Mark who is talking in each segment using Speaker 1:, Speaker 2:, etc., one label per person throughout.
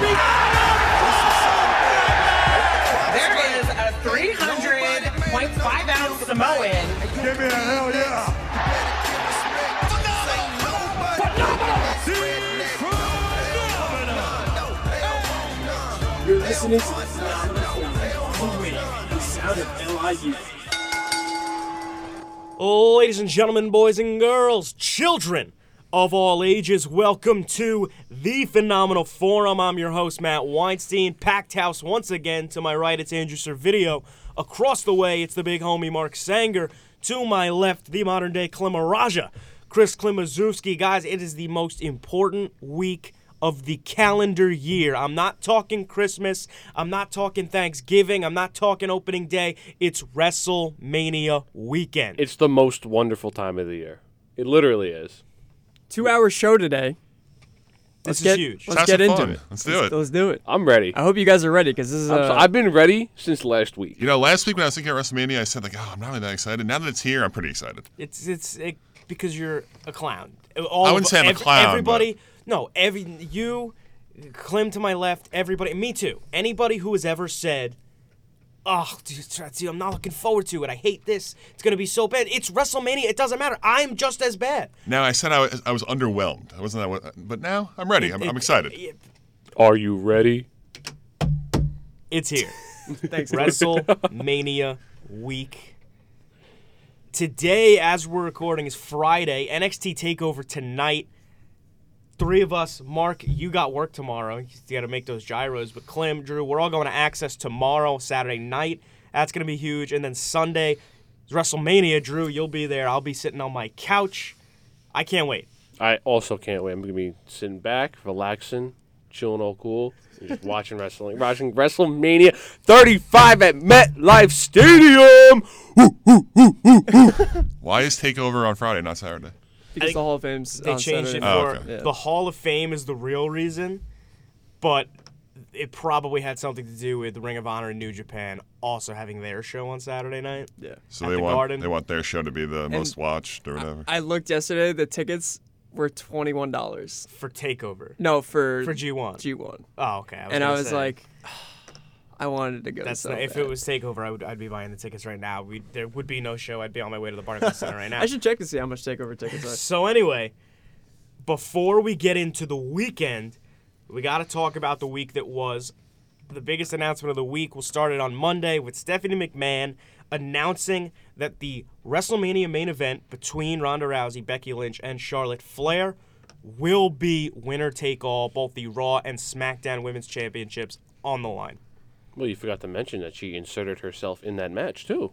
Speaker 1: be.
Speaker 2: There is a 300.5 ounce Samoan.
Speaker 1: Give me a hell yeah.
Speaker 3: You're listening to the Phenomenal Wave, the sound of LIU.
Speaker 4: Ladies and gentlemen, boys and girls, children of all ages, welcome to the Phenomenal Forum. I'm your host, Matt Weinstein. Packed house once again. To my right, it's Andrew Servideo. Across the way, it's the big homie, Mark Sanger. To my left, the modern day Klimaraja, Chris Klimaszewski. Guys, it is the most important week of the calendar year. I'm not talking Christmas. I'm not talking Thanksgiving. I'm not talking opening day. It's WrestleMania weekend.
Speaker 5: It's the most wonderful time of the year. It literally is.
Speaker 6: two hour show today.
Speaker 4: This is
Speaker 6: get,
Speaker 4: huge.
Speaker 6: Let's
Speaker 7: Let's
Speaker 6: get
Speaker 7: have
Speaker 6: into
Speaker 7: some fun.
Speaker 6: it.
Speaker 7: Let's do it.
Speaker 6: Let's do it.
Speaker 5: I'm ready.
Speaker 4: Uh,
Speaker 6: I hope you guys are ready because this is.
Speaker 5: I'm so-
Speaker 6: Uh,
Speaker 5: I've been ready since last week.
Speaker 7: You know, last week when I was thinking at WrestleMania, I said like, "Oh, I'm not really that excited." Now that it's here, I'm pretty excited.
Speaker 4: It's it's it, because you're a clown. All
Speaker 7: I
Speaker 4: of-
Speaker 7: wouldn't say I'm a clown,
Speaker 4: Everybody, no, every you, Clem to my left, everybody, me too. Anybody who has ever said, "Oh, dude, dude, I'm not looking forward to it. I hate this. It's gonna be so bad." It's WrestleMania. It doesn't matter. I'm just as bad.
Speaker 7: Now I said I was, I was underwhelmed. I wasn't that, wa- but now I'm ready. I'm, I'm excited.
Speaker 5: Are you ready?
Speaker 4: It's here.
Speaker 6: thanks.
Speaker 4: WrestleMania week. Today, as we're recording, is Friday. NXT Takeover tonight. Three of us, Mark, you got work tomorrow. You got to make those gyros. But Clem, Drew, we're all going to Access tomorrow, Saturday night. That's going to be huge. And then Sunday, is WrestleMania. Drew, you'll be there. I'll be sitting on my couch. I can't wait.
Speaker 5: I also can't wait. I'm gonna be sitting back, relaxing, chilling all cool, and just watching wrestling, watching WrestleMania 35 at MetLife Stadium.
Speaker 7: Why is Takeover on Friday, not Saturday?
Speaker 6: because the Hall of Fame's
Speaker 4: They
Speaker 6: on
Speaker 4: changed it
Speaker 6: Saturday.
Speaker 7: Oh,
Speaker 4: for
Speaker 7: okay.
Speaker 4: the Hall of Fame is the real reason, but it probably had something to do with the Ring of Honor and New Japan also having their show on Saturday night.
Speaker 6: Yeah.
Speaker 7: So
Speaker 4: At
Speaker 7: they
Speaker 4: the
Speaker 7: want
Speaker 4: Garden.
Speaker 7: they want their show to be the most watched or
Speaker 4: Oh.
Speaker 7: whatever.
Speaker 6: I looked yesterday. The tickets were twenty one dollars.
Speaker 4: for Takeover.
Speaker 6: No, for
Speaker 4: For G1.
Speaker 6: G one.
Speaker 4: Oh, okay. I was
Speaker 6: And I
Speaker 4: gonna
Speaker 6: was
Speaker 4: say,
Speaker 6: like, I wanted to go.
Speaker 4: that's
Speaker 6: so
Speaker 4: not- if
Speaker 6: bad.
Speaker 4: it was Takeover, I would I'd be buying the tickets right now. We there would be no show. I'd be on my way to the Barclays Center right now.
Speaker 6: I should check to see how much takeover tickets are.
Speaker 4: So anyway, before we get into the weekend, we got to talk about the week that was. The biggest announcement of the week will start it on Monday with Stephanie McMahon announcing that the WrestleMania main event between Ronda Rousey, Becky Lynch, and Charlotte Flair will be winner take all, both the Raw and SmackDown Women's Championships on the line.
Speaker 5: Well, you forgot to mention that she inserted herself in that match too.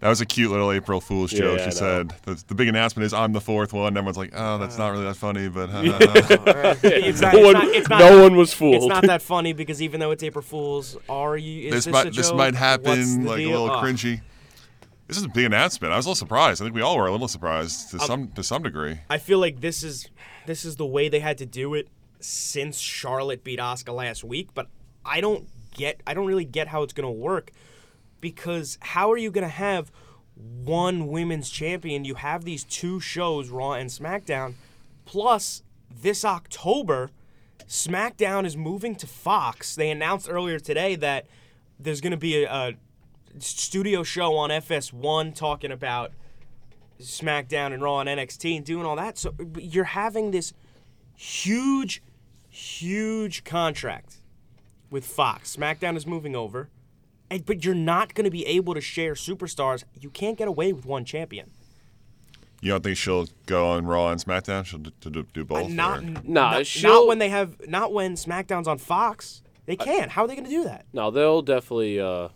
Speaker 7: That was a cute little April Fool's joke.
Speaker 5: Yeah, I
Speaker 7: she
Speaker 5: know.
Speaker 7: said the, the big announcement is I'm the fourth one. Everyone's like, oh, that's not really that funny, but uh, ha, ha, ha."
Speaker 4: It's not,
Speaker 5: no
Speaker 4: it's
Speaker 5: one,
Speaker 4: not, it's not,
Speaker 5: no one was fooled.
Speaker 4: It's not that funny because even though it's April Fools, are you? Is
Speaker 7: this
Speaker 4: this a
Speaker 7: might this
Speaker 4: joke?
Speaker 7: might
Speaker 4: What's the
Speaker 7: happen like
Speaker 4: deal?
Speaker 7: a little
Speaker 4: Oh.
Speaker 7: cringy. This is a big announcement. I was a little surprised. I think we all were a little surprised
Speaker 4: Um,
Speaker 7: to some to some degree.
Speaker 4: I feel like this is this is the way they had to do it since Charlotte beat Oscar last week, but I don't get I don't really get how it's going to work because how are you going to have one women's champion? You have these two shows, Raw and SmackDown, plus this October SmackDown is moving to Fox. They announced earlier today that there's going to be a, a studio show on FS1 talking about SmackDown and Raw and NXT and doing all that. So but you're having this huge, huge contract with Fox. SmackDown is moving over, and, but you're not going to be able to share superstars. You can't get away with one champion.
Speaker 7: You don't think she'll go on Raw and SmackDown? She'll do, do, do both.
Speaker 4: Not,
Speaker 7: or-
Speaker 4: n-
Speaker 5: Nah,
Speaker 4: not, not
Speaker 5: she'll-
Speaker 4: when they have not when SmackDown's on Fox. They can't. How are they going to do that?
Speaker 5: No, they'll definitely uh,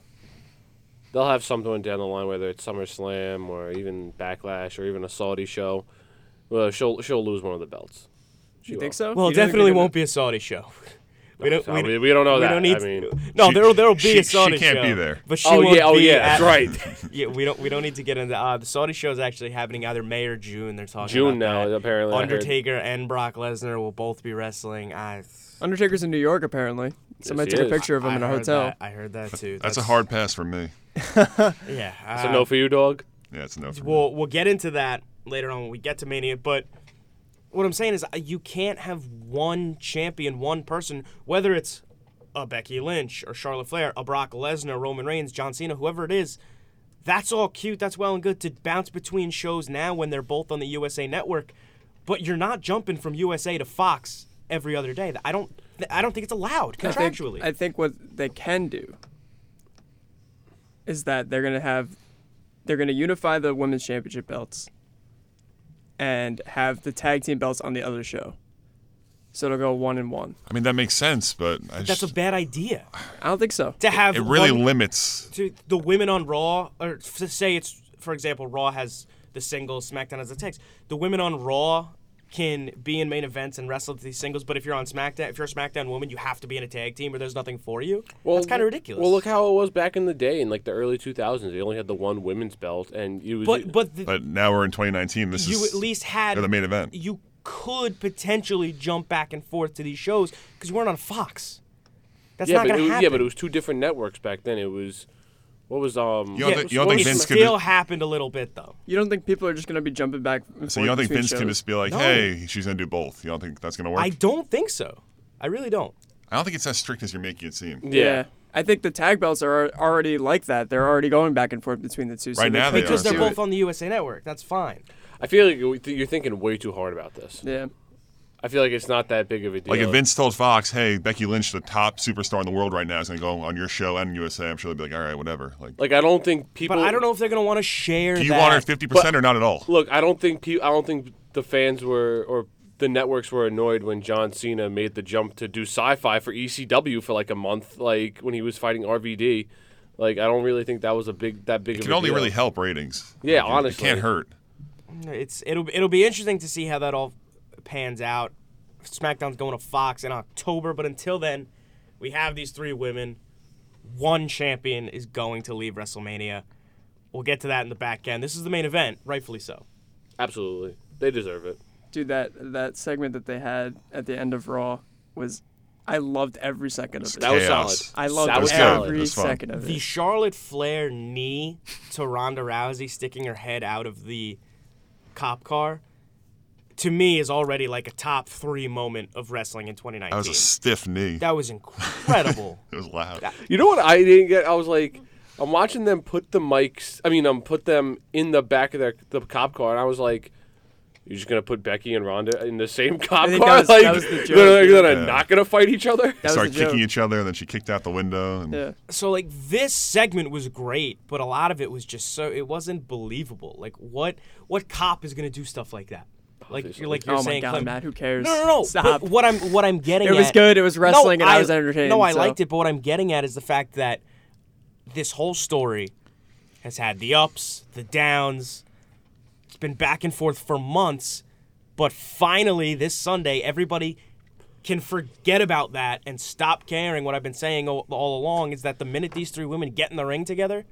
Speaker 5: they'll have something down the line, whether it's SummerSlam or even Backlash or even a Saudi show. Well, she'll she'll lose one of the belts. She
Speaker 6: You
Speaker 5: will.
Speaker 6: think so?
Speaker 4: Well,
Speaker 6: You
Speaker 4: it
Speaker 6: don't
Speaker 4: definitely
Speaker 6: think
Speaker 4: won't be a Saudi show. We don't,
Speaker 5: so we- we don't know
Speaker 4: we
Speaker 5: Oh, that.
Speaker 4: Don't need,
Speaker 5: I mean-
Speaker 4: no,
Speaker 7: She-
Speaker 4: there'll there'll be
Speaker 7: she-
Speaker 4: a
Speaker 7: she
Speaker 4: Saudi
Speaker 7: can't
Speaker 4: show,
Speaker 7: be there.
Speaker 4: But she
Speaker 5: Oh
Speaker 4: won't
Speaker 5: yeah, oh
Speaker 4: be
Speaker 5: yeah,
Speaker 4: at-
Speaker 5: that's right.
Speaker 4: yeah, we don't we don't need to get into uh, the Saudi show is actually happening either May or June. They're talking
Speaker 5: June
Speaker 4: about
Speaker 5: now,
Speaker 4: that.
Speaker 5: apparently, I heard.
Speaker 4: Undertaker and Brock Lesnar will both be wrestling. I
Speaker 6: it- Undertaker's in New York apparently. Somebody
Speaker 5: he
Speaker 6: took
Speaker 5: is.
Speaker 6: a picture of him
Speaker 4: I
Speaker 6: in a
Speaker 4: heard
Speaker 6: hotel.
Speaker 4: that- I heard that too.
Speaker 7: That's a hard pass for me.
Speaker 4: yeah.
Speaker 5: It's a
Speaker 4: uh,
Speaker 5: no for you, dog.
Speaker 7: Yeah, it's a no. For me.
Speaker 4: We'll we'll get into that later on when we get to Mania, but What I'm saying is uh, you can't have one champion, one person, whether it's a Becky Lynch or Charlotte Flair, a Brock Lesnar, Roman Reigns, John Cena, whoever it is. That's all cute. That's well and good to bounce between shows now when they're both on the USA Network, but you're not jumping from USA to Fox every other day. I don't. I don't think it's allowed
Speaker 6: I think-
Speaker 4: contractually.
Speaker 6: I think what they can do is that they're gonna have they're gonna unify the women's championship belts and have the tag team belts on the other show. So it'll go one and one.
Speaker 7: I mean, that makes sense, but I
Speaker 4: That's
Speaker 7: just,
Speaker 4: a bad idea
Speaker 6: I don't think so.
Speaker 4: to have
Speaker 7: it really
Speaker 4: one-
Speaker 7: limits.
Speaker 4: to the women on Raw, or f- say it's for example, Raw has the singles, SmackDown has the tags. The women on Raw can be in main events and wrestle these singles, but if you're on SmackDown, if you're a SmackDown woman, you have to be in a tag team or there's nothing for you. Well, That's kind of ridiculous.
Speaker 5: Well, look how it was back in the day in like the early 2000s. They only had the one women's belt, and it was
Speaker 4: but but, the,
Speaker 7: But now we're in 2019. This
Speaker 4: you at
Speaker 7: is
Speaker 4: least had
Speaker 7: they're the main event.
Speaker 4: You could potentially jump back and forth to these shows because you weren't on Fox. That's
Speaker 5: yeah,
Speaker 4: not
Speaker 5: but
Speaker 4: going
Speaker 5: it
Speaker 4: to
Speaker 5: was,
Speaker 4: happen.
Speaker 5: yeah, but it was two different networks back then. It was what was um
Speaker 7: You don't,
Speaker 4: Yeah,
Speaker 7: think,
Speaker 4: it
Speaker 7: you don't think
Speaker 4: it
Speaker 7: Vince could
Speaker 4: still
Speaker 7: just,
Speaker 4: happened a little bit though.
Speaker 6: You don't think people are just gonna be jumping back? and
Speaker 7: so you don't
Speaker 6: forth
Speaker 7: think
Speaker 6: between
Speaker 7: Vince can
Speaker 6: shows?
Speaker 7: just be like,
Speaker 4: No.
Speaker 7: hey, she's gonna do both? You don't think that's gonna work?
Speaker 4: I don't think so. I really don't.
Speaker 7: I don't think it's as strict as you're making it seem.
Speaker 5: yeah.
Speaker 6: I think the tag belts are al- already like that. They're already going back and forth between the two. so
Speaker 7: Right now they
Speaker 4: Because
Speaker 7: are.
Speaker 4: they're
Speaker 6: do it.
Speaker 4: both on the USA Network. That's fine.
Speaker 5: I feel like you- you're thinking way too hard about this.
Speaker 6: Yeah.
Speaker 5: I feel like it's not that big of a deal.
Speaker 7: Like if Vince told Fox, "Hey, Becky Lynch, the top superstar in the world right now, is gonna go on your show and USA," I'm sure they'd be like, "All right, whatever." Like,
Speaker 5: Like, I don't think people.
Speaker 4: But I don't know if they're going to want to share.
Speaker 7: do you
Speaker 4: that.
Speaker 7: want her 50 percent or not at all?
Speaker 5: Look, I don't think people. I don't think the fans were or the networks were annoyed when John Cena made the jump to do sci-fi for ECW for like a month, like when he was fighting RVD. Like I don't really think that was a big that big.
Speaker 7: It
Speaker 5: of
Speaker 7: can
Speaker 5: a
Speaker 7: only
Speaker 5: deal.
Speaker 7: really help ratings.
Speaker 5: Yeah,
Speaker 7: Like, it-
Speaker 5: honestly.
Speaker 7: it can't hurt.
Speaker 4: It's it'll it'll be interesting to see how that all pans out. SmackDown's going to Fox in October, but until then, we have these three women. One champion is going to leave WrestleMania. We'll get to that in the back end. This is the main event, rightfully so.
Speaker 5: Absolutely, they deserve it.
Speaker 6: Dude, that that segment that they had at the end of Raw was, I loved every second of it.
Speaker 5: That was
Speaker 7: Chaos.
Speaker 5: solid.
Speaker 6: I loved
Speaker 5: that was
Speaker 7: good.
Speaker 6: every
Speaker 5: solid.
Speaker 7: That's fun.
Speaker 6: second of
Speaker 4: The
Speaker 6: it.
Speaker 4: Charlotte Flair knee to Ronda Rousey sticking her head out of the cop car to me is already like a top 3 moment of wrestling in 2019.
Speaker 7: That was a stiff knee.
Speaker 4: That was incredible.
Speaker 7: it was loud.
Speaker 5: You know what I didn't get? I was like, I'm watching them put the mics. I mean, um, put them in the back of their the cop car, and I was like. You're just gonna put Becky and Ronda in the same cop
Speaker 6: think
Speaker 5: car?
Speaker 6: that was- that
Speaker 5: like
Speaker 6: was the joke,
Speaker 5: they're,
Speaker 6: yeah.
Speaker 5: they're not gonna fight each other?
Speaker 6: That
Speaker 7: Started
Speaker 6: was the
Speaker 7: kicking
Speaker 6: joke.
Speaker 7: each other, and then she kicked out the window. And
Speaker 6: Yeah.
Speaker 4: so like this segment was great, but a lot of it was just so it wasn't believable. Like what what cop is gonna do stuff like that? Like you're like you're
Speaker 6: Oh my
Speaker 4: saying,
Speaker 6: god,
Speaker 4: Clem-
Speaker 6: Matt, who cares?
Speaker 4: No, no, no.
Speaker 6: Stop.
Speaker 4: But what I'm what I'm getting
Speaker 6: It was
Speaker 4: at-
Speaker 6: good, it was wrestling,
Speaker 4: no,
Speaker 6: and I was entertained,
Speaker 4: No, I
Speaker 6: so-
Speaker 4: liked it, but what I'm getting at is the fact that this whole story has had the ups, the downs. It's been back and forth for months, but finally this Sunday, everybody can forget about that and stop caring. What I've been saying all, all along is that the minute these three women get in the ring together,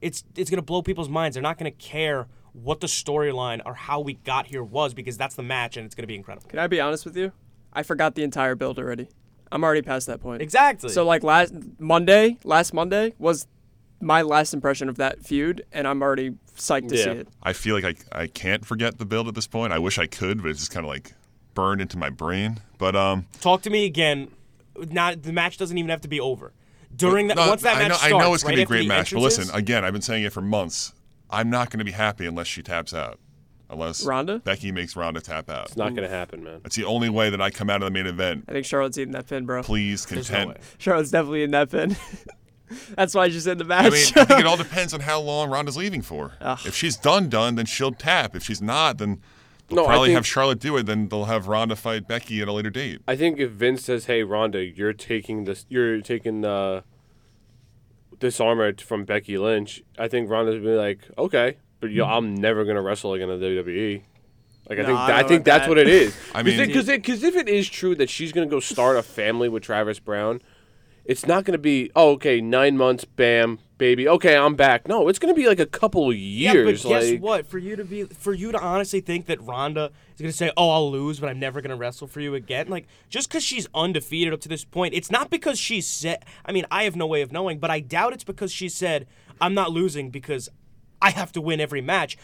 Speaker 4: it's it's gonna blow people's minds. They're not gonna care what the storyline or how we got here was because that's the match and it's gonna be incredible.
Speaker 6: Can I be honest with you? I forgot the entire build already. I'm already past that point.
Speaker 4: Exactly.
Speaker 6: So like last Monday, last Monday was my last impression of that feud, and I'm already psyched to see
Speaker 5: Yeah.
Speaker 6: it.
Speaker 7: I feel like I, I can't forget the build at this point. I wish I could, but it's just kind of like burned into my brain. But um,
Speaker 4: talk to me again. Not the match doesn't even have to be over. During that,
Speaker 7: no,
Speaker 4: once that
Speaker 7: I
Speaker 4: match
Speaker 7: know,
Speaker 4: starts,
Speaker 7: I know it's
Speaker 4: right
Speaker 7: gonna be a
Speaker 4: after
Speaker 7: great
Speaker 4: the
Speaker 7: match. But
Speaker 4: entrances-
Speaker 7: listen, again, I've been saying it for months. I'm not gonna be happy unless she taps out, unless
Speaker 6: Ronda?
Speaker 7: Becky makes Ronda tap out.
Speaker 5: It's not gonna happen, man.
Speaker 7: That's the only way that I come out of the main event.
Speaker 6: I think Charlotte's eating that pin, bro.
Speaker 7: Please
Speaker 4: no
Speaker 7: content.
Speaker 4: way.
Speaker 6: Charlotte's definitely eating that pin. That's why she's in the
Speaker 7: I
Speaker 6: match.
Speaker 7: mean, I think it all depends on how long Ronda's leaving for. If she's done, done, then she'll tap. If she's not, then they'll
Speaker 5: No, I
Speaker 7: probably
Speaker 5: think-
Speaker 7: have Charlotte do it. Then they'll have Ronda fight Becky at a later date.
Speaker 5: I think if Vince says, "Hey, Ronda, you're taking this, you're taking uh, this armor t- from Becky Lynch," I think Ronda's gonna be like, "Okay, but yo, I'm never gonna wrestle again in the WWE." Like I think
Speaker 6: I
Speaker 5: tha- I,
Speaker 6: don't
Speaker 5: think
Speaker 6: know about
Speaker 5: that's
Speaker 6: that.
Speaker 5: what it is.
Speaker 7: I
Speaker 5: because
Speaker 7: mean-
Speaker 5: because if it is true that she's gonna go start a family with Travis Brown, it's not gonna be oh okay nine months, bam, baby, okay I'm back. No, it's gonna be like a couple
Speaker 4: yeah,
Speaker 5: years.
Speaker 4: but guess
Speaker 5: like,
Speaker 4: what? For you to be, for you to honestly think that Ronda is gonna say, "Oh, I'll lose, but I'm never gonna wrestle for you again," like just because she's undefeated up to this point, it's not because she's said. I mean, I have no way of knowing, but I doubt it's because she said, "I'm not losing because I have to win every match."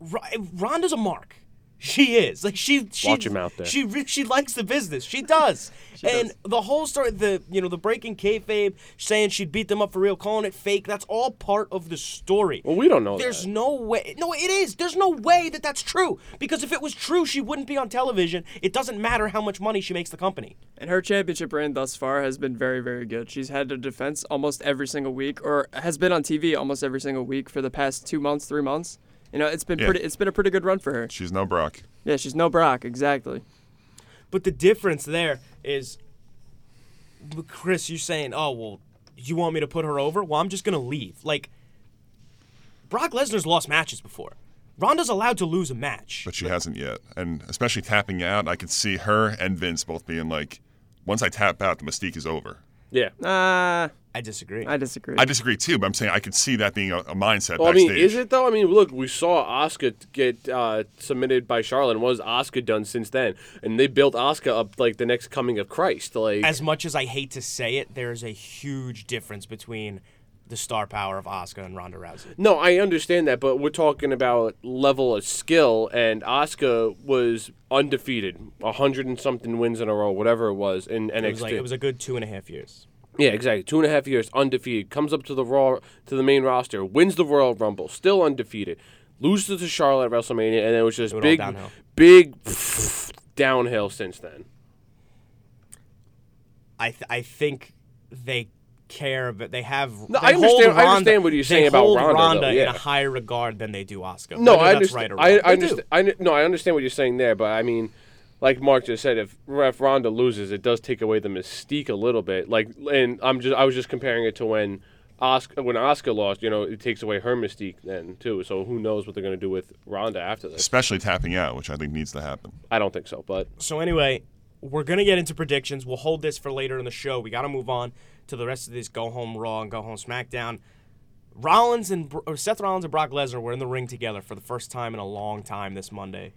Speaker 4: R- Ronda's a mark. She is like she. she
Speaker 5: Watch him out there.
Speaker 4: She re- she likes the business. She does. and the whole story, the you know the breaking kayfabe, saying she'd beat them up for real, calling it fake. That's all part of the story.
Speaker 5: Well, we don't know
Speaker 4: There's
Speaker 5: that.
Speaker 4: no way. No, it is. There's no way that that's true. Because if it was true, she wouldn't be on television. It doesn't matter how much money she makes the company.
Speaker 6: And her championship reign thus far has been very, very good. She's had a defense almost every single week, or has been on TV almost every single week for the past two months, three months. You know, it's been
Speaker 7: Yeah.
Speaker 6: pretty. It's been a pretty good run for her.
Speaker 7: She's no Brock.
Speaker 6: Yeah, she's no Brock exactly.
Speaker 4: But the difference there is, Chris, you're saying, oh, well, you want me to put her over? Well, I'm just going to leave. Like, Brock Lesnar's lost matches before. Ronda's allowed to lose a match.
Speaker 7: but she hasn't yet. And especially tapping out, I could see her and Vince both being like, once I tap out, the mystique is over.
Speaker 5: Yeah.
Speaker 6: Uh,
Speaker 4: I disagree.
Speaker 6: I disagree.
Speaker 7: I disagree too, but I'm saying I could see that being a, a mindset
Speaker 5: Well, I
Speaker 7: backstage.
Speaker 5: mean, is it though? I mean, look, we saw Oscar get uh, submitted by Charlotte. And what has Oscar done since then? And they built Oscar up like the next coming of Christ. Like,
Speaker 4: as much as I hate to say it, there is a huge difference between the star power of Oscar and Ronda Rousey.
Speaker 5: no, I understand that, but we're talking about level of skill. And Oscar was undefeated, a hundred and something wins in a row, whatever it was in NXT.
Speaker 4: It was like it was a good two and a half years.
Speaker 5: Yeah, exactly. Two and a half years undefeated. Comes up to the raw to the main roster, wins the Royal Rumble, still undefeated. Loses to Charlotte at WrestleMania, and it was just
Speaker 4: It went all
Speaker 5: big,
Speaker 4: downhill.
Speaker 5: big downhill since then.
Speaker 4: I th- I think they care, but they have.
Speaker 5: No,
Speaker 4: they
Speaker 5: I
Speaker 4: hold
Speaker 5: understand- I
Speaker 4: Ronda,
Speaker 5: understand what you're
Speaker 4: they
Speaker 5: saying about
Speaker 4: hold
Speaker 5: Ronda,
Speaker 4: Ronda
Speaker 5: though,
Speaker 4: in
Speaker 5: yeah.
Speaker 4: a higher regard than they do Oscar.
Speaker 5: No,
Speaker 4: Whether
Speaker 5: I
Speaker 4: that's
Speaker 5: understand.
Speaker 4: Right or wrong.
Speaker 5: I,
Speaker 4: They
Speaker 5: I
Speaker 4: do.
Speaker 5: understand. I, no, I understand what you're saying there, but I mean, like Mark just said, if Ref Ronda loses, it does take away the mystique a little bit. Like, and I'm just I was just comparing it to when Oscar when Oscar lost. You know, it takes away her mystique then too. So who knows what they're gonna do with Ronda after this?
Speaker 7: especially tapping out, which I think needs to happen.
Speaker 5: I don't think so, but
Speaker 4: So anyway, we're gonna get into predictions. We'll hold this for later in the show. We gotta move on to the rest of this Go Home Raw and Go Home SmackDown. Rollins and Bro- or Seth Rollins and Brock Lesnar were in the ring together for the first time in a long time this Monday,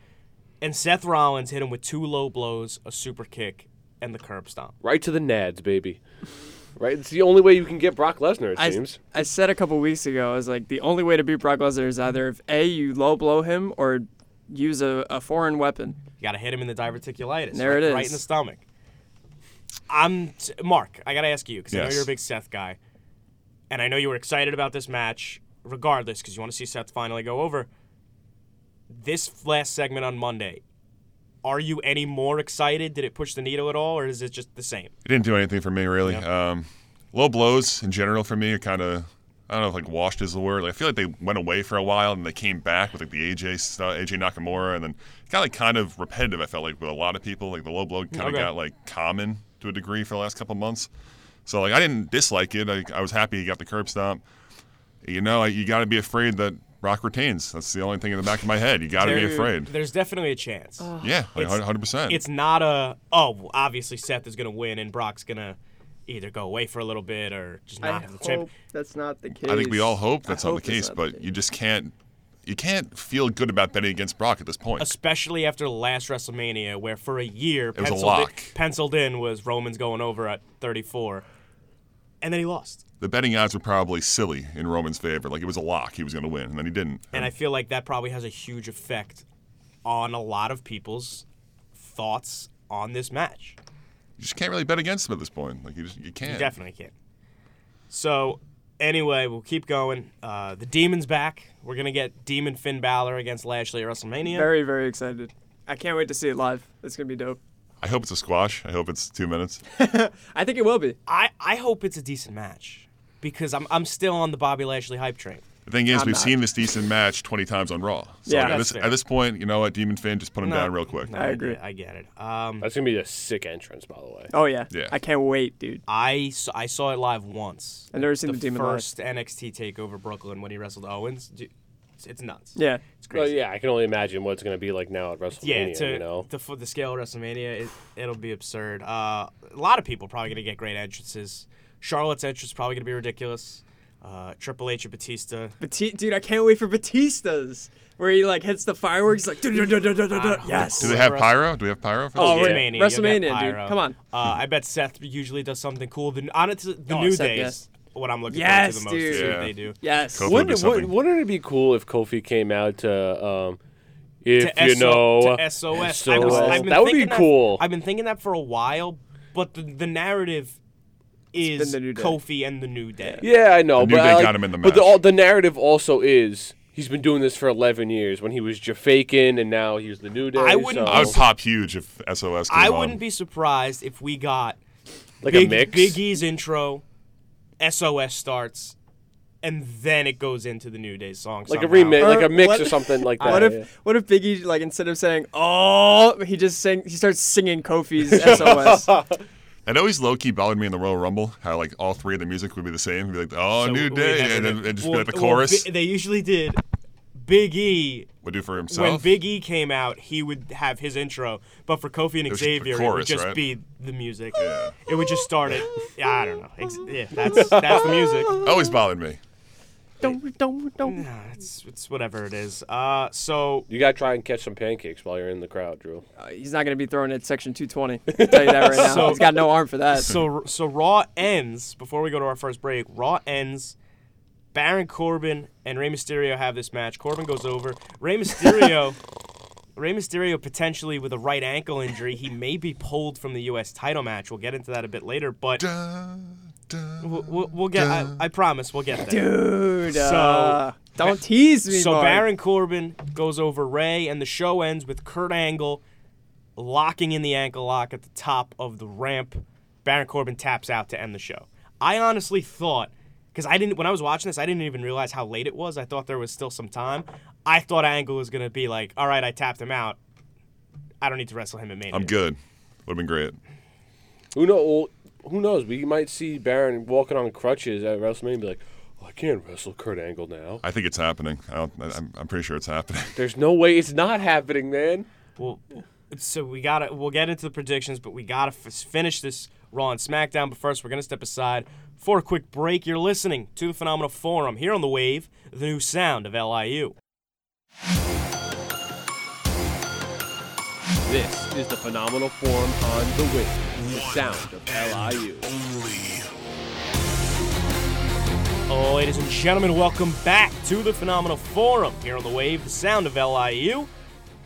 Speaker 4: and Seth Rollins hit him with two low blows, a super kick, and the curb stomp.
Speaker 5: right to the nads, baby. Right, it's the only way you can get Brock Lesnar. It
Speaker 6: I,
Speaker 5: seems.
Speaker 6: I said a couple weeks ago, I was like, the only way to beat Brock Lesnar is either if A, you low blow him, or use a, a foreign weapon.
Speaker 4: You gotta hit him in the diverticulitis.
Speaker 6: There
Speaker 4: right,
Speaker 6: it
Speaker 4: right
Speaker 6: is.
Speaker 4: in the stomach. I'm t- Mark. I gotta ask you because I know
Speaker 7: Yes.
Speaker 4: you're a big Seth guy, and I know you were excited about this match, regardless, because you want to see Seth finally go over. This last segment on Monday, are you any more excited? Did it push the needle at all, or is it just the same?
Speaker 7: It didn't do anything for me, really. Um, low blows in general for me are kind of, I don't know if like washed is the word. Like, I feel like they went away for a while and they came back with like the AJ stuff, AJ Nakamura, and then it got like kind of repetitive, I felt like, with a lot of people. Like the low blow kind of
Speaker 4: Okay.
Speaker 7: got like common to a degree for the last couple months. So like I didn't dislike it. I, I was happy he got the curb stomp. You know, you got to be afraid that Rock retains. That's the only thing in the back of my head. You got to be
Speaker 4: There-
Speaker 7: afraid.
Speaker 4: There's definitely a chance.
Speaker 6: Uh.
Speaker 7: Yeah, like
Speaker 4: uh, It's-
Speaker 7: 100%.
Speaker 4: it's not a oh well, obviously Seth is gonna win and Brock's gonna either go away for a little bit or just not have the champ.
Speaker 6: that's not the case.
Speaker 7: I think we all hope
Speaker 6: I
Speaker 7: that's
Speaker 6: hope
Speaker 7: not the
Speaker 6: it's
Speaker 7: case,
Speaker 6: not the
Speaker 7: but
Speaker 6: case.
Speaker 7: you just can't. You can't feel good about betting against Brock at this point.
Speaker 4: especially after the last WrestleMania, where for a year
Speaker 7: was a
Speaker 4: penciled,
Speaker 7: lock.
Speaker 4: In, penciled in was Roman's going over at 34, and then he lost.
Speaker 7: the betting odds were probably silly in Roman's favor. Like it was a lock he was going to win, and then he didn't.
Speaker 4: And I feel like that probably has a huge effect on a lot of people's thoughts on this match.
Speaker 7: you just can't really bet against him at this point. Like you just you can't.
Speaker 4: You definitely can. So, anyway, we'll keep going. Uh, the Demon's back. We're gonna get Demon Finn Balor against Lashley at WrestleMania.
Speaker 6: Very, very excited. I can't wait to see it live. It's going to be dope.
Speaker 7: I hope it's a squash. I hope it's two minutes.
Speaker 6: I think it will be.
Speaker 4: I, I hope it's a decent match because I'm I'm still on the Bobby Lashley hype train.
Speaker 7: The thing is,
Speaker 6: I'm
Speaker 7: we've
Speaker 6: not.
Speaker 7: seen this decent match 20 times on Raw. So
Speaker 6: Yeah,
Speaker 7: like, at,
Speaker 6: that's
Speaker 7: this,
Speaker 4: fair.
Speaker 7: at this point, you know what? Demon Finn, just put him down real quick.
Speaker 4: No,
Speaker 6: I agree.
Speaker 4: get- I get it. Um,
Speaker 5: That's gonna be a sick entrance, by the way.
Speaker 6: Oh, yeah.
Speaker 7: Yeah.
Speaker 6: I can't wait, dude.
Speaker 4: I saw, I saw it live once.
Speaker 6: I've never seen the Demon live.
Speaker 4: first NXT takeover Brooklyn when he wrestled Owens. Dude, it's- it's nuts.
Speaker 6: Yeah.
Speaker 4: it's
Speaker 5: Well,
Speaker 4: crazy.
Speaker 5: yeah, I can only imagine what it's gonna be like now at WrestleMania.
Speaker 4: yeah, to
Speaker 5: you know,
Speaker 4: the fo- the scale of WrestleMania, it, it'll be absurd. Uh, a lot of people probably gonna get great entrances. Charlotte's entrance is probably gonna be ridiculous. Uh, Triple H and Batista.
Speaker 6: Bati- dude, I can't wait for Batista's, where he like hits the fireworks, like, dun, dun, dun, dun, dun, dun, dun.
Speaker 7: Do
Speaker 6: yes.
Speaker 7: they have pyro? Do we have pyro? For
Speaker 6: Oh,
Speaker 7: this?
Speaker 6: yeah.
Speaker 4: WrestleMania, you'll get
Speaker 6: WrestMania, dude.
Speaker 4: pyro.
Speaker 6: Come on.
Speaker 4: Uh, I bet Seth usually does something cool. The honestly, the
Speaker 6: Oh,
Speaker 4: new
Speaker 6: Seth,
Speaker 4: days.
Speaker 6: yes.
Speaker 4: What I'm looking forward
Speaker 6: Yes,
Speaker 4: to the most
Speaker 6: dude.
Speaker 4: is what
Speaker 7: Yeah.
Speaker 4: they do.
Speaker 6: Yes.
Speaker 7: Kofi.
Speaker 5: wouldn't,
Speaker 7: It'll be
Speaker 5: wouldn't,
Speaker 7: something.
Speaker 5: wouldn't it be cool if Kofi came out to um, If
Speaker 4: to
Speaker 5: you
Speaker 4: SO
Speaker 5: know uh,
Speaker 4: to SOS. I was,
Speaker 5: SOS.
Speaker 4: I've been
Speaker 5: that would be
Speaker 4: thinking
Speaker 5: cool.
Speaker 4: I've been thinking that for a while, but the, the narrative is
Speaker 6: the New Day.
Speaker 4: Kofi and the New Day.
Speaker 5: Yeah, I know.
Speaker 7: New
Speaker 5: but
Speaker 7: Day
Speaker 5: I like-
Speaker 7: got him in the
Speaker 5: But the,
Speaker 7: match.
Speaker 5: all, the narrative also is he's been doing this for 11 years when he was Jafakin and now he's the New Day.
Speaker 4: I wouldn't
Speaker 5: so-
Speaker 7: I would pop huge if SOS. Came
Speaker 4: I
Speaker 7: on.
Speaker 4: wouldn't be surprised if we got
Speaker 5: like
Speaker 4: Big,
Speaker 5: a mix.
Speaker 4: Big E's intro, SOS starts, and then it goes into the New Day song.
Speaker 5: like a
Speaker 4: somehow.
Speaker 5: remix, like
Speaker 6: Or
Speaker 5: a mix
Speaker 6: what-
Speaker 5: or something like that.
Speaker 6: What
Speaker 5: yeah.
Speaker 6: if what if Biggie like instead of saying oh he just sang he starts singing Kofi's SOS
Speaker 7: That always low key bothered me in the Royal Rumble. How like all three of the music would be the same. Be like, oh,
Speaker 4: So
Speaker 7: new
Speaker 4: we
Speaker 7: day,
Speaker 4: had
Speaker 7: and
Speaker 4: it-
Speaker 7: then it'd just
Speaker 4: well,
Speaker 7: be like the
Speaker 4: well,
Speaker 7: chorus.
Speaker 4: Bi- they usually did. Big E
Speaker 7: would do for
Speaker 4: when
Speaker 7: himself.
Speaker 4: Big E came out, he would have his intro, but for Kofi and
Speaker 7: was just the
Speaker 4: Xavier,
Speaker 7: chorus,
Speaker 4: it would just
Speaker 7: right?
Speaker 4: be the music.
Speaker 7: Yeah.
Speaker 4: It would just start it. Yeah, I don't know. Ex- yeah, that's that's the music.
Speaker 7: always Oh, bothered me.
Speaker 6: don't don't don't
Speaker 4: Nah, it's it's whatever it is. Uh, so
Speaker 5: You gotta try and catch some pancakes while you're in the crowd, Drew.
Speaker 6: Uh, he's not gonna be throwing at section 220 I'll tell you that right now
Speaker 4: So-
Speaker 6: he's got no arm for that
Speaker 4: so so Raw ends before we go to our first break. Raw ends. Baron Corbin and Rey Mysterio have this match. Corbin goes over. Rey Mysterio. Rey Mysterio potentially with a right ankle injury. He may be pulled from the U.S. title match. We'll get into that a bit later, but
Speaker 7: Da, da.
Speaker 4: we'll, we'll, we'll get. I, I promise we'll get there.
Speaker 6: dude
Speaker 4: So-
Speaker 6: uh, don't tease me
Speaker 4: So
Speaker 6: Mark.
Speaker 4: Baron Corbin goes over Ray, and the show ends with Kurt Angle locking in the ankle lock at the top of the ramp. Baron Corbin taps out to end the show. I honestly thought, because I didn't, when I was watching this, I didn't even realize how late it was. I thought there was still some time. I thought Angle was gonna be like, "All right, I tapped him out. I don't need to wrestle him at Mania."
Speaker 7: I'm good. Would have been great.
Speaker 5: Who know? Who knows? We might see Baron walking on crutches at WrestleMania and be like, oh, I can't wrestle Kurt Angle now.
Speaker 7: I think it's happening. I don't, I, I'm, I'm pretty sure it's happening.
Speaker 5: There's no way it's not happening, man.
Speaker 4: Well, so we gotta we'll get into the predictions, but we gotta f- finish this Raw and SmackDown. But first, we're gonna step aside for a quick break. You're listening to the Phenomenal Forum here on the Wave, the new sound of LIU.
Speaker 5: This is the phenomenal form on the wing, the sound of LIU.
Speaker 4: Oh, Ladies and gentlemen, welcome back to the Phenomenal Forum here on the Wave, the sound of LIU.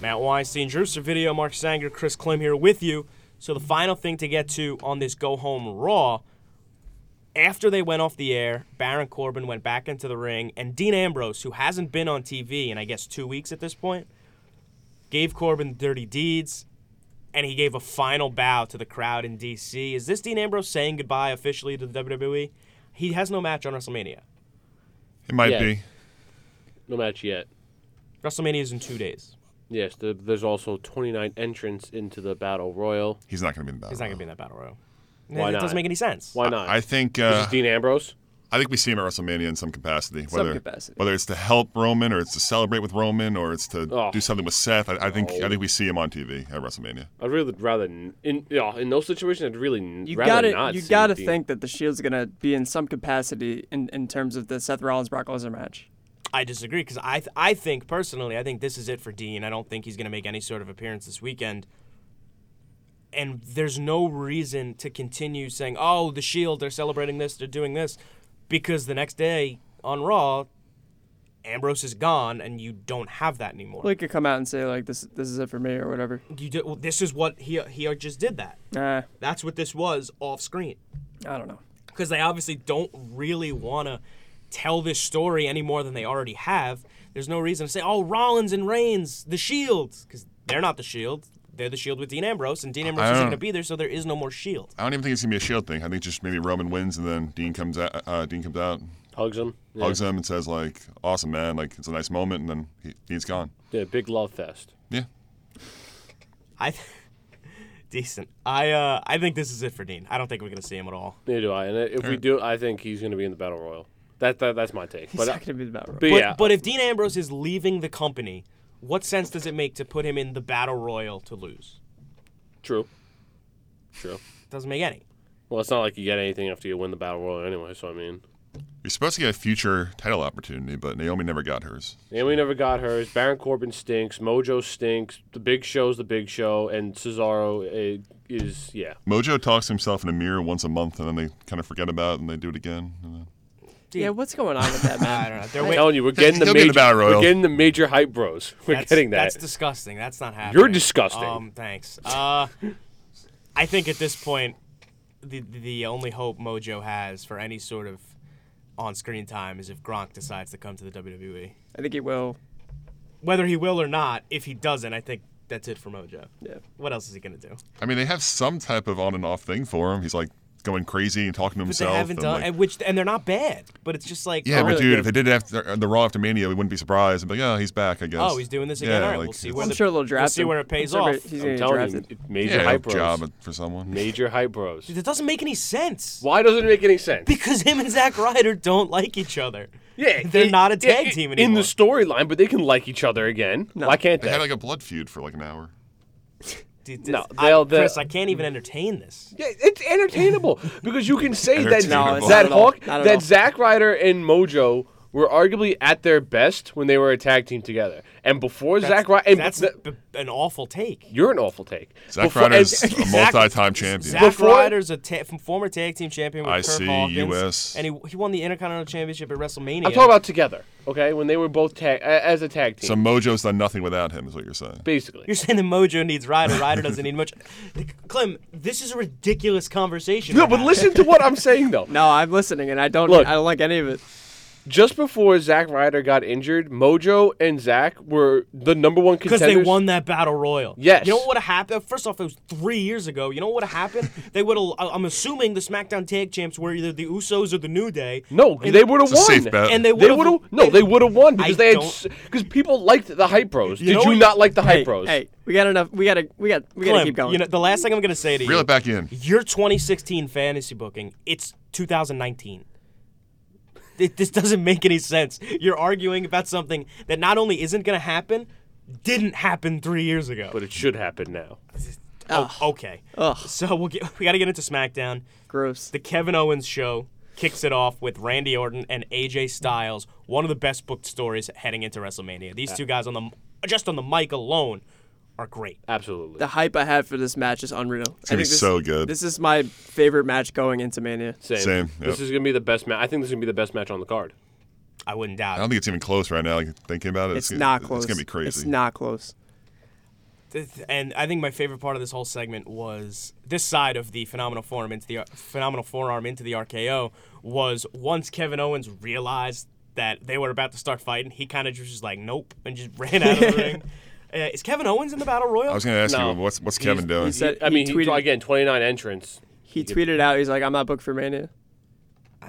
Speaker 4: Matt Weinstein, Drew Video, Mark Sanger, Chris Klim here with you. So the final thing to get to on this go home Raw. After they went off the air, Baron Corbin went back into the ring, and Dean Ambrose, who hasn't been on TV in I guess two weeks at this point, gave Corbin the dirty deeds, and he gave a final bow to the crowd in DC. Is this Dean Ambrose saying goodbye officially to the WWE? He has no match on WrestleMania.
Speaker 7: It might
Speaker 5: Yeah.
Speaker 7: be.
Speaker 5: No match yet.
Speaker 4: WrestleMania is in two days.
Speaker 5: Yes, the, there's also 29 entrants into the battle royal.
Speaker 7: He's not going to be in the battle.
Speaker 4: He's not gonna be in that battle royal.
Speaker 5: Why
Speaker 4: it
Speaker 5: not?
Speaker 4: doesn't make any sense.
Speaker 5: Why not?
Speaker 7: I think.
Speaker 5: this
Speaker 7: Uh,
Speaker 5: is Dean Ambrose.
Speaker 7: I think we see him at WrestleMania in some capacity.
Speaker 6: Some
Speaker 7: Whether
Speaker 6: capacity.
Speaker 7: whether it's to help Roman or it's to celebrate with Roman or it's to
Speaker 5: Oh.
Speaker 7: do something with Seth. I, I think
Speaker 4: Oh.
Speaker 7: I think we see him on TV at WrestleMania.
Speaker 5: I'd really rather n- in yeah in those situations. I'd really n-
Speaker 6: you
Speaker 5: rather
Speaker 6: gotta
Speaker 5: not.
Speaker 6: you
Speaker 5: see
Speaker 6: gotta
Speaker 5: Dean.
Speaker 6: think that the Shield's gonna be in some capacity in, in terms of the Seth Rollins Brock Lesnar match
Speaker 4: I disagree because I th- I think personally I think this is it for Dean. I don't think he's gonna make any sort of appearance this weekend. And there's no reason to continue saying, "Oh, the Shield, they're celebrating this, they're doing this," because the next day on Raw, Ambrose is gone, and you don't have that anymore.
Speaker 6: Well, he could come out and say like this this is it for me or whatever
Speaker 4: you do, well, this is what he he just did that.
Speaker 6: nah
Speaker 4: That's what this was off screen.
Speaker 6: I don't know
Speaker 4: because they obviously don't really want to tell this story any more than they already have. There's no reason to say, oh, Rollins and Reigns, the Shield, because they're not the Shield. They're the Shield with Dean Ambrose, and Dean Ambrose
Speaker 7: I
Speaker 4: isn't
Speaker 7: don't-
Speaker 4: going to be there, so there is no more Shield.
Speaker 7: I don't even think it's gonna be a Shield thing. I think just maybe Roman wins and then Dean comes out. Uh, Dean comes out,
Speaker 5: hugs him. Yeah.
Speaker 7: hugs him, and says like, "Awesome, man! Like it's a nice moment." And then he, Dean's gone.
Speaker 5: Yeah, big love fest.
Speaker 7: Yeah.
Speaker 4: I decent. I uh, I think this is it for Dean. I don't think we're going to see him at all.
Speaker 5: Neither do I. And if we do, I think he's going to be in the battle royal. That, that that's my take.
Speaker 6: he's
Speaker 5: But, uh,
Speaker 6: not gonna be the battle
Speaker 5: but
Speaker 6: royal
Speaker 4: But,
Speaker 5: yeah,
Speaker 4: but if Dean Ambrose is leaving the company, what sense does it make to put him in the battle royal to lose?
Speaker 5: true, true.
Speaker 4: Doesn't make any.
Speaker 5: Well, it's not like you get anything after you win the battle royal anyway. So I mean,
Speaker 7: You're supposed to get a future title opportunity, but Naomi never got hers.
Speaker 5: and we never got hers. Baron Corbin stinks. Mojo stinks. The Big Show's the Big Show, and Cesaro uh, is yeah.
Speaker 7: Mojo talks to himself in a mirror once a month, and then they kind of forget about it and they do it again. And then-
Speaker 4: Dude,
Speaker 6: Yeah, what's going on with that,
Speaker 4: I
Speaker 6: man?
Speaker 4: don't know. They're
Speaker 5: I'm
Speaker 4: wait-
Speaker 5: telling you, we're getting the
Speaker 7: He'll get a
Speaker 5: major.
Speaker 7: battle royal.
Speaker 5: We're getting the major hype bros. We're
Speaker 4: that's,
Speaker 5: getting that.
Speaker 4: That's disgusting. That's not happening.
Speaker 5: You're disgusting.
Speaker 4: Um, thanks. Uh, I think at this point, the the only hope Mojo has for any sort of on screen time is if Gronk decides to come to the WWE.
Speaker 6: I think it will.
Speaker 4: Whether he will or not, if he doesn't, I think that's it for Mojo.
Speaker 6: Yeah.
Speaker 4: What else is he gonna do?
Speaker 7: I mean, they have some type of on and off thing for him. He's like going crazy and talking to
Speaker 4: But they
Speaker 7: himself.
Speaker 4: haven't
Speaker 7: and,
Speaker 4: done,
Speaker 7: like-
Speaker 4: and which and they're not bad. But it's just like,
Speaker 7: yeah,
Speaker 4: oh,
Speaker 7: but
Speaker 6: really
Speaker 7: dude,
Speaker 6: good.
Speaker 7: if they did it after uh, the Raw after Mania, we wouldn't be surprised. I'd be like, oh, he's back, I guess.
Speaker 4: oh, he's doing this again.
Speaker 7: Yeah,
Speaker 4: All right,
Speaker 7: like,
Speaker 4: we'll see
Speaker 7: it's-
Speaker 4: where
Speaker 6: I'm
Speaker 4: the,
Speaker 6: sure they'll draft
Speaker 4: we'll see
Speaker 6: him.
Speaker 4: where it pays
Speaker 6: I'm sure
Speaker 4: off.
Speaker 6: He's
Speaker 5: I'm
Speaker 6: going to get
Speaker 5: telling you,
Speaker 6: drafted.
Speaker 5: it- major
Speaker 7: yeah,
Speaker 5: hype bros.
Speaker 7: job for someone.
Speaker 5: Major hype bros.
Speaker 4: That doesn't make any sense.
Speaker 5: Why doesn't it make any sense?
Speaker 4: Because him and Zack Ryder don't like each other.
Speaker 5: Yeah,
Speaker 4: They're
Speaker 5: it-
Speaker 4: not a tag
Speaker 5: it-
Speaker 4: team
Speaker 5: in the
Speaker 4: anymore.
Speaker 5: storyline, but they can like each other again. Why can't
Speaker 7: They
Speaker 5: they?
Speaker 7: had like a blood feud for like an hour.
Speaker 4: Dude, this,
Speaker 5: No,
Speaker 4: I,
Speaker 5: they'll- they'll-
Speaker 4: Chris, I can't even entertain this.
Speaker 5: Yeah, it's entertainable because you can say that
Speaker 7: Entertainable. No,
Speaker 5: that
Speaker 6: it's not at all.
Speaker 5: Hawk,
Speaker 6: Not at all.
Speaker 5: that Zack Ryder and Mojo were arguably at their best when they were a tag team together, and before Zack Ryder, and
Speaker 4: That's
Speaker 5: th-
Speaker 4: b- an awful take.
Speaker 5: you're an awful take.
Speaker 7: Zack
Speaker 5: Before- and-
Speaker 7: Ryder's a
Speaker 4: Zack-
Speaker 7: multi-time champion.
Speaker 4: Zack
Speaker 5: Before-
Speaker 4: Ryder's a ta- former tag team champion with Kurt
Speaker 7: IC,
Speaker 4: Hawkins,
Speaker 7: US.
Speaker 4: and he, he won the Intercontinental Championship at WrestleMania.
Speaker 5: I'm talking about together, okay? When they were both tag a- as a tag team,
Speaker 7: So Mojo's done nothing without him, is what you're saying.
Speaker 5: basically.
Speaker 4: You're saying that Mojo needs Ryder. Ryder doesn't need much. Clem, this is a ridiculous conversation.
Speaker 5: No,
Speaker 4: we're
Speaker 5: but
Speaker 4: having.
Speaker 5: listen to what I'm saying though.
Speaker 6: No, I'm listening, and I don't.
Speaker 5: Look.
Speaker 6: I don't like any of it.
Speaker 5: Just before Zack Ryder got injured, Mojo and Zack were the number one
Speaker 4: Because
Speaker 5: contenders.
Speaker 4: they won that battle royal.
Speaker 5: Yes.
Speaker 4: You know what would have happened? First off, it was three years ago. You know what would have happened? they would have. I'm assuming the SmackDown Tag Champs were either the Usos or the New Day.
Speaker 5: No,
Speaker 4: And-
Speaker 5: they would have
Speaker 7: It's a
Speaker 5: won.
Speaker 7: safe bet.
Speaker 4: And they
Speaker 5: They
Speaker 4: would
Speaker 5: would have no. They would have won because
Speaker 4: I
Speaker 5: they had
Speaker 4: don't-
Speaker 5: because people liked the hype bros.
Speaker 4: know
Speaker 5: Did you
Speaker 4: what-
Speaker 5: not like the hype
Speaker 6: Hey,
Speaker 5: bros?
Speaker 6: hey, we got enough. We gotta. We got. We gotta
Speaker 4: Clem,
Speaker 6: keep going.
Speaker 4: You know, the last thing I'm gonna say to
Speaker 7: Reel
Speaker 4: you.
Speaker 7: it back in.
Speaker 4: Your 2016 fantasy booking. It's 2019. It, this doesn't make any sense. You're arguing about something that not only isn't gonna happen, didn't happen three years ago.
Speaker 5: But it should happen now.
Speaker 4: oh, okay.
Speaker 6: Ugh.
Speaker 4: So we'll get, we gotta get into SmackDown.
Speaker 6: Gross.
Speaker 4: The Kevin Owens show kicks it off with Randy Orton and AJ Styles, one of the best booked stories heading into WrestleMania. These two guys on the just on the mic alone are great.
Speaker 5: Absolutely.
Speaker 6: the hype I had for this match is unreal. It's
Speaker 7: gonna be so good.
Speaker 6: This is my favorite match going into Mania.
Speaker 5: Same.
Speaker 7: Same,
Speaker 5: This
Speaker 7: yep.
Speaker 5: is gonna be the best match. I think this is gonna be the best match on the card.
Speaker 4: I wouldn't
Speaker 7: I
Speaker 4: doubt
Speaker 7: don't
Speaker 4: it.
Speaker 7: think it's even close right now. Like, thinking about it,
Speaker 6: It's, not
Speaker 7: gonna-
Speaker 6: close.
Speaker 7: It's gonna be crazy.
Speaker 6: It's not close.
Speaker 4: Th- And I think my favorite part of this whole segment was this side of the phenomenal forearm into the phenomenal forearm into the RKO was once Kevin Owens realized that they were about to start fighting, he kind of just was like, "Nope," and just ran out of the ring. Uh, is Kevin Owens in the Battle Royal?
Speaker 7: I was gonna ask
Speaker 5: No.
Speaker 7: you, what's what's Kevin doing?
Speaker 6: he's- That-
Speaker 5: I mean,
Speaker 6: he
Speaker 5: he
Speaker 6: tweeted-
Speaker 5: again, 29 entrants.
Speaker 6: He tweeted out, he's like, "I'm not booked for Mania."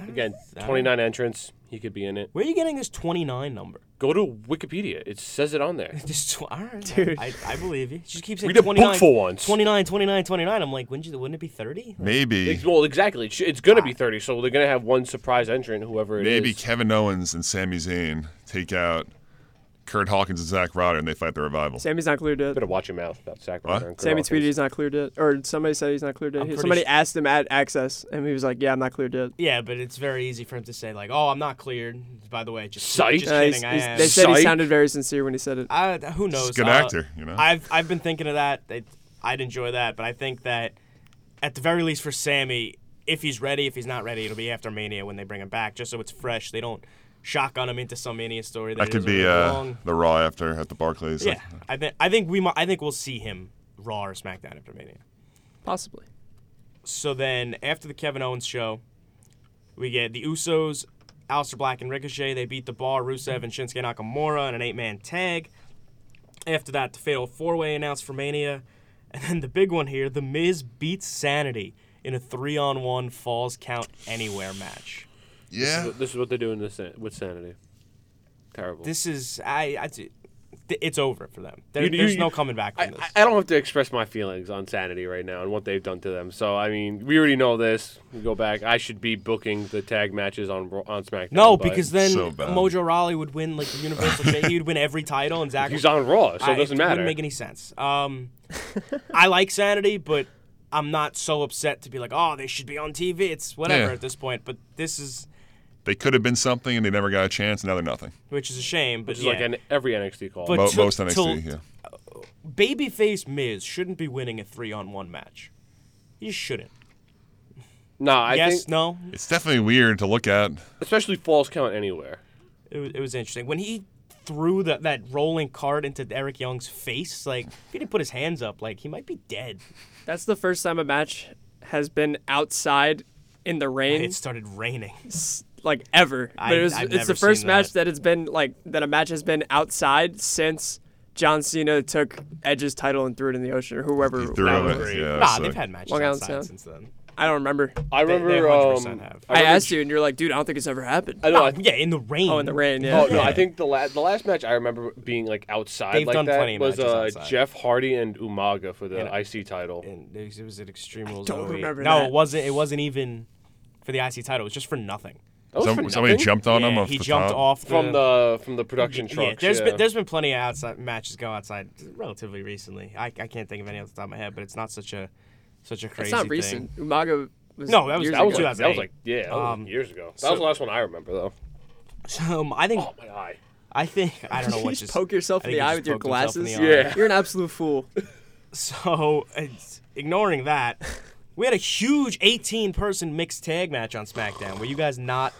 Speaker 5: Again, 29 entrants. He could be in it.
Speaker 4: Where are you getting this 29 number?
Speaker 5: Go to Wikipedia. It says it on there.
Speaker 4: Just tw- all right, I, I believe you. She keeps saying
Speaker 5: Read a book
Speaker 4: 29,
Speaker 5: for once.
Speaker 4: 29, 29, 29. I'm like, wouldn't you? Wouldn't it be thirty?
Speaker 7: Maybe
Speaker 5: It's- well, exactly. It sh- It's gonna be
Speaker 6: Ah.
Speaker 5: 30. So they're gonna have one surprise entrant, whoever it is.
Speaker 7: maybe Kevin Owens and Sami Zayn take out Kurt Hawkins and Zack Ryder, and they fight the revival.
Speaker 6: Sammy's not cleared yet.
Speaker 5: Better watch your mouth about Zack Ryder. and Kurt
Speaker 6: Sammy
Speaker 5: Hawkins.
Speaker 6: tweeted he's not cleared yet, or somebody said he's not cleared yet.
Speaker 4: I'm pretty
Speaker 6: Somebody
Speaker 4: su-
Speaker 6: asked him at Access, and he was like, "Yeah, I'm not cleared yet."
Speaker 4: Yeah, but it's very easy for him to say like, "Oh, I'm not cleared." By the way, just
Speaker 5: Psych.
Speaker 4: just
Speaker 6: Uh,
Speaker 4: kidding.
Speaker 6: he's-
Speaker 4: I
Speaker 6: he's-
Speaker 4: am.
Speaker 6: they said he
Speaker 5: Psych.
Speaker 6: sounded very sincere when he said it.
Speaker 4: I, who knows?
Speaker 7: good
Speaker 4: Uh,
Speaker 7: actor, you know?
Speaker 4: I've I've been thinking of that. It, I'd enjoy that, but I think that at the very least for Sammy, if he's ready, if he's not ready, it'll be after Mania when they bring him back, just so it's fresh. They don't shotgun him into some Mania story. That,
Speaker 7: That
Speaker 4: he
Speaker 7: could
Speaker 4: doesn't
Speaker 7: be
Speaker 4: really
Speaker 7: uh,
Speaker 4: belong.
Speaker 7: the Raw after at the Barclays.
Speaker 4: Yeah, I think I think we might. I think we'll see him Raw or SmackDown after Mania.
Speaker 6: Possibly.
Speaker 4: So then after the Kevin Owens show, we get the Usos, Aleister Black and Ricochet. They beat the Bar, Rusev and Shinsuke Nakamura in an eight-man tag. After that, the Fatal Four-Way announced for Mania, and then the big one here: The Miz beats Sanity in a three-on-one falls count anywhere match.
Speaker 7: yeah.
Speaker 5: This is what they're doing to San- with Sanity. Terrible.
Speaker 4: This is I. I d- it's over for them. There,
Speaker 5: You- you-
Speaker 4: there's
Speaker 5: you-
Speaker 4: no coming back
Speaker 5: I,
Speaker 4: from this.
Speaker 5: I- I don't have to express my feelings on Sanity right now and what they've done to them. So I mean, we already know this. We go back. I should be booking the tag matches on Raw- on SmackDown.
Speaker 4: No,
Speaker 5: but
Speaker 4: because then
Speaker 7: So bad.
Speaker 4: Mojo Raleigh would win like the Universal Champion. He would win every title, and Zach.
Speaker 5: he's on Raw, so
Speaker 4: I-
Speaker 5: it doesn't
Speaker 4: Wouldn't
Speaker 5: matter.
Speaker 4: make any sense. Um, I like Sanity, but I'm not so upset to be like, oh, they should be on TV. It's whatever
Speaker 7: Yeah.
Speaker 4: at this point. But this is,
Speaker 7: They could have been something, and they never got a chance. And now they're nothing.
Speaker 4: which is a shame. But
Speaker 5: Which is
Speaker 4: yeah.
Speaker 5: like an, every NXT call.
Speaker 4: But-
Speaker 7: Mo-
Speaker 4: to-
Speaker 7: most NXT.
Speaker 4: to-
Speaker 7: yeah.
Speaker 4: babyface Miz shouldn't be winning a three on one match. He shouldn't.
Speaker 5: No, I
Speaker 4: yes,
Speaker 5: think
Speaker 4: no.
Speaker 7: It's definitely weird to look at.
Speaker 5: especially falls count anywhere.
Speaker 4: It was, it was interesting when he threw that that rolling cart into Eric Young's face. Like if he didn't put his hands up, like he might be dead.
Speaker 6: That's the first time a match has been outside in the rain.
Speaker 4: And it started raining.
Speaker 6: s- like ever. But
Speaker 4: I-
Speaker 6: it was,
Speaker 4: I've
Speaker 6: it's
Speaker 4: never
Speaker 6: the first
Speaker 4: seen
Speaker 6: match
Speaker 4: that.
Speaker 6: that it's been like that a match has been outside since John Cena took Edge's title and threw it in the ocean or whoever.
Speaker 7: He threw
Speaker 6: that
Speaker 7: it.
Speaker 6: was.
Speaker 7: Yeah,
Speaker 4: nah,
Speaker 7: so-
Speaker 4: they've had matches
Speaker 6: Long Island
Speaker 4: outside
Speaker 6: Sound.
Speaker 4: since then.
Speaker 6: I don't remember.
Speaker 5: I
Speaker 4: They- they
Speaker 5: remember.
Speaker 4: 100%
Speaker 5: um,
Speaker 4: have.
Speaker 6: I
Speaker 5: remember-
Speaker 6: asked you and you're like, dude, I don't think it's ever happened.
Speaker 5: I know. I,
Speaker 4: Oh, yeah, in the rain.
Speaker 6: Oh, in the rain. Yeah.
Speaker 5: Oh no! I think the last the last match I remember being like outside
Speaker 4: They've
Speaker 5: like
Speaker 4: done
Speaker 5: that
Speaker 4: plenty of
Speaker 5: was
Speaker 4: matches
Speaker 5: uh,
Speaker 4: outside.
Speaker 5: Jeff Hardy and Umaga for the
Speaker 4: And-
Speaker 5: IC title.
Speaker 4: And it was an extreme rules.
Speaker 6: don't
Speaker 4: 08.
Speaker 6: remember
Speaker 4: No,
Speaker 6: that.
Speaker 4: it wasn't. It wasn't even for the IC title. It was just for nothing.
Speaker 5: That was
Speaker 7: Some-
Speaker 5: for
Speaker 7: somebody
Speaker 5: nothing?
Speaker 7: jumped on him
Speaker 4: yeah,
Speaker 7: off
Speaker 4: he
Speaker 7: the
Speaker 4: jumped
Speaker 7: top.
Speaker 4: off
Speaker 5: from the from the production
Speaker 4: Yeah,
Speaker 5: trucks.
Speaker 4: there's
Speaker 5: yeah.
Speaker 4: been there's been plenty of outside matches go outside relatively recently. I, I can't think of any off the top of my head, but it's not such a such a crazy
Speaker 6: it's not
Speaker 4: thing.
Speaker 6: recent. Umaga was
Speaker 4: No, that was-
Speaker 6: years
Speaker 5: that was
Speaker 6: ago.
Speaker 5: like, that was
Speaker 4: 2008.
Speaker 5: like yeah, that was
Speaker 4: Um,
Speaker 5: years ago. That
Speaker 4: so-
Speaker 5: was the last one I remember though.
Speaker 4: So um, I think
Speaker 5: Oh my eye.
Speaker 4: I think I don't know
Speaker 6: You
Speaker 4: what
Speaker 6: just
Speaker 4: just
Speaker 6: poke yourself
Speaker 4: I
Speaker 6: in
Speaker 4: think
Speaker 6: the
Speaker 4: he
Speaker 6: eye
Speaker 4: just
Speaker 6: with your
Speaker 4: poked himself in the
Speaker 6: glasses.
Speaker 4: eye.
Speaker 5: Yeah.
Speaker 6: You're an absolute fool.
Speaker 4: So it's- ignoring that, we had a huge 18 person mixed tag match on SmackDown. Were you guys not?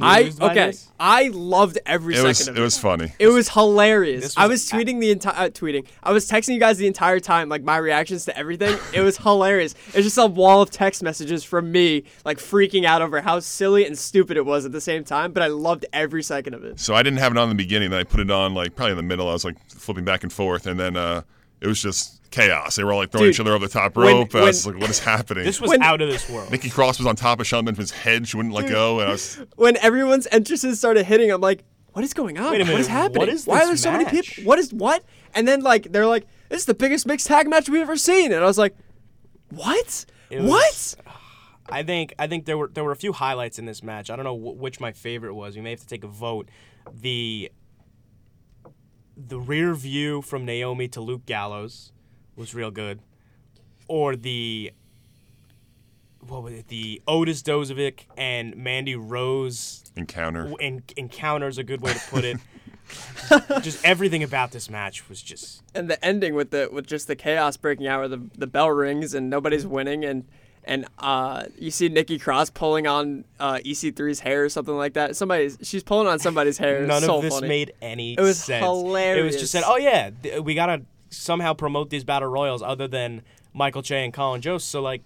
Speaker 6: I
Speaker 4: Enthused by
Speaker 6: okay.
Speaker 4: this?
Speaker 6: I loved every
Speaker 7: It
Speaker 6: second
Speaker 7: was
Speaker 6: of
Speaker 7: it was funny.
Speaker 6: It was hilarious.
Speaker 4: This
Speaker 6: I was
Speaker 4: was a-
Speaker 6: tweeting the entire uh, tweeting. I was texting you guys the entire time, like my reactions to everything. it was hilarious. It's just a wall of text messages from me, like freaking out over how silly and stupid it was at the same time. But I loved every second of it.
Speaker 7: So I didn't have it on in the beginning. Then I put it on like probably in the middle. I was like flipping back and forth, and then uh, it was just chaos. They were all like throwing
Speaker 6: Dude,
Speaker 7: each other over the top
Speaker 6: when-
Speaker 7: rope. I was
Speaker 6: when-
Speaker 7: like, what is happening?
Speaker 4: This was
Speaker 6: When-
Speaker 4: out of this world.
Speaker 7: Nikki Cross was on top of Sean Benjamin's head. She wouldn't let go, and I was
Speaker 6: When everyone's entrances started hitting, I'm like, "What is going on?
Speaker 4: Wait a
Speaker 6: what
Speaker 4: minute,
Speaker 6: is happening?
Speaker 4: what is
Speaker 6: Why are there
Speaker 4: this
Speaker 6: so many
Speaker 4: match?"
Speaker 6: people? What is what?" And then like they're like, "This is the biggest mixed tag match we've ever seen," and I was like, "What?
Speaker 4: was-
Speaker 6: what?"
Speaker 4: I think I think there were there were a few highlights in this match. I don't know wh- which my favorite was. We may have to take a vote. The the rear view from Naomi to Luke Gallows was real good, or the what was it? The Otis Dozovic and Mandy Rose
Speaker 7: encounter.
Speaker 4: w- en- encounter is a good way to put it. just everything about this match was just
Speaker 6: and the ending with the with just the chaos breaking out where the, the bell rings and nobody's winning and and uh, you see Nikki Cross pulling on uh, EC3's hair or something like that. Somebody's she's pulling on somebody's hair. It's
Speaker 4: None
Speaker 6: so
Speaker 4: of this
Speaker 6: funny.
Speaker 4: made any
Speaker 6: was
Speaker 4: sense. It was
Speaker 6: hilarious.
Speaker 4: just said, oh yeah, th- we gotta somehow promote these battle royals other than Michael Che and Colin Jost. So like,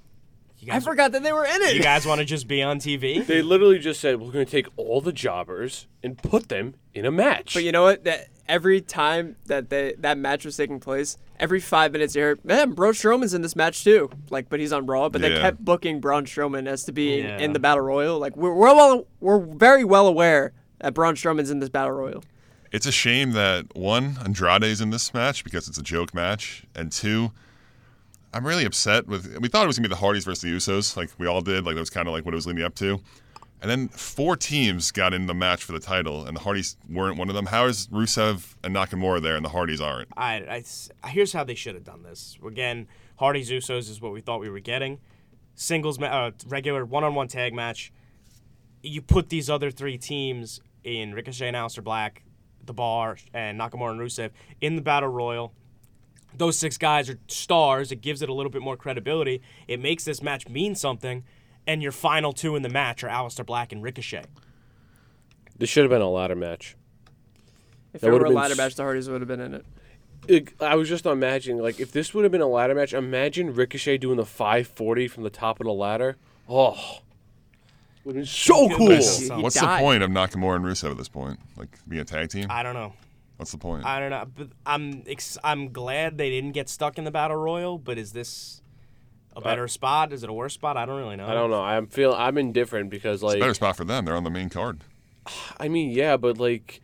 Speaker 4: you
Speaker 6: I
Speaker 4: guys,
Speaker 6: forgot that they were in it.
Speaker 4: you guys want to just be on TV?
Speaker 5: They literally just said we're going to take all the jobbers and put them in a match.
Speaker 6: But you know what? That every time that they, that match was taking place, every five minutes you heard, man, Braun Strowman's in this match too. Like, but he's on Raw. But they
Speaker 7: Yeah.
Speaker 6: kept booking Braun Strowman as to being
Speaker 4: Yeah.
Speaker 6: in the Battle Royal. Like, we're we're, well, we're very well aware that Braun Strowman's in this Battle Royal.
Speaker 7: It's a shame that one, Andrade's in this match because it's a joke match, and two, I'm really upset with. We thought it was gonna be the Hardys versus the Usos, like we all did, like that was kind of like what it was leading up to. And then four teams got in the match for the title, and the Hardys weren't one of them. How is Rusev and Nakamura there, and the Hardys aren't?
Speaker 4: I, I s- here's how they should have done this. Again, Hardy Usos is what we thought we were getting. Singles, ma- uh, regular one-on-one tag match. You put these other three teams in Ricochet and Aleister Black, The Bar, and Nakamura and Rusev in the Battle Royal. Those six guys are stars. It gives it a little bit more credibility. It makes this match mean something. And your final two in the match are Aleister Black and Ricochet.
Speaker 5: this should have been a ladder match.
Speaker 6: If
Speaker 5: That
Speaker 6: it were
Speaker 5: would've
Speaker 6: a
Speaker 5: been
Speaker 6: ladder
Speaker 5: s-
Speaker 6: match, the Hardys would have been in it.
Speaker 5: It- I was just imagining like if this would have been a ladder match. Imagine Ricochet doing the 540 from the top of the ladder. Oh, would have been so
Speaker 4: Good
Speaker 5: cool.
Speaker 4: match. He
Speaker 7: What's
Speaker 6: died.
Speaker 7: the point of Nakamura and Rusev at this point? Like being a tag team?
Speaker 4: I don't know.
Speaker 7: What's the point?
Speaker 4: I don't know. But I'm ex- I'm glad they didn't get stuck in the battle royal. But is this a better spot? Is it a worse spot? I don't really know.
Speaker 5: Uh, I don't know. I'm feel I'm indifferent because like
Speaker 7: Better spot for them. They're on the main card.
Speaker 5: I mean, yeah, but like,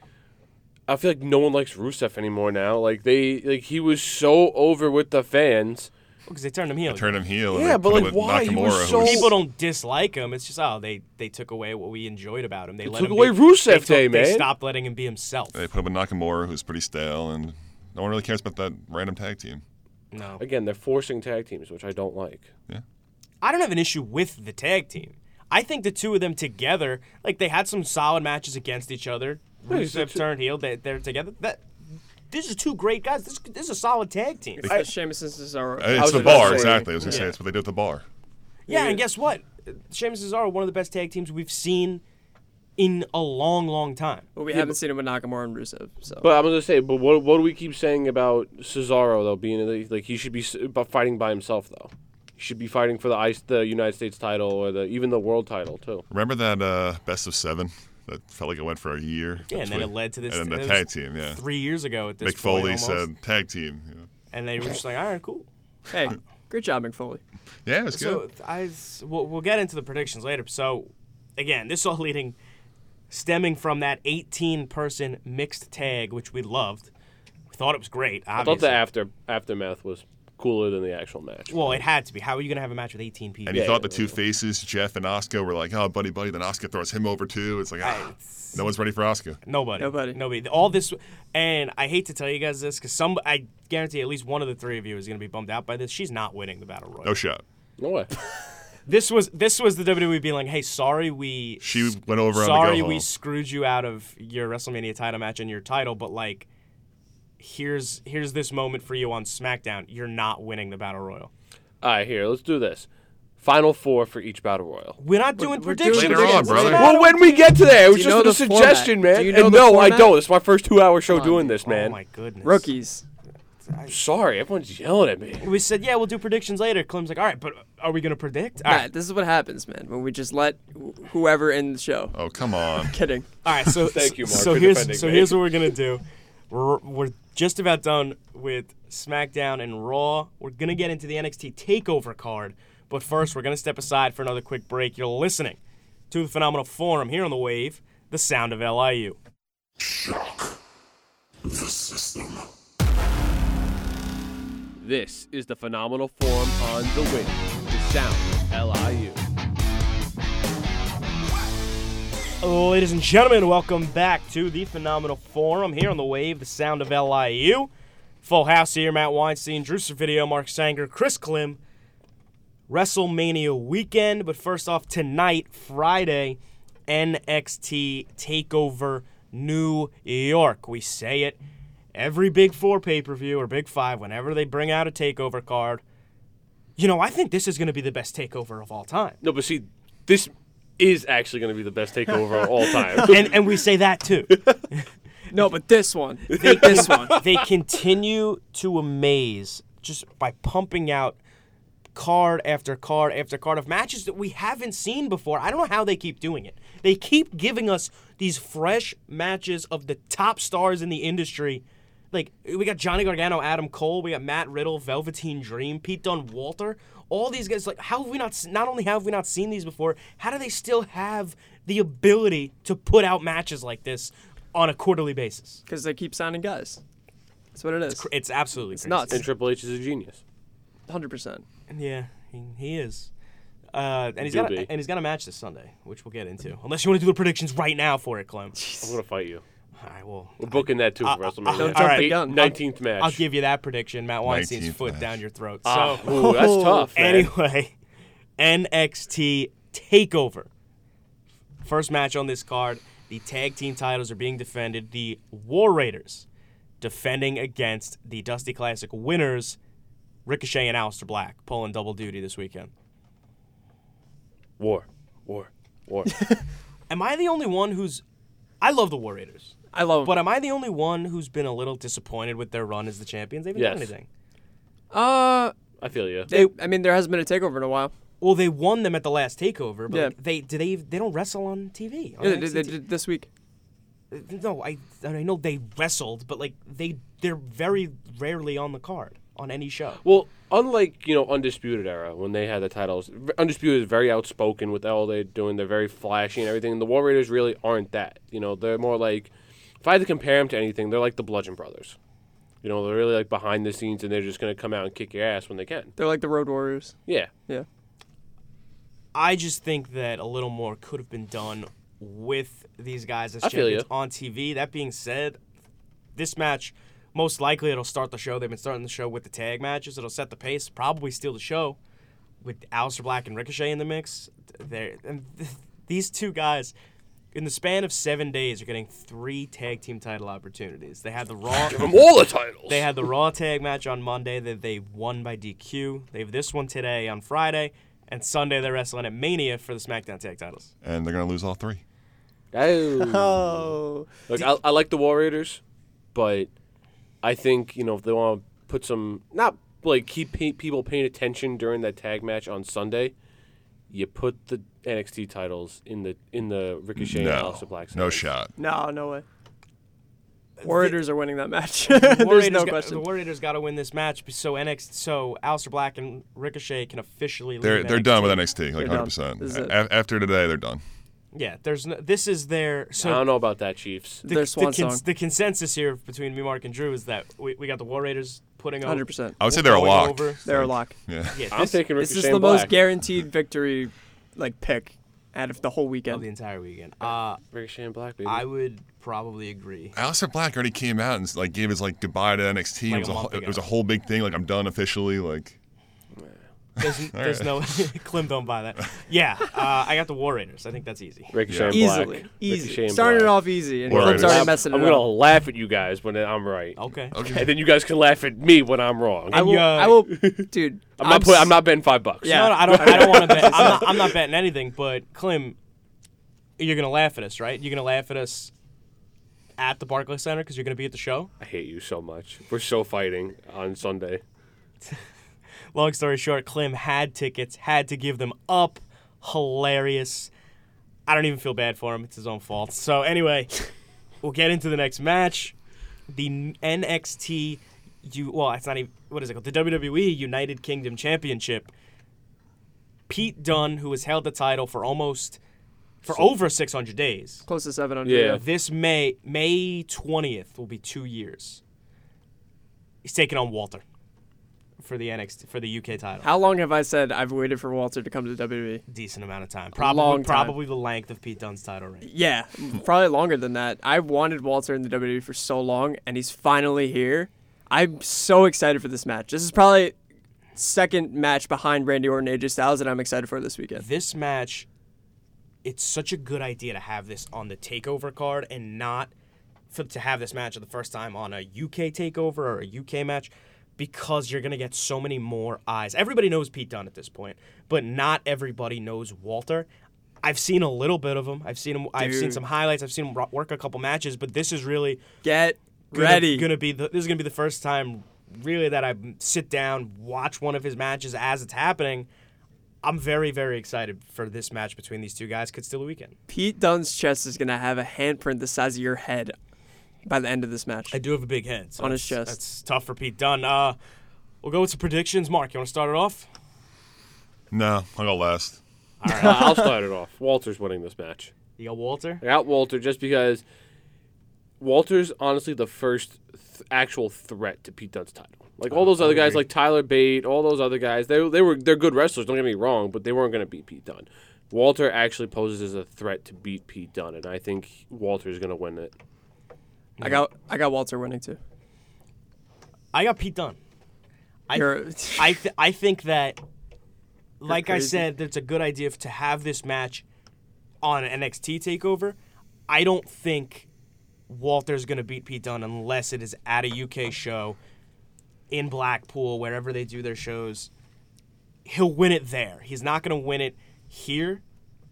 Speaker 5: I feel like no one likes Rusev anymore now. Like they, like he was so over with the fans.
Speaker 4: because they turned him heel.
Speaker 7: Turn him heel. and
Speaker 5: Yeah,
Speaker 7: they
Speaker 5: but,
Speaker 7: put
Speaker 5: like,
Speaker 7: him with
Speaker 5: why? He was
Speaker 7: Nakamura,
Speaker 5: so-
Speaker 7: who's-
Speaker 4: People don't dislike him. It's just oh they they took away what we enjoyed about him. They, let
Speaker 5: took
Speaker 4: him
Speaker 5: away
Speaker 4: be-
Speaker 5: Rusev
Speaker 4: they took-
Speaker 5: Day,
Speaker 4: they
Speaker 5: man.
Speaker 4: stopped letting him be himself.
Speaker 7: They put up with Nakamura, who's pretty stale, and no one really cares about that random tag team.
Speaker 4: No,
Speaker 5: Again, they're forcing tag teams, which I don't like.
Speaker 4: I don't have an issue with the tag team. I think the two of them together, like they had some solid matches against each other.
Speaker 5: it's-
Speaker 4: Rusev
Speaker 5: it's-
Speaker 4: turned heel. They, they're together. That these are two great guys. This this is a solid tag team.
Speaker 6: It's the Sheamus and Cesaro.
Speaker 7: Uh, It's
Speaker 5: was
Speaker 7: the
Speaker 5: about to
Speaker 7: bar,
Speaker 5: say-
Speaker 7: exactly. I was gonna say it's what they do at the bar.
Speaker 4: Yeah, and guess what? Sheamus and Cesaro are one of the best tag teams we've seen in a long, long time.
Speaker 6: But we haven't seen him with Nakamura and Rusev. So
Speaker 5: But I'm gonna say, but what what do we keep saying about Cesaro though being in the- like he should be s- bu- fighting by himself though. He should be fighting for the ice, the United States title or the even the world title too.
Speaker 7: Remember that uh, best of seven? That felt like it went for a year.
Speaker 4: Yeah, and then it led to this.
Speaker 7: And then
Speaker 4: it
Speaker 7: the
Speaker 4: was
Speaker 7: tag team, yeah.
Speaker 4: Three years ago at this
Speaker 7: Mick
Speaker 4: point,
Speaker 7: Foley
Speaker 4: almost.
Speaker 7: said tag team. you know.
Speaker 4: and they were just like, all right, cool.
Speaker 6: hey, great job, McFoley.
Speaker 7: Yeah, it was
Speaker 4: So
Speaker 7: good.
Speaker 4: I, we'll, we'll get into the predictions later. So, again, this all leading, stemming from that 18-person mixed tag, which we loved. We thought it was great.
Speaker 5: I thought
Speaker 4: Obviously.
Speaker 5: the after aftermath was cooler than the actual match.
Speaker 4: Well, it had to be. How are you gonna have a match with 18 people?
Speaker 7: And he
Speaker 5: Yeah,
Speaker 7: thought
Speaker 5: yeah,
Speaker 7: the two faces, Jeff and Oscar, were like, oh, buddy, buddy. Then Oscar throws him over too. It's like, ah, no one's ready for Oscar.
Speaker 4: Nobody.
Speaker 6: Nobody.
Speaker 4: Nobody. All this, and I hate to tell you guys this because some, I guarantee at least one of the three of you is gonna be bummed out by this. She's not winning the battle royal.
Speaker 7: No shot.
Speaker 5: No way.
Speaker 4: This was this was the WWE being like, hey, sorry we
Speaker 7: She went over on the
Speaker 4: sorry
Speaker 7: go
Speaker 4: we
Speaker 7: home.
Speaker 4: screwed you out of your WrestleMania title match and your title, but like here's here's this moment for you on SmackDown. You're not winning the Battle Royal.
Speaker 5: All right, here, let's do this. Final four for each battle royal.
Speaker 4: We're not doing
Speaker 6: we're doing
Speaker 4: predictions.
Speaker 7: Later on,
Speaker 4: What's the
Speaker 7: brother.
Speaker 4: matter
Speaker 5: Well, when
Speaker 4: with
Speaker 5: we
Speaker 4: you?
Speaker 5: get to there, it was
Speaker 6: you
Speaker 5: just
Speaker 6: know
Speaker 5: a
Speaker 6: the format?
Speaker 5: suggestion, man.
Speaker 6: Do you know
Speaker 5: and
Speaker 6: the
Speaker 5: no, I
Speaker 6: format?
Speaker 5: don't. It's my first two-hour show doing this,
Speaker 4: Oh
Speaker 5: man.
Speaker 4: my goodness.
Speaker 6: Rookies.
Speaker 5: Sorry, everyone's yelling at me.
Speaker 4: We said, yeah, we'll do predictions later. Clem's like, all right, but are we gonna predict? All
Speaker 6: Yeah,
Speaker 4: right,
Speaker 6: this is what happens, man. When we just let wh- whoever in the show.
Speaker 7: oh, come on.
Speaker 6: Kidding.
Speaker 4: all right. So
Speaker 5: Thank you, Mark,
Speaker 4: So
Speaker 5: for
Speaker 4: here's
Speaker 5: defending
Speaker 4: so
Speaker 5: me.
Speaker 4: here's what we're gonna do. We're, we're just about done with SmackDown and Raw. We're gonna get into the NXT Takeover card, but first we're gonna step aside for another quick break. You're listening to the Phenomenal Forum here on the Wave, the sound of LIU.
Speaker 5: This is the phenomenal form on the wing. The sound LIU.
Speaker 4: Ladies and gentlemen, welcome back to the Phenomenal Forum here on the Wave, the sound of LIU. Full house here, Matt Weinstein, Drew Video, Mark Sanger, Chris Klim. WrestleMania weekend, but first off, tonight, Friday, NXT Takeover New York. We say it every Big Four pay per view or Big Five, whenever they bring out a takeover card. You know, I think this is going to be the best takeover of all time.
Speaker 5: No, but see, this is actually going to be the best takeover of all time.
Speaker 4: And, and we say that too.
Speaker 6: No, but this one. this one.
Speaker 4: they continue to amaze just by pumping out card after card after card of matches that we haven't seen before. I don't know how they keep doing it. They keep giving us these fresh matches of the top stars in the industry. Like we got Johnny Gargano, Adam Cole, we got Matt Riddle, Velveteen Dream, Pete Dunne, Walter. All these guys, like, how have we not? s- Not only have we not seen these before, how do they still have the ability to put out matches like this on a quarterly basis?
Speaker 6: Because they keep signing guys. That's what it is.
Speaker 4: It's absolutely it's
Speaker 6: nuts.
Speaker 5: and Triple H is a genius.
Speaker 6: 100%.
Speaker 4: Yeah, he, he is. Uh, and he's
Speaker 5: Do
Speaker 4: got a,
Speaker 5: be.
Speaker 4: and he's got a match this Sunday, which we'll get into. Unless you want to do the predictions right now for it, Clem.
Speaker 5: I'm going to fight you.
Speaker 4: All right, well,
Speaker 5: We're booking that too for WrestleMania.
Speaker 4: Don't jump the
Speaker 5: Eight-
Speaker 6: gun.
Speaker 5: 19th match.
Speaker 4: I'll give you that prediction. Matt Weinstein's
Speaker 7: 19th
Speaker 4: foot
Speaker 7: match.
Speaker 4: down your throat. So
Speaker 5: Ah, ooh, that's tough. man.
Speaker 4: anyway, NXT Takeover. First match on this card. The tag team titles are being defended. The War Raiders defending against the Dusty Classic winners, Ricochet and Aleister Black, pulling double duty this weekend.
Speaker 5: war, war, war.
Speaker 4: Am I the only one who's? I love the War Raiders,
Speaker 6: I love
Speaker 4: but
Speaker 6: him.
Speaker 4: am I the only one who's been a little disappointed with their run as the champions? They haven't done
Speaker 5: Yes.
Speaker 4: anything.
Speaker 6: Uh,
Speaker 5: I feel you.
Speaker 6: they, I mean, there hasn't been a takeover in a while.
Speaker 4: Well, they won them at the last takeover, but
Speaker 6: Yeah.
Speaker 4: like, they do they they don't wrestle on TV. on
Speaker 6: Yeah, they, did- they
Speaker 4: NXT.
Speaker 6: did this week.
Speaker 4: No, I I know they wrestled, but like they they're very rarely on the card on any show.
Speaker 5: Well, unlike you know Undisputed Era when they had the titles, v- Undisputed is very outspoken with all they're doing. They're very flashy and everything. And the War Raiders really aren't that. You know, they're more like if I had to compare them to anything, they're like the Bludgeon Brothers. You know, they're really like behind the scenes and they're just gonna come out and kick your ass when they can.
Speaker 6: They're like the Road Warriors.
Speaker 5: Yeah,
Speaker 6: Yeah.
Speaker 4: I just think that a little more could have been done with these guys as
Speaker 5: I feel
Speaker 4: champions
Speaker 5: you.
Speaker 4: on TV. That being said, this match most likely it'll start the show. They've been starting the show with the tag matches. It'll set the pace, probably steal the show with Aleister Black and Ricochet in the mix. There, and these two guys. In the span of seven days, are getting three tag team title opportunities. They had the Raw,
Speaker 5: from all the titles.
Speaker 4: they had the Raw tag match on Monday that they won by DQ. They have this one today on Friday, and Sunday they're wrestling at Mania for the SmackDown Tag Titles.
Speaker 7: and they're gonna lose all three.
Speaker 5: Oh.
Speaker 6: Oh,
Speaker 5: Look, I, I like the War Raiders, but I think you know if they want to put some not like keep pe- people paying attention during that tag match on Sunday, you put the NXT titles in the in the Ricochet and
Speaker 7: no,
Speaker 5: Aleister Black.
Speaker 7: no
Speaker 5: series.
Speaker 7: shot.
Speaker 6: no, no way. Warriors are winning that match. There's
Speaker 4: Warriors
Speaker 6: no
Speaker 4: got-
Speaker 6: question.
Speaker 4: The Warriors got to win this match so NXT so Aleister Black and Ricochet can officially leave
Speaker 7: They're they're
Speaker 4: NXT.
Speaker 7: done with NXT, like
Speaker 6: done.
Speaker 7: 100. percent
Speaker 6: This is it.
Speaker 7: After today, they're done.
Speaker 4: Yeah, there's no, this is their so
Speaker 5: I don't know about that Chiefs.
Speaker 4: the,
Speaker 6: Their swan
Speaker 4: the,
Speaker 6: song.
Speaker 4: the consensus here between me, Mark, and Drew is that we, we got the War Raiders putting on
Speaker 6: 100%.
Speaker 7: I would say they're a
Speaker 4: going
Speaker 7: lock.
Speaker 4: over.
Speaker 6: They're a lock.
Speaker 7: Yeah.
Speaker 4: Yeah,
Speaker 5: I'm
Speaker 4: this,
Speaker 5: taking Ricochet.
Speaker 6: This is the
Speaker 5: and
Speaker 6: most
Speaker 5: Black.
Speaker 6: guaranteed victory, like pick, out of the whole
Speaker 4: the
Speaker 6: weekend.
Speaker 4: entire weekend. Uh,
Speaker 5: Ricochet and Black, baby.
Speaker 4: I would probably agree.
Speaker 7: Alistair Black already came out and like gave his like goodbye to
Speaker 4: Like
Speaker 7: NXT. it was
Speaker 4: a
Speaker 7: a, whole-
Speaker 4: month ago.
Speaker 7: it was a whole big thing. Like I'm done officially. Like
Speaker 4: There's, there's no Clem don't buy that. Yeah, uh, I got the War Raiders. I think that's easy.
Speaker 5: Ricochet
Speaker 7: Yeah.
Speaker 5: and
Speaker 6: Easily,
Speaker 5: Black. Ricochet
Speaker 6: easy.
Speaker 5: and
Speaker 6: Starting it
Speaker 5: Black.
Speaker 6: off easy, and
Speaker 7: Warriors.
Speaker 6: Clip's already
Speaker 7: I'm-
Speaker 6: messing it
Speaker 5: I'm
Speaker 6: up.
Speaker 5: gonna laugh at you guys when I'm right,
Speaker 4: Okay.
Speaker 5: and then you guys can laugh at me when I'm wrong.
Speaker 6: I
Speaker 4: And,
Speaker 5: I'm,
Speaker 6: will,
Speaker 4: uh,
Speaker 6: I will, dude.
Speaker 5: I'm not. Put,
Speaker 6: s-
Speaker 5: I'm not betting five bucks.
Speaker 6: Yeah.
Speaker 4: No, no, I don't. I don't want to bet. I'm not, I'm not betting anything. But Clem, you're gonna laugh at us, right? You're gonna laugh at us at the Barclays Center because you're gonna be at the show.
Speaker 5: I hate you so much. We're so fighting on Sunday.
Speaker 4: Long story short, Clem had tickets, had to give them up. Hilarious. I don't even feel bad for him. It's his own fault. So anyway, we'll get into the next match. The NXT you well, it's not even what is it called? The WWE United Kingdom Championship. Pete Dunne, who has held the title for almost for over 600 days.
Speaker 6: close to 700.
Speaker 5: Yeah.
Speaker 4: This May May 20th will be 2 years. He's taking on Walter for the NXT for the UK title.
Speaker 6: How long have I said I've waited for Walter to E? come to WWE?
Speaker 4: decent amount of time. Probably
Speaker 6: long time.
Speaker 4: probably the length of Pete Dunne's title reign.
Speaker 6: Yeah, probably longer than that. I wanted Walter in the WWE for so long, and he's finally here. I'm so excited for this match. This is probably second match behind Randy Orton AJ Styles that I'm excited for this weekend.
Speaker 4: This match, it's such a good idea to have this on the takeover card and not for, to have this match for the first time on a UK takeover or a UK match because you're gonna get so many more eyes. Everybody knows Pete Dunne at this point, but not everybody knows Walter. I've seen a little bit of him. I've seen him. I've seen
Speaker 6: Dude.
Speaker 4: some highlights. I've seen him ro- work a couple matches, but this is really
Speaker 6: Get
Speaker 4: gonna,
Speaker 6: ready.
Speaker 4: Gonna be the, this is gonna be the first time really that I sit down, watch one of his matches as it's happening. I'm very very excited for this match between these two guys. Could steal the weekend.
Speaker 6: Pete Dunne's chest is gonna have a handprint the size of your head by the end of this match.
Speaker 4: I do have a big head so
Speaker 6: On his
Speaker 4: that's-
Speaker 6: chest.
Speaker 4: That's tough for Pete Dunne. Uh, we'll go with some predictions. Mark, you want to start it off?
Speaker 7: no, I'll go last.
Speaker 5: Uh, I'll start it off. Walter's winning this match.
Speaker 4: You got Walter.
Speaker 5: I got Walter just because Walter's honestly the first th- actual threat to Pete Dunne's title. Like all those other guys, like Tyler Bate, all those other guys, they they were they're good wrestlers. Don't get me wrong, but they weren't going to beat Pete Dunne. Walter actually poses as a threat to beat Pete Dunne, and I think Walter's going to win it.
Speaker 6: I got I got Walter winning too.
Speaker 4: I got Pete Dunne. I
Speaker 6: You're-
Speaker 4: I th- I think that, like I
Speaker 6: crazy.
Speaker 4: said, that it's a good idea f- to have this match on NXT Takeover. I don't think Walter's gonna beat Pete Dunne unless it is at a UK show in Blackpool, wherever they do their shows. He'll win it there. He's not gonna win it here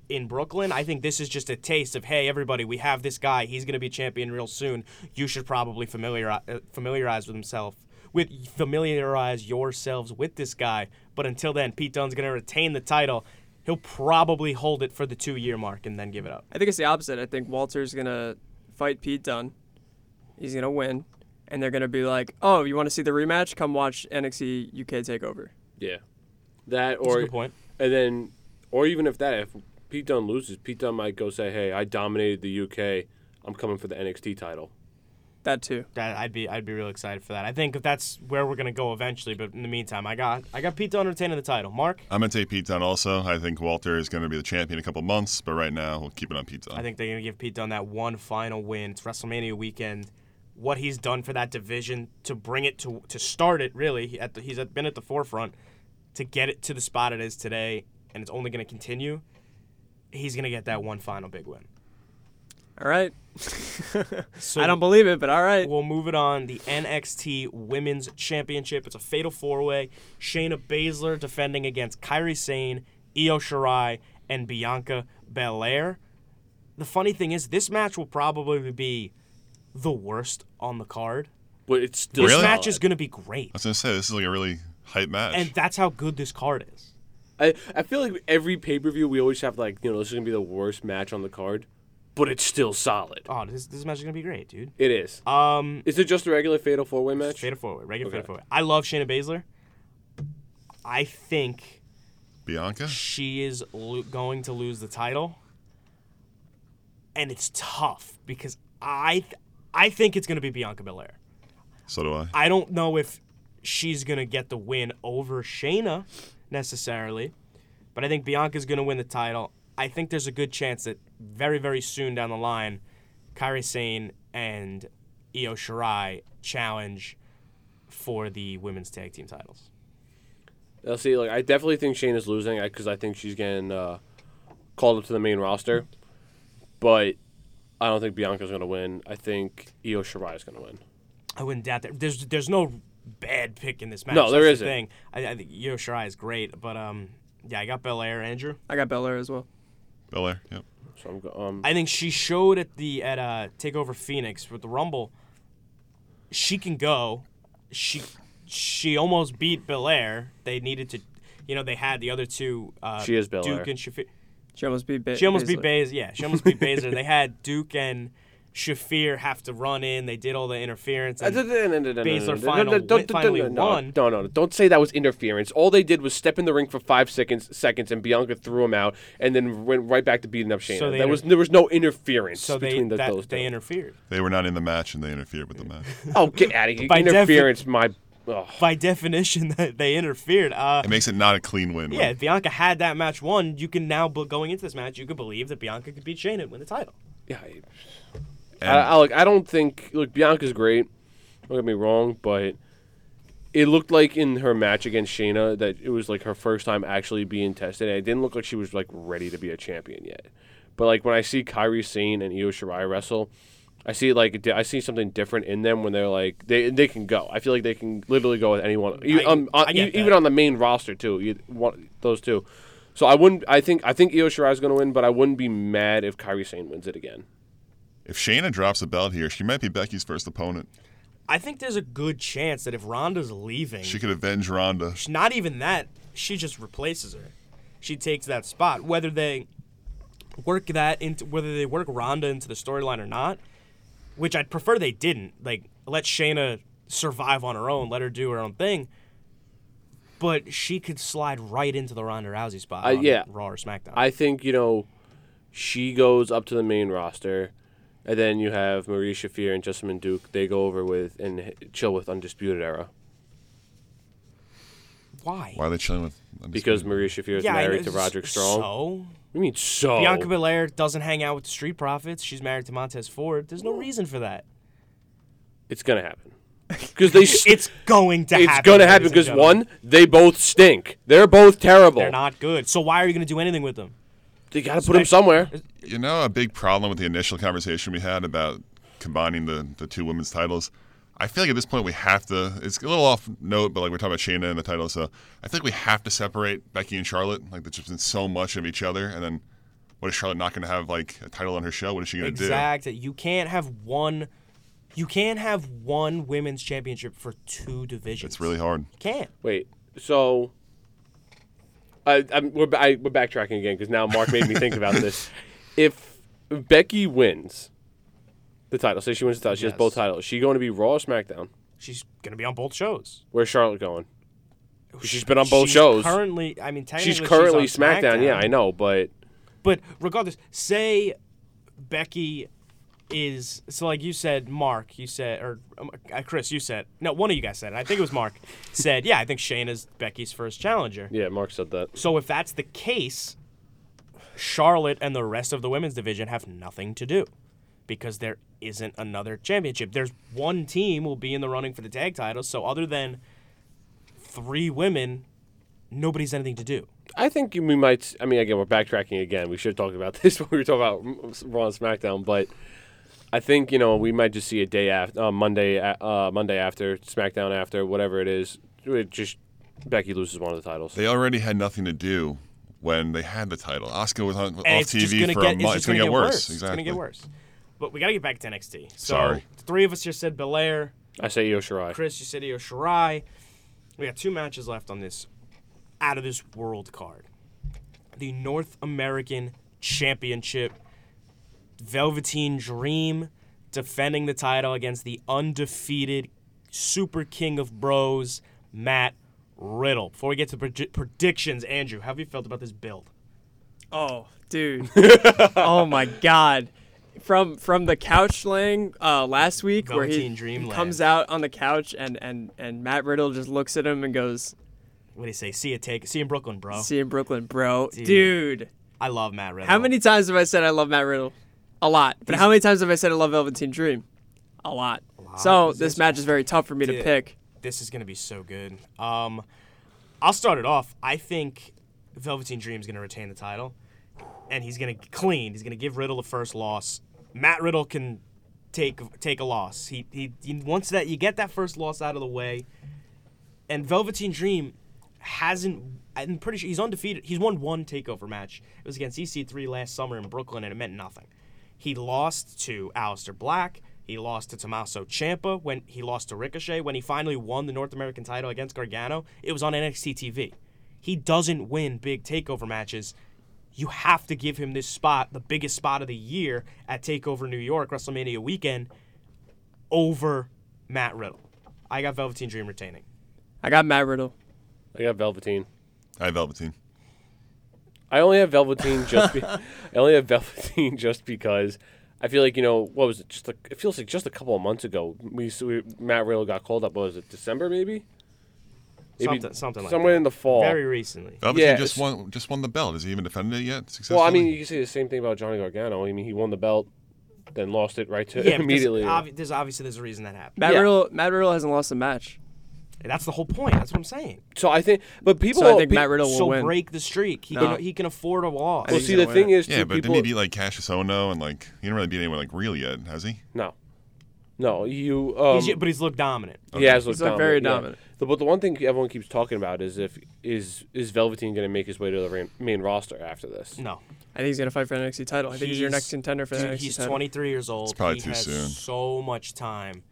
Speaker 4: in Brooklyn. I think this is just a taste of hey, everybody, we have this guy. He's going to be champion real soon. You should probably familiarize uh, familiarize with himself with familiarize yourselves with this guy. But until then, Pete Dunne's going to retain the title. He'll probably hold it for the two year mark and then give it up.
Speaker 6: I think it's the opposite. I think Walter's gonna fight Pete Dunne. He's gonna win, and they're gonna be like, "Oh, you want to see the rematch? Come watch NXT UK Takeover."
Speaker 5: Yeah, that or
Speaker 4: That's a good point.
Speaker 5: And then, or even if that, if Pete Dunne loses, Pete Dunne might go say, "Hey, I dominated the UK. I'm coming for the NXT title."
Speaker 6: That too.
Speaker 4: That I'd be I'd be real excited for that. I think that's where we're going to go eventually. But in the meantime, I got I got Pete Dunne retaining the title. Mark,
Speaker 7: I'm gonna take Pete Dunne also. I think Walter is gonna be the champion in a couple months, but right now we'll keep it on Pete Dunne.
Speaker 4: I think they're going to give Pete Dunne that one final win. It's WrestleMania weekend. What he's done for that division to bring it to to start it really he- at the, he's at- been at the forefront to get it to the spot it is today, and it's only going to continue. He's going to get that one final big win.
Speaker 6: All right.
Speaker 4: So
Speaker 6: I don't believe it, but all right.
Speaker 4: We'll move it on. The NXT Women's Championship. It's a fatal four way. Shayna Baszler defending against Kyrie Sane, Io Shirai and Bianca Belair. The funny thing is, this match will probably be the worst on the card.
Speaker 5: But it's still
Speaker 4: This
Speaker 7: Really?
Speaker 4: match is going to be great,
Speaker 7: I was gonna say this is like a really hype match.
Speaker 4: and that's how good this card is.
Speaker 5: I, I feel like every pay per view we always have like you know this is gonna be the worst match on the card, but it's still solid.
Speaker 4: Oh, this, this match is going to be great, dude.
Speaker 5: It is.
Speaker 4: Um,
Speaker 5: is it just a regular fatal four way match?
Speaker 4: Fatal forward, regular
Speaker 5: Okay.
Speaker 4: fatal forward. I love Shayna Baszler. I think
Speaker 7: Bianca.
Speaker 4: she is lo- going to lose the title, and it's tough because I, th- I think it's going to be Bianca Belair.
Speaker 7: So do I.
Speaker 4: I don't know if she's gonna get the win over Shayna necessarily, but I think Bianca's gonna win the title. I think there's a good chance that very, very soon down the line, Kairi Sane and Io Shirai challenge for the women's tag team titles.
Speaker 5: I'll see. Like I definitely think Shane is losing because I think she's getting uh, called up to the main roster, but I don't think Bianca's gonna win. I think Io Shirai is gonna win.
Speaker 4: I wouldn't doubt that. There's there's no bad pick in this match.
Speaker 5: No, there
Speaker 4: That's the
Speaker 5: isn't.
Speaker 4: Thing. I, I think Io Shirai is great, but um, yeah, I got Belair, Andrew.
Speaker 6: I got Belair as well.
Speaker 7: Belair. Yep.
Speaker 5: So I'm go- um,
Speaker 4: I think she showed at the at uh Takeover Phoenix with the Rumble. She can go. She she almost beat Belair. They needed to, you know, they had the other two. Uh,
Speaker 5: She is Belair.
Speaker 4: Duke and Shafir.
Speaker 6: She almost beat. Ba-
Speaker 4: She almost beat
Speaker 6: Baszler.
Speaker 4: Baszler. Yeah, she almost beat Baszler. They had Duke and Shafir have to run in. They did all the interference. and- Baszler final- finally won.
Speaker 5: No, no, no, don't say that was interference. All they did was step in the ring for five seconds, seconds, and Bianca threw him out, and then went right back to beating up Shayna.
Speaker 4: So they
Speaker 5: that
Speaker 4: inter-
Speaker 5: was there was no interference
Speaker 4: so they
Speaker 5: between the,
Speaker 4: that,
Speaker 5: those
Speaker 4: they
Speaker 5: two.
Speaker 4: interfered.
Speaker 7: They were not in the match and they interfered with the match.
Speaker 5: oh, get out of here!
Speaker 4: By defi-
Speaker 5: interference, my. Oh.
Speaker 4: By definition, they interfered. Uh,
Speaker 7: It makes it not a clean win.
Speaker 4: yeah, if Bianca had that match won. You can now, but going into this match, you could believe that Bianca could beat Shayna and win the title.
Speaker 5: Yeah, I-
Speaker 7: And
Speaker 5: I, I look. I don't think look Bianca's great. Don't get me wrong, but it looked like in her match against Shayna that it was like her first time actually being tested. And it didn't look like she was like ready to be a champion yet. But like when I see Kyrie Sane and Io Shirai wrestle, I see like di- I see something different in them when they're like they they can go. I feel like they can literally go with anyone, e-
Speaker 4: I-
Speaker 5: um, on,
Speaker 4: I
Speaker 5: e-
Speaker 4: get
Speaker 5: even
Speaker 4: that.
Speaker 5: on the main roster too. You want those two. So I wouldn't. I think I think Io Shirai's going to win, but I wouldn't be mad if Kyrie Sane wins it again.
Speaker 7: if Shayna drops a belt here, she might be Becky's first opponent.
Speaker 4: I think there's a good chance that if Ronda's leaving,
Speaker 7: She could avenge Ronda.
Speaker 4: not even that, she just replaces her. She takes that spot. Whether they work that into whether they work Ronda into the storyline or not, which I'd prefer they didn't. Like let Shayna survive on her own, let her do her own thing. But she could slide right into the Ronda Rousey spot.
Speaker 5: Uh,
Speaker 4: on
Speaker 5: yeah.
Speaker 4: Raw or SmackDown.
Speaker 5: I think you know she goes up to the main roster, and then you have Marie Shafir and Jessamine Duke. They go over with and h- chill with Undisputed Era
Speaker 4: Why?
Speaker 7: Why are they chilling with? I'm just-
Speaker 5: because Marie Shafir is
Speaker 4: Yeah, I
Speaker 5: married
Speaker 4: know-
Speaker 5: to Roderick Strong. Oh.
Speaker 4: So
Speaker 5: You mean so?
Speaker 4: Bianca Belair doesn't hang out with the Street Profits. She's married to Montez Ford. There's no reason for that.
Speaker 5: it's gonna happen because they. St- it's
Speaker 4: It's going to happen.
Speaker 5: gonna happen
Speaker 4: ladies and
Speaker 5: because
Speaker 4: gentlemen.
Speaker 5: one, they both stink. They're both terrible.
Speaker 4: they're not good. So why are you going to do anything with them?
Speaker 5: They gotta put them somewhere.
Speaker 7: You know, a big problem with the initial conversation we had about combining the, the two women's titles. I feel like at this point we have to. It's a little off note, but like we're talking about Shayna and the title, so I think we have to separate Becky and Charlotte. Like there's just been so much of each other, and then what is Charlotte not going to have like a title on her show? What is she going to
Speaker 4: Exactly. You can't have one. You can't have one women's championship for two
Speaker 7: do?
Speaker 4: divisions.
Speaker 7: It's really hard.
Speaker 4: You can't.
Speaker 5: Wait, so. I, I'm, we're, ba- I, we're backtracking again because now Mark made me think about this. If Becky wins the title, say she wins the title, she has both
Speaker 4: Yes.
Speaker 5: titles. She going to be Raw or SmackDown?
Speaker 4: She's going to be on both shows.
Speaker 5: Where's Charlotte going? She's been on both shows.
Speaker 4: Currently, I mean, technically
Speaker 5: She's currently
Speaker 4: on SmackDown,
Speaker 5: Yeah, I know, but
Speaker 4: But regardless, say Becky is so like you said, Mark. You said or um, uh, Chris. You said no. One of you guys said it. I think it was Mark. said yeah. I think Shayna's Becky's first challenger.
Speaker 5: yeah, Mark said that.
Speaker 4: So if that's the case, Charlotte and the rest of the women's division have nothing to do because there isn't another championship. There's one team will be in the running for the tag titles. So other than three women, nobody's anything to do.
Speaker 5: I think we might. I mean, again, we're backtracking again. We should have talked about this when we were talking about Raw and SmackDown, but I think you know we might just see a day after uh, Monday, a- uh, Monday after SmackDown after whatever it is. It just Becky loses one of the titles.
Speaker 7: They already had nothing to do. when they had the title. Oscar was on
Speaker 4: and
Speaker 7: off
Speaker 4: it's just
Speaker 7: TV
Speaker 4: gonna
Speaker 7: for
Speaker 4: get,
Speaker 7: a month.
Speaker 4: It's, just gonna, get worse.
Speaker 7: Exactly.
Speaker 4: It's gonna get worse. But we gotta get back to NXT. So,
Speaker 7: Sorry.
Speaker 4: the three of us just said Belair,
Speaker 5: I say Io Shirai.
Speaker 4: Chris, you said Io Shirai. We got two matches left on this out of this world card. The North American Championship, Velveteen Dream defending the title against the undefeated Super King of Bros, Matt Riddle. Before we get to predi- predictions, Andrew, how have you felt about this build?
Speaker 6: Oh, dude. oh my god. From from the couch laying uh, last week where he
Speaker 4: Velveteen Dream
Speaker 6: he
Speaker 4: land.
Speaker 6: comes out on the couch and, and, and Matt Riddle just looks at him and goes,
Speaker 4: What do you say? See you take. See you in Brooklyn, bro.
Speaker 6: "See you in Brooklyn, bro, dude."
Speaker 4: I love Matt Riddle.
Speaker 6: How many times have I said I love Matt Riddle? A lot. But how many times have I said I love Velveteen Dream? A lot. So this match is very tough for me
Speaker 4: Yeah.
Speaker 6: to pick.
Speaker 4: This is gonna be so good. Um, I'll start it off. I think Velveteen Dream's gonna retain the title, and he's gonna clean. He's gonna give Riddle the first loss. Matt Riddle can take take a loss. He he, he once that you get that first loss out of the way, and Velveteen Dream hasn't. I'm pretty sure he's undefeated. He's won one takeover match. It was against EC3 last summer in Brooklyn, and it meant nothing. He lost to Aleister Black. He lost to Tommaso Ciampa when he lost to Ricochet. When he finally won the North American title against Gargano, it was on NXT TV. He doesn't win big takeover matches. You have to give him this spot, the biggest spot of the year at Takeover New York WrestleMania weekend, over Matt Riddle. I got Velveteen Dream retaining.
Speaker 6: I got Matt Riddle.
Speaker 5: I got Velveteen.
Speaker 7: I have Velveteen.
Speaker 5: I only have Velveteen just. Be- I only have Velveteen just because I feel like you know what was it? Just a, it feels like just a couple of months ago we, s- we Matt Riddle got called up. What was it December maybe?
Speaker 4: Something- something like
Speaker 5: somewhere
Speaker 4: that.
Speaker 5: in the fall.
Speaker 4: Very recently.
Speaker 7: Velveteen
Speaker 5: Yeah,
Speaker 7: just
Speaker 5: it's-
Speaker 7: won just won the belt. Has he even defended it yet? Successfully?
Speaker 5: well, I mean, you can say the same thing about Johnny Gargano. I mean, he won the belt, then lost it right to
Speaker 4: Yeah, because
Speaker 5: immediately.
Speaker 4: obvi- there's obviously there's a reason that happened.
Speaker 6: Matt
Speaker 5: Yeah.
Speaker 6: Riddle. Matt Riddle hasn't lost a match,
Speaker 4: That's the whole point. That's what I'm saying.
Speaker 5: so I think, but people.
Speaker 6: so I think
Speaker 5: pe-
Speaker 6: Matt Riddle will
Speaker 4: so
Speaker 6: win.
Speaker 4: break the streak. He
Speaker 6: No.
Speaker 4: can he can afford a loss.
Speaker 5: Well,
Speaker 6: he's
Speaker 5: see,
Speaker 6: gonna
Speaker 5: the
Speaker 6: win
Speaker 5: thing
Speaker 6: it.
Speaker 5: is,
Speaker 7: yeah,
Speaker 5: too,
Speaker 7: but
Speaker 5: people,
Speaker 7: didn't he beat like Cassius Ono and like he didn't really beat anyone like real yet, has he?
Speaker 5: no, no, you. Um,
Speaker 4: He's- but he's looked dominant.
Speaker 5: He has looked
Speaker 6: He's looked very
Speaker 5: yeah.
Speaker 6: dominant.
Speaker 5: The- but the one thing everyone keeps talking about is if is is Velveteen going to make his way to the ram- main roster after this?
Speaker 4: No,
Speaker 6: I think he's gonna fight for the NXT title. I think he's, your next contender for the
Speaker 4: dude,
Speaker 6: NXT
Speaker 4: He's
Speaker 6: title.
Speaker 4: 23 years old.
Speaker 7: probably
Speaker 4: he
Speaker 7: too
Speaker 4: has
Speaker 7: soon.
Speaker 4: So much time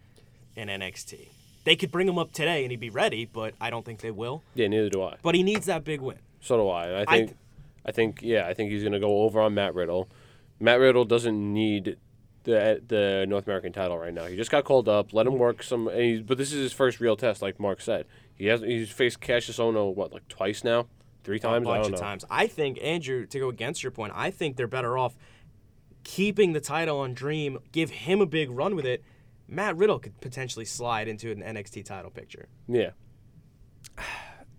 Speaker 4: in NXT. They could bring him up today and he'd be ready, but I don't think they will.
Speaker 5: Yeah, neither do I.
Speaker 4: But he needs that big win.
Speaker 5: So do I. And I
Speaker 4: I
Speaker 5: think, I, think, yeah, I think he's going to go over on Matt Riddle. Matt Riddle doesn't need the the North American title right now. He just got called up. Let him work some. And he's, but this is his first real test, like Mark said. He has he's faced Cassius Ono what like twice now, three times.
Speaker 4: a
Speaker 5: I
Speaker 4: bunch
Speaker 5: don't
Speaker 4: of
Speaker 5: know.
Speaker 4: times. I think Andrew, to go against your point, I think they're better off keeping the title on Dream, give him a big run with it. Matt Riddle could potentially slide into an NXT title picture.
Speaker 5: Yeah.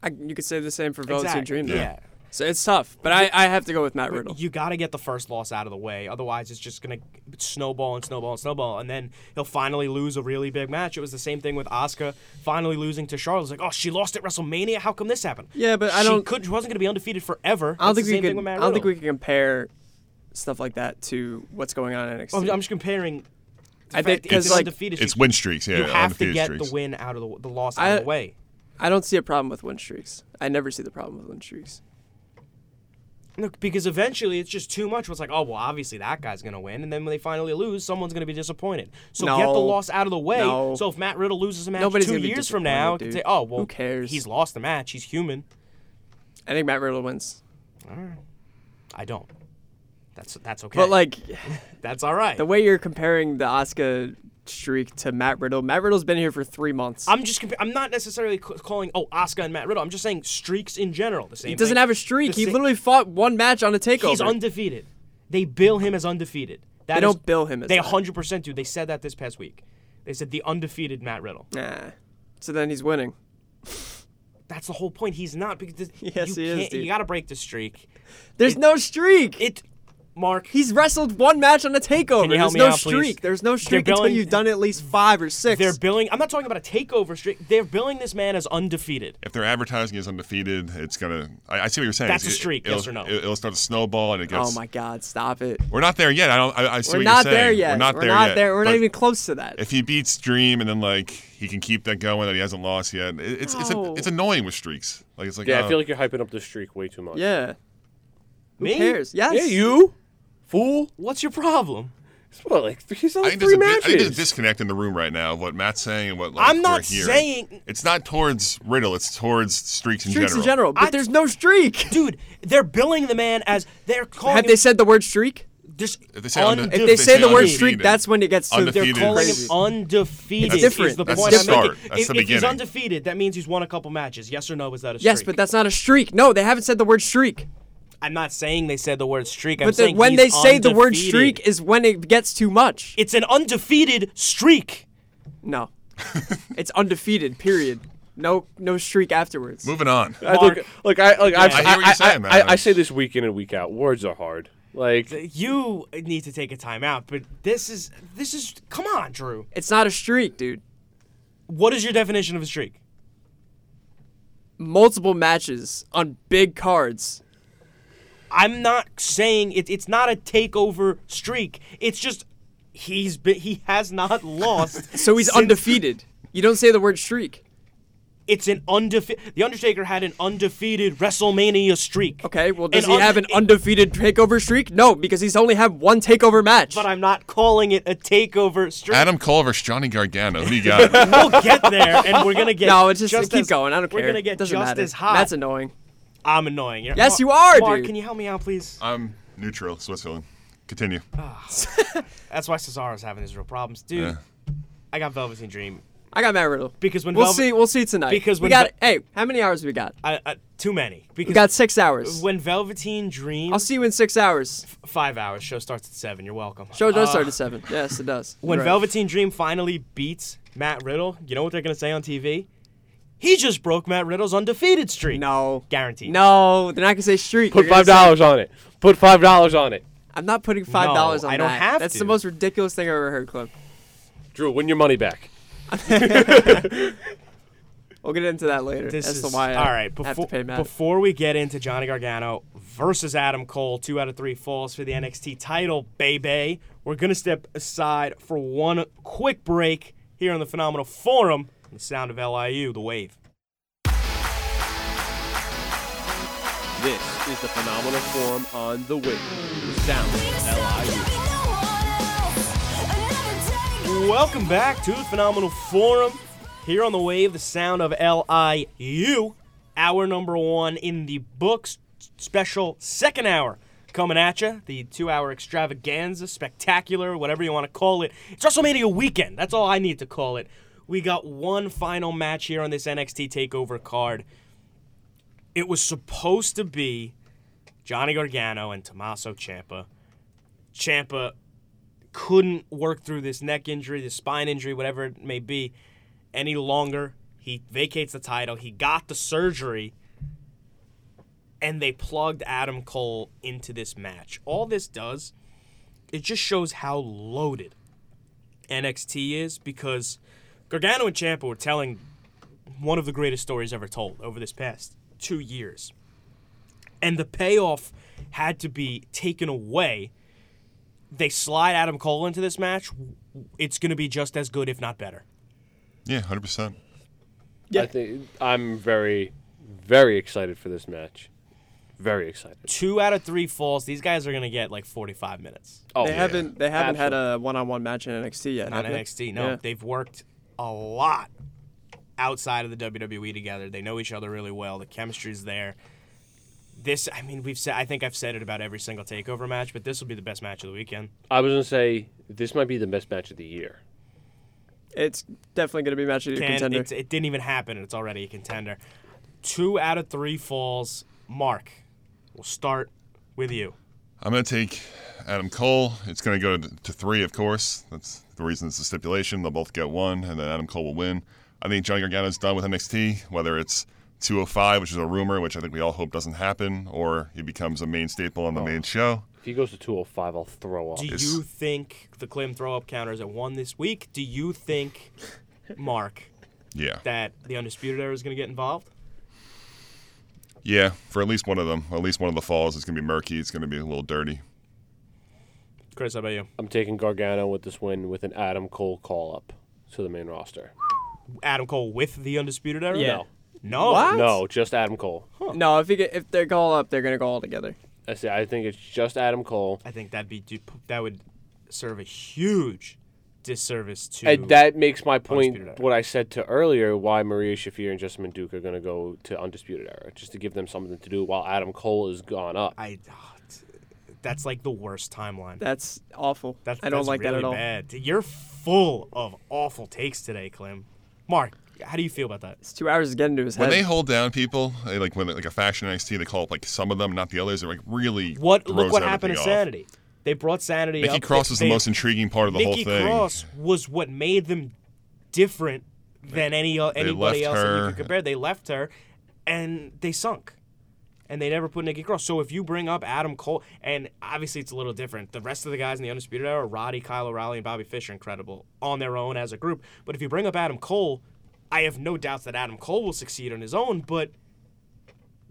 Speaker 6: I, you could say the same for Velveteen Dream. Though.
Speaker 4: Yeah.
Speaker 6: So it's tough, but I, I have to go with Matt Riddle.
Speaker 4: You got to get the first loss out of the way. Otherwise, it's just going to snowball and snowball and snowball. And then he'll finally lose a really big match. It was the same thing with Asuka finally losing to Charlotte. It's like, oh, she lost at WrestleMania. How come this happened?
Speaker 6: Yeah, but I
Speaker 4: She
Speaker 6: don't-
Speaker 4: couldn't- she wasn't going to be undefeated forever.
Speaker 6: I
Speaker 4: That's
Speaker 6: don't think
Speaker 4: the
Speaker 6: we
Speaker 4: same thing
Speaker 6: can.
Speaker 4: with Matt
Speaker 6: I don't think
Speaker 4: Riddle.
Speaker 6: we can compare stuff like that to what's going on in NXT.
Speaker 4: I'm, I'm just comparing.
Speaker 6: I
Speaker 4: fact
Speaker 6: think
Speaker 4: that
Speaker 6: because
Speaker 4: it's
Speaker 6: like
Speaker 4: undefeated,
Speaker 7: It's
Speaker 4: she-
Speaker 7: win streaks, yeah.
Speaker 4: you have to
Speaker 7: undefeated
Speaker 4: get
Speaker 7: streaks.
Speaker 4: the win out of the, the loss out of
Speaker 6: I-
Speaker 4: the way.
Speaker 6: I don't see a problem with win streaks. I never see the problem with win streaks.
Speaker 4: Look, because eventually it's just too much. where It's like, oh well, obviously that guy's gonna win, and then when they finally lose, someone's gonna be disappointed. So get the
Speaker 6: No.
Speaker 4: loss out of the way.
Speaker 6: No.
Speaker 4: So if Matt Riddle loses a match
Speaker 6: Nobody's
Speaker 4: two
Speaker 6: gonna be
Speaker 4: years from now, it
Speaker 6: disappointed,
Speaker 4: can say,
Speaker 6: dude.
Speaker 4: oh well,
Speaker 6: Who cares?
Speaker 4: He's lost the match. He's human.
Speaker 6: I think Matt Riddle wins,
Speaker 4: I don't. That's that's okay.
Speaker 6: but like
Speaker 4: that's all right.
Speaker 6: the way you're comparing the Oscar streak to Matt Riddle, Matt Riddle's been here for three months.
Speaker 4: I'm just. Compa- I'm not necessarily c- calling. Oh, Oscar and Matt Riddle. I'm just saying streaks in general. The same.
Speaker 6: he doesn't
Speaker 4: thing.
Speaker 6: have a streak.
Speaker 4: The
Speaker 6: He
Speaker 4: sa-
Speaker 6: literally fought one match on a takeover.
Speaker 4: He's undefeated. They bill him as undefeated. That
Speaker 6: They
Speaker 4: is-
Speaker 6: don't bill him as
Speaker 4: They
Speaker 6: that.
Speaker 4: 100% do. They said that this past week. They said the undefeated Matt Riddle.
Speaker 6: nah. So then he's winning.
Speaker 4: That's the whole point. He's not because this-
Speaker 6: Yes,
Speaker 4: you
Speaker 6: he is,
Speaker 4: can't-
Speaker 6: dude.
Speaker 4: You got to break the streak.
Speaker 6: There's no streak.
Speaker 4: It, Mark.
Speaker 6: He's wrestled one match on a takeover.
Speaker 4: Can you help
Speaker 6: There's
Speaker 4: me
Speaker 6: no
Speaker 4: out, please?
Speaker 6: streak. There's no streak
Speaker 4: billing-
Speaker 6: until you've done at least five or six.
Speaker 4: they're billing. I'm not talking about a takeover streak. They're billing this man as undefeated.
Speaker 7: If they're advertising is undefeated, it's gonna. I, I see what you're saying.
Speaker 4: That's
Speaker 7: It's-
Speaker 4: a streak,
Speaker 7: it'll-
Speaker 4: yes or no?
Speaker 7: It'll, it'll start to snowball, and it gets.
Speaker 6: oh my God! Stop it.
Speaker 7: We're not there yet. I don't. I, I see
Speaker 6: We're
Speaker 7: what
Speaker 6: not
Speaker 7: you're saying.
Speaker 6: there yet.
Speaker 7: We're not there yet.
Speaker 6: We're not
Speaker 7: But
Speaker 6: even close to that.
Speaker 7: If he beats Dream, and then like he can keep that going that he hasn't lost yet, it, it's it's a,
Speaker 6: No.
Speaker 7: it's annoying with streaks. Like it's like
Speaker 5: Yeah,
Speaker 7: oh,
Speaker 5: I feel like you're hyping up the streak way too much.
Speaker 6: yeah.
Speaker 4: Me?
Speaker 6: Who cares? Yes.
Speaker 5: Yeah, you fool.
Speaker 4: What's your problem?
Speaker 5: It's what, like three, he's on
Speaker 7: I think, there's
Speaker 5: three
Speaker 7: a, di- I
Speaker 5: matches.
Speaker 7: think there's a disconnect in the room right now of what Matt's saying and what like,
Speaker 4: I'm not
Speaker 7: we're hearing.
Speaker 4: saying-
Speaker 7: it's not towards Riddle. It's towards streaks in
Speaker 6: Streaks
Speaker 7: general.
Speaker 6: in general, but
Speaker 4: I-
Speaker 6: there's no streak.
Speaker 4: Dude, they're billing the man as they're calling
Speaker 6: Have
Speaker 4: him
Speaker 6: they said the word streak?
Speaker 4: just
Speaker 7: If they say unde-
Speaker 4: undefeated.
Speaker 7: If
Speaker 6: If
Speaker 7: they
Speaker 6: they say
Speaker 7: say
Speaker 6: the word
Speaker 7: undefeated-
Speaker 6: streak, that's when it gets to
Speaker 7: Undefeated.
Speaker 6: They're calling
Speaker 4: calling
Speaker 6: him
Speaker 4: him
Speaker 7: Crazy.
Speaker 4: undefeated.
Speaker 6: It's different.
Speaker 4: Is the
Speaker 6: That's
Speaker 4: point
Speaker 7: the
Speaker 4: I'm making.
Speaker 7: start. That's
Speaker 4: if,
Speaker 7: the
Speaker 4: if he's
Speaker 7: beginning.
Speaker 4: undefeated, that means he's won a couple matches. Yes or no? Is that a streak?
Speaker 6: Yes, but that's not a streak. No, they haven't said the word streak.
Speaker 4: I'm not saying they said the word streak. I'm
Speaker 6: But the,
Speaker 4: saying
Speaker 6: when
Speaker 4: he's
Speaker 6: they say the word
Speaker 4: undefeated.
Speaker 6: streak is when it gets too much.
Speaker 4: it's an undefeated streak.
Speaker 6: No. it's undefeated, period. No no streak afterwards.
Speaker 7: Moving on.
Speaker 5: I think, like I like I've-
Speaker 4: Yeah.
Speaker 7: I hear what you're
Speaker 5: I,
Speaker 7: saying,
Speaker 5: I,
Speaker 7: man.
Speaker 5: I say this week in and week out. Words are hard. Like
Speaker 4: You need to take a timeout. But this is this is come on, Drew.
Speaker 6: It's not a streak, dude.
Speaker 4: What is your definition of a streak?
Speaker 6: Multiple matches on big cards.
Speaker 4: I'm not saying it, it's not a takeover streak. It's just he's been, he has not lost.
Speaker 6: So he's
Speaker 4: since-
Speaker 6: undefeated. You don't say the word streak.
Speaker 4: It's an undefeated. The Undertaker had an undefeated WrestleMania streak.
Speaker 6: Okay, well does
Speaker 4: An
Speaker 6: he
Speaker 4: unde-
Speaker 6: have an
Speaker 4: it-
Speaker 6: undefeated takeover streak? No, because he's only had one takeover match.
Speaker 4: But I'm not calling it a takeover streak.
Speaker 7: Adam Cole versus Johnny Gargano. Who do you got?
Speaker 4: we'll get there, and we're gonna get.
Speaker 6: no, it's just, keep
Speaker 4: as-
Speaker 6: going. I don't care.
Speaker 4: We're gonna get
Speaker 6: Doesn't
Speaker 4: just
Speaker 6: matter.
Speaker 4: as hot.
Speaker 6: That's annoying.
Speaker 4: I'm annoying. you
Speaker 6: Yes, you are,
Speaker 4: Mark,
Speaker 6: dude.
Speaker 4: can you help me out, please?
Speaker 7: I'm neutral. Switzerland. Continue.
Speaker 4: That's why Cesaro's having his real problems, dude.
Speaker 7: Yeah.
Speaker 4: I got Velveteen Dream
Speaker 6: I got Matt Riddle.
Speaker 4: Because when
Speaker 6: we'll
Speaker 4: Velvet-
Speaker 6: see, we'll see tonight.
Speaker 4: because
Speaker 6: we
Speaker 4: when
Speaker 6: got. hey, how many hours we got?
Speaker 4: I, I, too many. Because
Speaker 6: We got six hours.
Speaker 4: when Velveteen Dream,
Speaker 6: I'll see you in six hours.
Speaker 4: five hours. Show starts at seven. You're welcome.
Speaker 6: Show does
Speaker 4: Uh,
Speaker 6: start at seven. Yes, it does.
Speaker 4: When
Speaker 6: You're right.
Speaker 4: Velveteen Dream finally beats Matt Riddle, you know what they're gonna say on TV? He just broke Matt Riddle's undefeated streak.
Speaker 6: No.
Speaker 4: Guaranteed.
Speaker 6: No, they're not gonna say streak.
Speaker 5: put
Speaker 6: They're gonna
Speaker 5: five
Speaker 6: say-
Speaker 5: dollars on it. Put five dollars on it.
Speaker 6: I'm not putting five dollars on
Speaker 4: I don't
Speaker 6: that.
Speaker 4: have
Speaker 6: That's
Speaker 4: to.
Speaker 6: the most ridiculous thing I've ever heard, Clip.
Speaker 5: Drew, win your money back.
Speaker 6: We'll get into that later.
Speaker 4: This
Speaker 6: That's
Speaker 4: is
Speaker 6: the why. I
Speaker 4: all right. Before,
Speaker 6: have to pay Matt.
Speaker 4: before we get into Johnny Gargano versus Adam Cole, two out of three falls for the NXT title, baby. We're gonna step aside for one quick break here on the Phenomenal Forum. The sound of LIU, the wave.
Speaker 5: This is the phenomenal form on the wing. The sound LIU.
Speaker 4: Welcome back to the Phenomenal Forum. Here on the wave, the sound of LIU. Hour number one in the books. Special second hour coming at you. The two hour extravaganza, spectacular, whatever you want to call it. It's WrestleMania weekend. That's all I need to call it. We got one final match here on this NXT TakeOver card. It was supposed to be Johnny Gargano and Tommaso Ciampa. Ciampa couldn't work through this neck injury, this spine injury, whatever it may be, any longer. He vacates the title. He got the surgery. And they plugged Adam Cole into this match. All this does, it just shows how loaded NXT is because Gargano and Ciampa were telling one of the greatest stories ever told over this past two years. And the payoff had to be taken away they slide Adam Cole into this match, it's going to be just as good, if not better.
Speaker 7: Yeah, hundred percent.
Speaker 5: I think I'm very, very excited for this match. Very excited.
Speaker 4: Two out of three falls. These guys are going to get like 45 minutes
Speaker 5: Oh,
Speaker 6: they
Speaker 5: yeah.
Speaker 6: haven't. They haven't had a one-on-one match in NXT yet.
Speaker 4: on
Speaker 6: have they?
Speaker 4: NXT. No,
Speaker 6: Yeah.
Speaker 4: they've worked a lot outside of the WWE together. They know each other really well. The chemistry's there. This, I mean, we've said. I think I've said it about every single takeover match, but this will be the best match of the weekend.
Speaker 5: I was gonna say this might be the best match of the year.
Speaker 6: It's definitely gonna be match of the
Speaker 4: And
Speaker 6: contender.
Speaker 4: it, it didn't even happen, and it's already a contender. Two out of three falls. Mark, we'll start with you.
Speaker 7: I'm gonna take Adam Cole. It's gonna go to, to three, of course. That's the reason it's a stipulation. They'll both get one, and then Adam Cole will win. I think Johnny Gargano's done with NXT. Whether it's 205, which is a rumor, which I think we all hope doesn't happen, or he becomes a main staple on the main show.
Speaker 5: If he goes to 205, I'll throw up.
Speaker 4: Do
Speaker 7: Yes.
Speaker 4: you think the Clem throw up counters at one this week? Do you think, Mark,
Speaker 7: Yeah,
Speaker 4: that the Undisputed Era is going to get involved?
Speaker 7: yeah. For at least one of them, at least one of the falls, it's gonna be murky. It's gonna be a little dirty.
Speaker 4: Chris, how about you?
Speaker 5: I'm taking Gargano with this win with an Adam Cole call up to the main roster.
Speaker 4: Adam Cole with the Undisputed Era?
Speaker 6: Yeah.
Speaker 4: No. No.
Speaker 5: No, just Adam Cole.
Speaker 6: No, if he get, if they go all up, they're gonna go all together.
Speaker 5: I say I think it's just Adam Cole.
Speaker 4: I think that'd be du- that would serve a huge disservice to.
Speaker 5: And that makes my point.
Speaker 4: Undisputed Era.
Speaker 5: What I said to earlier, why Maria Shafir and Jessamine Duke are going to go to Undisputed Era, just to give them something to do while Adam Cole is gone up.
Speaker 4: I. ah, t- that's like the worst timeline.
Speaker 6: That's awful.
Speaker 4: That's,
Speaker 6: I don't
Speaker 4: that's
Speaker 6: like
Speaker 4: really
Speaker 6: that at all.
Speaker 4: Bad. You're full of awful takes today, Clem. Mark, how do you feel about that?
Speaker 6: It's two hours to get into his
Speaker 7: When
Speaker 6: head.
Speaker 7: they hold down people, they, like when like a faction in NXT, they call up like some of them, not the others. It like really
Speaker 4: What
Speaker 7: throws
Speaker 4: look what happened to
Speaker 7: everything off.
Speaker 4: Sanity? They brought Sanity.
Speaker 7: Nikki
Speaker 4: up.
Speaker 7: Cross was the
Speaker 4: They-
Speaker 7: most intriguing part of the
Speaker 4: Nikki
Speaker 7: whole thing.
Speaker 4: Cross was what made them different than any o- anybody
Speaker 7: left
Speaker 4: else that you
Speaker 7: her.
Speaker 4: could compare. They left her, and they sunk, and they never put Nikki Cross. So if you bring up Adam Cole, and obviously it's a little different. The rest of the guys in the Undisputed Era, Roddy, Kyle O'Reilly, and Bobby Fish, are incredible on their own as a group. But if you bring up Adam Cole, I have no doubts that Adam Cole will succeed on his own. But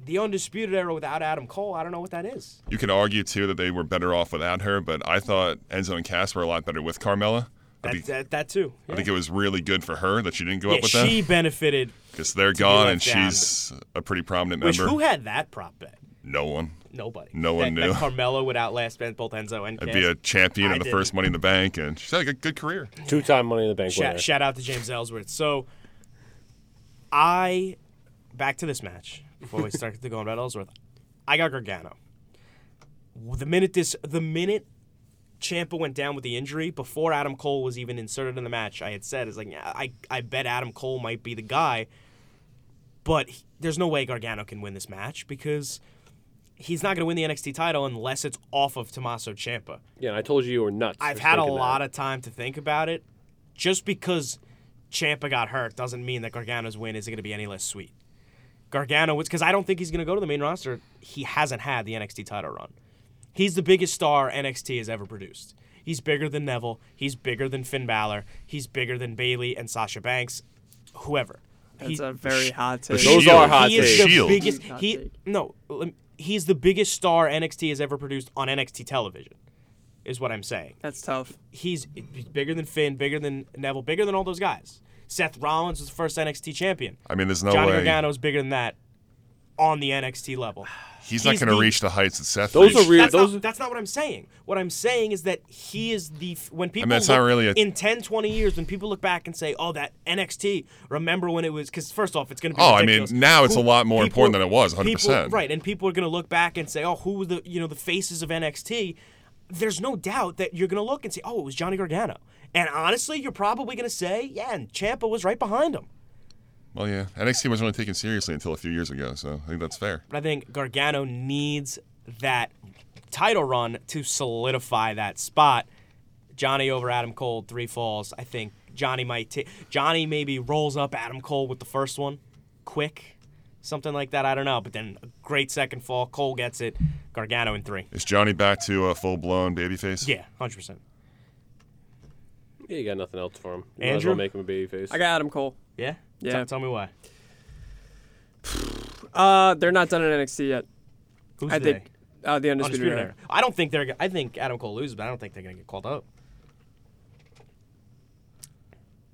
Speaker 4: the Undisputed Era without Adam Cole, I don't know what that is.
Speaker 7: You could argue too that they were better off without her, but I thought Enzo and Cass were a lot better with Carmella. I,
Speaker 4: That
Speaker 7: think,
Speaker 4: that, that too.
Speaker 7: I
Speaker 4: Yeah.
Speaker 7: think it was really good for her that she didn't go
Speaker 4: Yeah,
Speaker 7: up with
Speaker 4: she
Speaker 7: them
Speaker 4: benefited
Speaker 7: because they're gone
Speaker 4: left
Speaker 7: and
Speaker 4: down.
Speaker 7: she's a pretty prominent
Speaker 4: Which
Speaker 7: member.
Speaker 4: who had that prop bet?
Speaker 7: no one.
Speaker 4: Nobody.
Speaker 7: No
Speaker 4: that,
Speaker 7: one
Speaker 4: That
Speaker 7: knew.
Speaker 4: Carmelo would outlast both Enzo and
Speaker 7: I'd
Speaker 4: Cass.
Speaker 7: be a champion
Speaker 4: I
Speaker 7: in the
Speaker 4: didn't.
Speaker 7: first Money in the Bank, and she's had a good, good career.
Speaker 5: Two-time Money in the Bank winner.
Speaker 4: shout, shout out to James Ellsworth. So, I back to this match before we start to go about Ellsworth. I got Gargano. The minute this, the minute Champa went down with the injury before Adam Cole was even inserted in the match, I had said is like I I bet Adam Cole might be the guy, but he- there's no way Gargano can win this match because. He's not going to win the NXT title unless it's off of Tommaso Ciampa.
Speaker 5: yeah, and I told you you were nuts.
Speaker 4: I've had a lot of time to think about it. Just because Champa got hurt doesn't mean that Gargano's win isn't going to be any less sweet. Gargano, because I don't think he's going to go to the main roster. He hasn't had the NXT title run. He's the biggest star NXT has ever produced. He's bigger than Neville. He's bigger than Finn Balor. He's bigger than Bailey and Sasha Banks, whoever.
Speaker 6: That's
Speaker 4: He-
Speaker 6: a very hot
Speaker 7: The
Speaker 6: take.
Speaker 5: Those
Speaker 7: Shield.
Speaker 5: are hot
Speaker 4: he is
Speaker 5: takes.
Speaker 4: the
Speaker 7: Shield.
Speaker 4: biggest.
Speaker 6: Hot
Speaker 4: He
Speaker 6: take.
Speaker 4: no, lem- he's the biggest star NXT has ever produced on NXT television, is what I'm saying
Speaker 6: That's tough.
Speaker 4: he's he's bigger than Finn, bigger than Neville, bigger than all those guys. Seth Rollins was the first NXT champion.
Speaker 7: I mean, there's no
Speaker 4: Johnny
Speaker 7: way
Speaker 4: Gargano's bigger than that on the NXT level.
Speaker 7: he's not
Speaker 4: he's
Speaker 7: going to
Speaker 4: the-
Speaker 7: reach the heights that Seth.
Speaker 5: Those are
Speaker 7: reached.
Speaker 5: real-
Speaker 4: That's,
Speaker 5: those
Speaker 4: not, that's not what I'm saying. What I'm saying is that he is the f- when people
Speaker 7: that's not
Speaker 4: look-
Speaker 7: really a-
Speaker 4: in 10, 20 years when people look back and say, "Oh, that NXT, remember when it was?" Because first off, it's going to be.
Speaker 7: Oh, I mean,
Speaker 4: ridiculous.
Speaker 7: now it's
Speaker 4: Who-
Speaker 7: a lot more
Speaker 4: people-
Speaker 7: important than it was, 100.
Speaker 4: people-
Speaker 7: percent
Speaker 4: Right, and people are going to look back and say, "Oh, who were the you know the faces of NXT?" There's no doubt that you're going to look and say, "Oh, it was Johnny Gargano." And honestly, you're probably going to say, "Yeah, and Champa was right behind him."
Speaker 7: Well, yeah, NXT wasn't really taken seriously until a few years ago, so I think that's fair.
Speaker 4: But I think Gargano needs that title run to solidify that spot. Johnny over Adam Cole, three falls. I think Johnny might ta- Johnny maybe rolls up Adam Cole with the first one, quick, something like that. I don't know. But then a great second fall. Cole gets it. Gargano in three.
Speaker 7: Is Johnny back to a full blown babyface?
Speaker 4: Yeah, hundred percent.
Speaker 5: Yeah, you got nothing else for him. You might as
Speaker 4: Andrew?
Speaker 5: well make him a babyface.
Speaker 6: I got Adam Cole.
Speaker 4: Yeah.
Speaker 6: Yeah.
Speaker 4: Tell, tell me why.
Speaker 6: Uh, they're not done in NXT yet.
Speaker 4: Who's
Speaker 6: I
Speaker 4: they?
Speaker 6: think uh, the undisputed,
Speaker 4: Undisputed
Speaker 6: era.
Speaker 4: Era. I don't think they're. go- I think Adam Cole loses, but I don't think they're gonna get called up.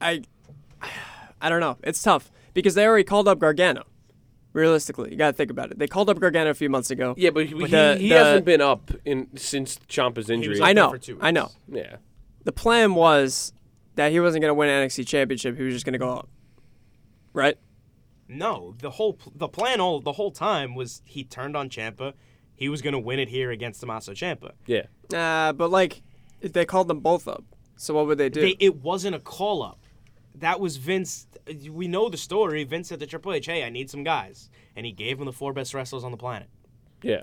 Speaker 6: I, I don't know. It's tough because they already called up Gargano. Realistically, you gotta think about it. They called up Gargano a few months ago.
Speaker 5: yeah, but he, he,
Speaker 6: the-
Speaker 5: he
Speaker 6: the-
Speaker 5: hasn't been up in since Champa's injury.
Speaker 4: up
Speaker 6: I
Speaker 4: there
Speaker 6: know.
Speaker 4: for two
Speaker 6: I know.
Speaker 5: yeah.
Speaker 6: The plan was that he wasn't gonna win an NXT championship. He was just gonna go up, right?
Speaker 4: No, the whole pl- the plan all the whole time was he turned on Champa. He was gonna win it here against Tommaso Champa.
Speaker 5: Yeah.
Speaker 6: Uh, but like, they called them both up. So what would they do?
Speaker 4: They, it wasn't a call up. That was Vince. We know the story. Vince said to Triple H, "Hey, I need some guys," and he gave him the four best wrestlers on the planet.
Speaker 5: Yeah.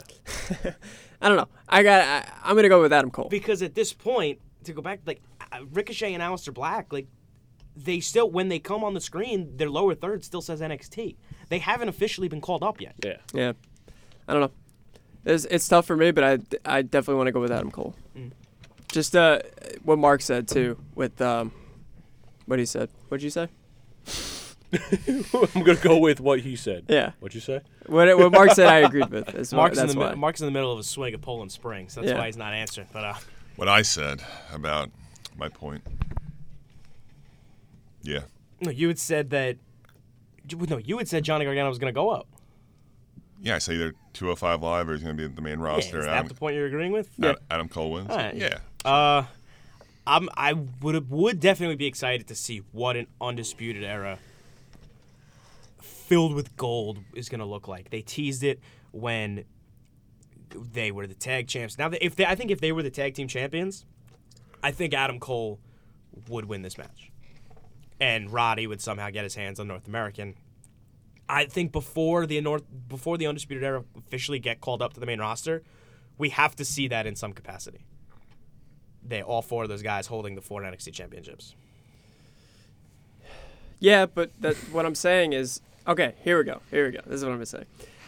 Speaker 6: I don't know. I got. I, I'm gonna go with Adam Cole.
Speaker 4: because at this point, to go back, like uh, Ricochet and Aleister Black, like they still when they come on the screen, their lower third still says NXT. They haven't officially been called up yet.
Speaker 5: Yeah.
Speaker 6: Yeah, I don't know. It's, it's tough for me, but I, I definitely want to go with Adam Cole.
Speaker 4: Mm.
Speaker 6: Just uh, what Mark said too. With um, what he said. What'd you say?
Speaker 5: I'm gonna go with what he said.
Speaker 6: Yeah.
Speaker 5: What'd you say?
Speaker 6: What what Mark said, I agreed with. That's why-
Speaker 4: Mark's in
Speaker 6: that's
Speaker 4: the
Speaker 6: why.
Speaker 4: mi- Mark's in the middle of a swing of Poland Spring, so that's
Speaker 6: Yeah.
Speaker 4: why he's not answering. But uh,
Speaker 7: What I said about my point. Yeah.
Speaker 4: no, you had said that. you- No, you had said Johnny Gargano was going to go up.
Speaker 7: yeah, I say either 205 Live or he's going to be at the main roster.
Speaker 4: is that
Speaker 7: Adam,
Speaker 4: the point you're agreeing with?
Speaker 7: Adam, Adam Cole wins.
Speaker 4: right.
Speaker 7: Yeah.
Speaker 4: Uh, I'm, I would would definitely be excited to see what an undisputed era filled with gold is going to look like. They teased it when they were the tag champs. Now, if they, I think if they were the tag team champions, I think Adam Cole would win this match, and Roddy would somehow get his hands on North American. I think before the North, before the undisputed era officially get called up to the main roster, we have to see that in some capacity they all four of those guys holding the four NXT championships.
Speaker 6: Yeah, but that, what I'm saying is, okay, here we go. Here we go. This is what I'm going to say.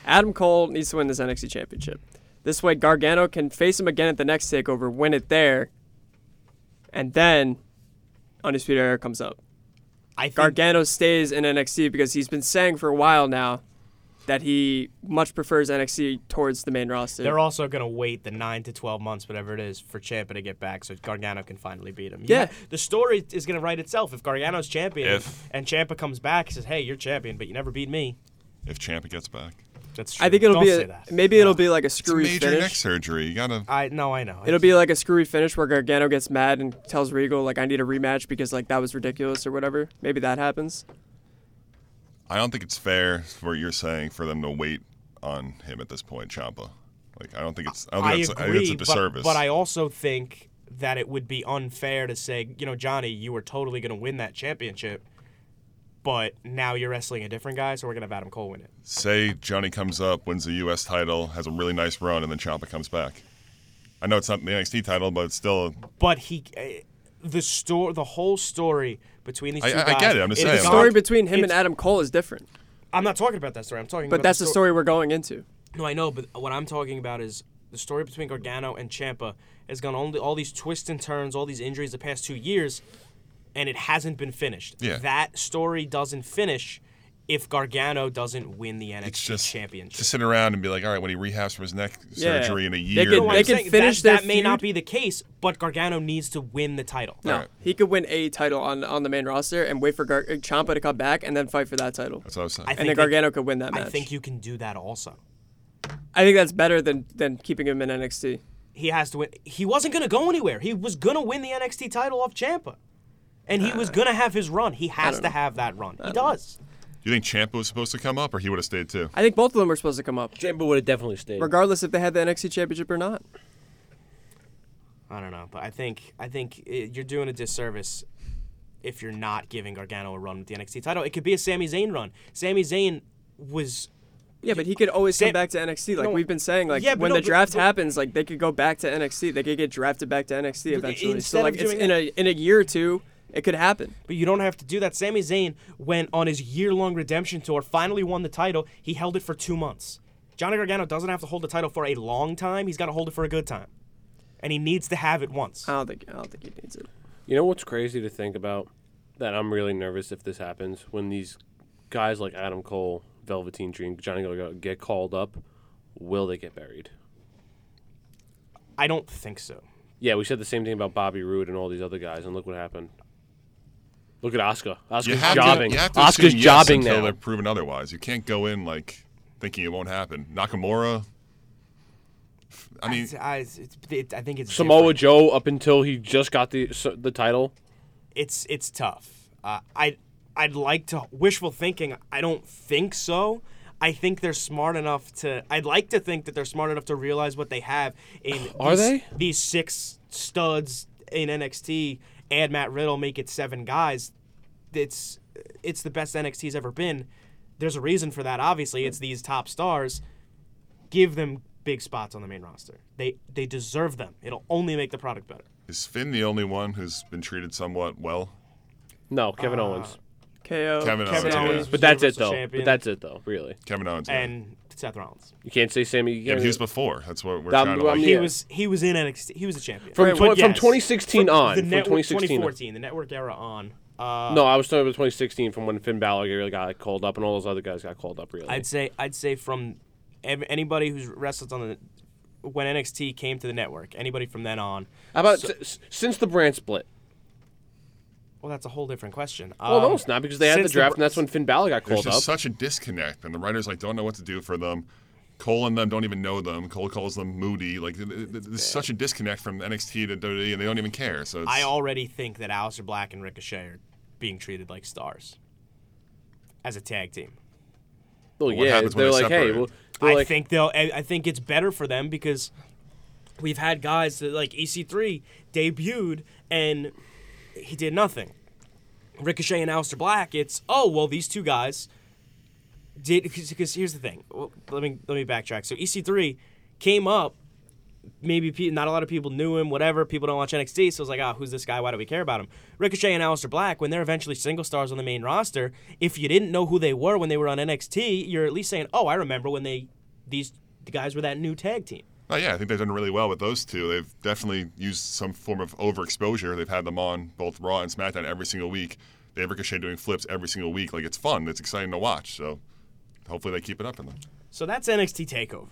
Speaker 6: Adam Cole needs to win this NXT championship. This way, Gargano can face him again at the next takeover, win it there, and then Undisputed Era comes up.
Speaker 4: I think
Speaker 6: Gargano stays in NXT because he's been saying for a while now that he much prefers NXT towards the main roster.
Speaker 4: they're also gonna wait the nine to twelve months, whatever it is, for Champa to get back, so Gargano can finally beat him. You
Speaker 6: Yeah.
Speaker 4: know, the story is gonna write itself if Gargano's champion
Speaker 7: If.
Speaker 4: and Champa comes back and says, "Hey, you're champion, but you never beat me."
Speaker 7: If Champa gets back,
Speaker 4: That's true.
Speaker 6: I think it'll
Speaker 4: Don't
Speaker 6: be
Speaker 4: say
Speaker 6: a,
Speaker 4: that.
Speaker 6: maybe it'll be like a
Speaker 7: it's a
Speaker 6: screwy
Speaker 7: major
Speaker 6: finish.
Speaker 7: neck surgery. You got to.
Speaker 4: I no, I know.
Speaker 6: It'll be like a screwy finish where Gargano gets mad and tells Regal like I need a rematch because like that was ridiculous or whatever. Maybe that happens.
Speaker 7: I don't think it's fair for what you're saying for them to wait on him at this point, Champa. Like I don't think it's. I don't
Speaker 4: I
Speaker 7: think,
Speaker 4: agree,
Speaker 7: it's, I think it's a
Speaker 4: but-
Speaker 7: disservice.
Speaker 4: But, I also think that it would be unfair to say, you know, Johnny, you were totally gonna win that championship, but now you're wrestling a different guy, so we're gonna have Adam Cole win it.
Speaker 7: Say Johnny comes up, wins the U.S. title, has a really nice run, and then Champa comes back. I know it's not the NXT title, but it's still.
Speaker 4: but he uh, the store the whole story between these
Speaker 7: I-
Speaker 4: two
Speaker 7: I- I
Speaker 4: guys.
Speaker 7: get it, I'm just
Speaker 4: is
Speaker 7: saying,
Speaker 6: The
Speaker 7: like-
Speaker 4: gone-
Speaker 6: story between him and
Speaker 4: Uh, it's-
Speaker 6: Adam Cole is different,
Speaker 4: I'm not talking about that story. I'm talking.
Speaker 6: but
Speaker 4: about
Speaker 6: that's
Speaker 4: the
Speaker 6: the
Speaker 4: sto-
Speaker 6: story we're going into.
Speaker 4: No, I know, but what I'm talking about is the story between Gargano and Champa has gone only all these twists and turns, all these injuries the past two years, and it hasn't been finished.
Speaker 7: Yeah.
Speaker 4: That story doesn't finish if Gargano doesn't win the NXT
Speaker 7: It's just
Speaker 4: championship.
Speaker 7: to sit around and be like, all right, when he rehabs from his neck
Speaker 6: Yeah.
Speaker 7: surgery in a
Speaker 6: They
Speaker 7: year,
Speaker 6: could-
Speaker 4: No,
Speaker 7: maybe-
Speaker 4: I'm
Speaker 6: they could
Speaker 4: saying
Speaker 6: finish
Speaker 4: that,
Speaker 6: their
Speaker 4: that may not
Speaker 6: feud.
Speaker 4: be the case, but Gargano needs to win the title.
Speaker 6: No,
Speaker 7: Alright.
Speaker 6: he could win a title on on the main roster and wait for Gar- uh, Ciampa to come back and then fight for that title,
Speaker 7: That's what I was saying.
Speaker 4: I
Speaker 6: and
Speaker 4: think
Speaker 6: then
Speaker 4: they-
Speaker 6: Gargano could win that match.
Speaker 4: I think you can do that also.
Speaker 6: I think that's better than than keeping him in NXT.
Speaker 4: he has to win. He wasn't going to go anywhere. He was going to win the NXT title off Champa, and he was going to have his run. He has to have that run. He does.
Speaker 7: Do you think Champa was supposed to come up, or he would have stayed too?
Speaker 6: I think both of them were supposed to come up,
Speaker 5: Chamber would have definitely stayed.
Speaker 6: regardless if they had the NXT championship or not.
Speaker 4: I don't know, but I think I think i you're doing a disservice if you're not giving Gargano a run with the NXT title. It could be a Sami Zayn run. Sami Zayn was
Speaker 6: Yeah, but he could always
Speaker 4: Sam-
Speaker 6: come back to NXT, like
Speaker 4: No,
Speaker 6: we've been saying. Like
Speaker 4: yeah, but
Speaker 6: when
Speaker 4: no,
Speaker 6: the
Speaker 4: but-
Speaker 6: draft
Speaker 4: but-
Speaker 6: happens, like they could go back to NXT. They could get drafted back to NXT eventually.
Speaker 4: instead
Speaker 6: So
Speaker 4: of
Speaker 6: like it's
Speaker 4: doing
Speaker 6: in a in a year or two, it could happen.
Speaker 4: But you don't have to do that. Sami Zayn went on his year long redemption tour, finally won the title. He held it for two months. Johnny Gargano doesn't have to hold the title for a long time. He's got to hold it for a good time. And he needs to have it once.
Speaker 6: I don't think I don't think he needs it.
Speaker 5: You know what's crazy to think about? That I'm really nervous if this happens when these guys like Adam Cole, Velveteen Dream, Johnny Gargano get called up. Will they get buried?
Speaker 4: I don't think so.
Speaker 5: Yeah, we said the same thing about Bobby Roode and all these other guys, and look what happened. Look at Oscar.
Speaker 7: You
Speaker 5: Oscar's
Speaker 7: have
Speaker 5: jobbing.
Speaker 7: to. You have to
Speaker 5: Oscar's
Speaker 7: assume yes
Speaker 5: jobbing
Speaker 7: until
Speaker 5: now.
Speaker 7: they're proven otherwise. You can't go in like thinking it won't happen. Nakamura. I mean,
Speaker 4: It's- I, it's, it, I think it's
Speaker 5: Samoa
Speaker 4: different.
Speaker 5: Joe up until he just got the so- the title.
Speaker 4: It's it's tough. Uh, I I'd like to wishful thinking. I don't think so. I think they're smart enough to. I'd like to think that they're smart enough to realize what they have in.
Speaker 5: Are
Speaker 4: these,
Speaker 5: they?
Speaker 4: these six studs in NXT? Add Matt Riddle, make it seven guys. It's it's the best NXT's ever been. There's a reason for that. Obviously, it's these top stars. Give them big spots on the main roster. They they deserve them. It'll only make the product better.
Speaker 7: is Finn the only one who's been treated somewhat well?
Speaker 5: No, Kevin Owens.
Speaker 6: KO.
Speaker 7: Kevin,
Speaker 4: Kevin
Speaker 7: Owens.
Speaker 4: Owens.
Speaker 7: Yeah.
Speaker 5: But that's it
Speaker 4: Universal
Speaker 5: though.
Speaker 4: Champion.
Speaker 5: But that's it though. Really,
Speaker 7: Kevin Owens. yeah.
Speaker 4: and Seth Rollins.
Speaker 5: you can't say Sammy.
Speaker 7: yeah, but he was before. That's what we're
Speaker 5: That-
Speaker 7: trying to
Speaker 5: well, I
Speaker 7: like.
Speaker 5: mean,
Speaker 4: He
Speaker 5: Yeah.
Speaker 4: was he was in NXT. He was a champion.
Speaker 5: From
Speaker 4: But
Speaker 5: twen- from
Speaker 4: yes.
Speaker 5: 2016 on,
Speaker 4: The
Speaker 5: from
Speaker 4: network,
Speaker 5: 2016 on.
Speaker 4: 2014, the network era on. Uh,
Speaker 5: No, I was talking about 2016 from when Finn Balor really got called up and all those other guys got called up. Really,
Speaker 4: I'd say I'd say from ev- anybody who's wrestled on the when NXT came to the network, anybody from then on.
Speaker 5: how about s- s- since the brand split?
Speaker 4: Well, that's a whole different question.
Speaker 5: Well,
Speaker 4: Um,
Speaker 5: no, it's not because they had the
Speaker 4: since br-
Speaker 5: draft, and that's when Finn Balor got
Speaker 7: There's
Speaker 5: called
Speaker 7: just
Speaker 5: up.
Speaker 7: such a disconnect, and the writers like don't know what to do for them. Cole and them don't even know them. Cole calls them moody. Like th- th- th- there's such a disconnect from NXT to WWE, and they don't even care. So it's,
Speaker 4: I already think that Alistair Black and Ricochet are being treated like stars as a tag team.
Speaker 5: Well,
Speaker 7: what
Speaker 5: yeah,
Speaker 7: happens when
Speaker 5: they're
Speaker 7: they
Speaker 5: like, hey,
Speaker 7: separate?
Speaker 5: well, they're
Speaker 4: I
Speaker 5: like,
Speaker 4: think they'll. I I think it's better for them because we've had guys that like EC3 debuted and he did nothing. Ricochet and Aleister Black. It's oh well, these two guys did because here's the thing. Well, Let me let me backtrack. So EC3 came up. Maybe pe- not a lot of people knew him. Whatever. People don't watch NXT, so it's like, ah, who's this guy? Why do we care about him? Ricochet and Aleister Black, when they're eventually single stars on the main roster, if you didn't know who they were when they were on NXT, you're at least saying, oh, I remember when they these guys were that new tag team.
Speaker 7: Oh, yeah, I think they've done really well with those two. They've definitely used some form of overexposure. They've had them on both Raw and SmackDown every single week. They have Ricochet doing flips every single week. Like it's fun. It's exciting to watch. So hopefully they keep it up in them.
Speaker 4: So that's NXT Takeover.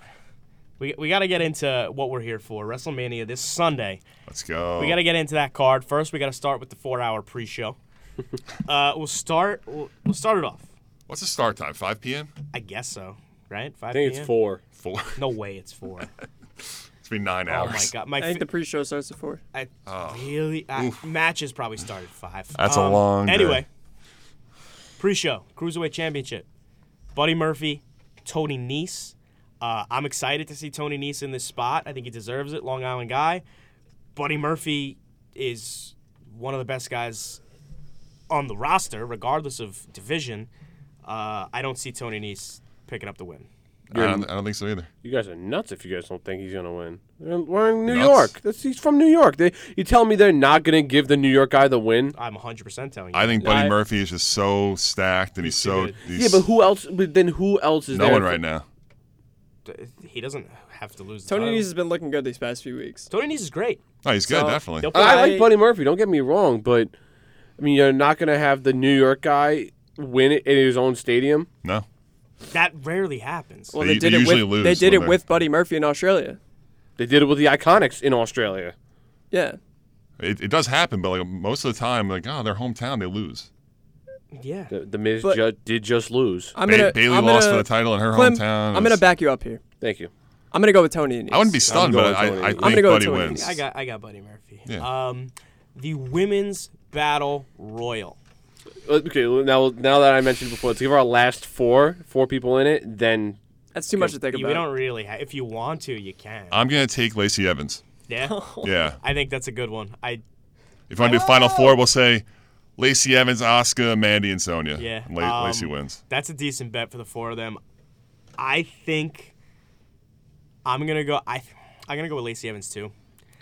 Speaker 4: We, we got to get into what we're here for WrestleMania this Sunday.
Speaker 7: Let's go.
Speaker 4: We got to get into that card first. We got to start with the four-hour pre-show. uh, we'll start. We'll, we'll start it off.
Speaker 7: What's the start time? 5 p.m.
Speaker 4: I guess so. Right? Five
Speaker 5: I think it's
Speaker 4: PM?
Speaker 5: four.
Speaker 7: Four.
Speaker 4: No way, it's four.
Speaker 7: it's been nine
Speaker 4: oh my
Speaker 7: hours.
Speaker 4: god, my
Speaker 6: I think
Speaker 4: fi-
Speaker 6: the pre-show starts at four.
Speaker 4: I really I, matches probably started five.
Speaker 7: Oh.
Speaker 4: Um,
Speaker 7: That's a long day.
Speaker 4: Anyway, pre-show cruiserweight championship. Buddy Murphy, Tony Nese. Uh, I'm excited to see Tony Nese in this spot. I think he deserves it. Long Island guy. Buddy Murphy is one of the best guys on the roster, regardless of division. Uh, I don't see Tony Nese picking up the win.
Speaker 7: I don't, I don't think so either.
Speaker 5: You guys are nuts if you guys don't think he's gonna win. They're- We're in New
Speaker 7: Nuts.
Speaker 5: York. That's, he's from New York. They, you tell me they're not gonna give the New York guy the win?
Speaker 4: I'm 100% telling you.
Speaker 7: I think Buddy
Speaker 5: I-
Speaker 7: Murphy is just so stacked and he's so. He's
Speaker 5: Yeah, but who else? But then who else is
Speaker 7: No
Speaker 5: there?
Speaker 7: one
Speaker 5: for-
Speaker 7: right now.
Speaker 4: he doesn't have to lose. The
Speaker 6: Tony
Speaker 4: title.
Speaker 6: Nese has been looking good these past few weeks.
Speaker 4: Tony Nese is great.
Speaker 7: No, he's good,
Speaker 6: So-
Speaker 7: definitely.
Speaker 4: Nope.
Speaker 5: I,
Speaker 6: I-
Speaker 5: like Buddy Murphy. Don't get me wrong, but I mean, you're not gonna have the New York guy win it in his own stadium.
Speaker 7: No.
Speaker 4: That rarely happens.
Speaker 6: Well, they,
Speaker 7: They- they
Speaker 6: did it
Speaker 7: usually
Speaker 6: with
Speaker 7: lose
Speaker 6: they did
Speaker 7: when
Speaker 6: it
Speaker 7: they're-
Speaker 6: with Buddy Murphy in Australia.
Speaker 5: They did it with the Iconics in Australia.
Speaker 6: Yeah,
Speaker 7: It, it does happen, but like most of the time, like, oh, their hometown, they lose.
Speaker 4: yeah.
Speaker 5: The, the Miz
Speaker 6: But-
Speaker 5: ju- did just lose.
Speaker 6: I'm
Speaker 7: Ba-
Speaker 6: gonna
Speaker 7: Bailey
Speaker 6: I'm
Speaker 7: lost
Speaker 6: gonna-
Speaker 7: for the title in her
Speaker 6: Clem,
Speaker 7: hometown.
Speaker 6: I'm gonna
Speaker 7: It's-
Speaker 6: back you up here.
Speaker 5: Thank you.
Speaker 6: I'm gonna go with Tony Nese.
Speaker 7: I wouldn't be stunned,
Speaker 5: going
Speaker 7: but I,
Speaker 5: with Tony.
Speaker 7: I
Speaker 5: I'm
Speaker 7: think
Speaker 6: gonna go with
Speaker 7: Buddy
Speaker 6: Tony.
Speaker 7: wins.
Speaker 4: I got I got Buddy Murphy.
Speaker 7: Yeah.
Speaker 4: Um, the women's battle royal.
Speaker 5: Okay, well, now now that I mentioned before, let's give our last four four people in it. Then
Speaker 6: That's too much to think
Speaker 4: You,
Speaker 6: about.
Speaker 4: we don't really. Ha- if you want to, you can.
Speaker 7: I'm gonna take Lacey Evans.
Speaker 4: yeah.
Speaker 7: Yeah.
Speaker 4: I think that's a good one. I
Speaker 7: If
Speaker 6: Oh!
Speaker 7: I do Final Four, we'll say Lacey Evans, Oscar, Mandy, and Sonia.
Speaker 4: Yeah,
Speaker 7: La-
Speaker 4: um,
Speaker 7: Lacey wins.
Speaker 4: that's a decent bet for the four of them. I think I'm gonna go. I I'm gonna go with Lacey Evans too.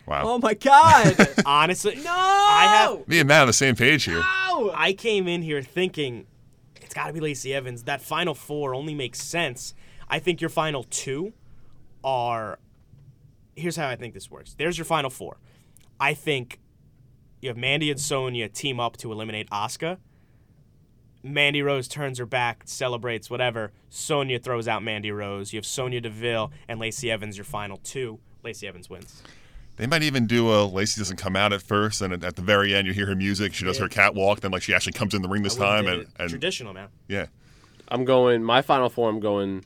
Speaker 7: Wow.
Speaker 6: Oh my God!
Speaker 4: Honestly, no.
Speaker 6: I
Speaker 4: have-
Speaker 7: Me and Matt on the same page here.
Speaker 4: I came in here thinking it's got to be Lacey Evans. That final four only makes sense. I think your final two are. Here's how I think this works. There's your final four. I think you have Mandy and Sonya team up to eliminate Asuka. Mandy Rose turns her back, celebrates, whatever. Sonya throws out Mandy Rose. You have Sonya Deville and Lacey Evans, your final two. Lacey Evans wins.
Speaker 7: They might even do a Lacey doesn't come out at first, and at, at the very end, you hear her music. She does her catwalk, then like she actually comes in the ring this time, and, and
Speaker 4: Traditional, man.
Speaker 7: yeah,
Speaker 5: I'm going my final four. I'm going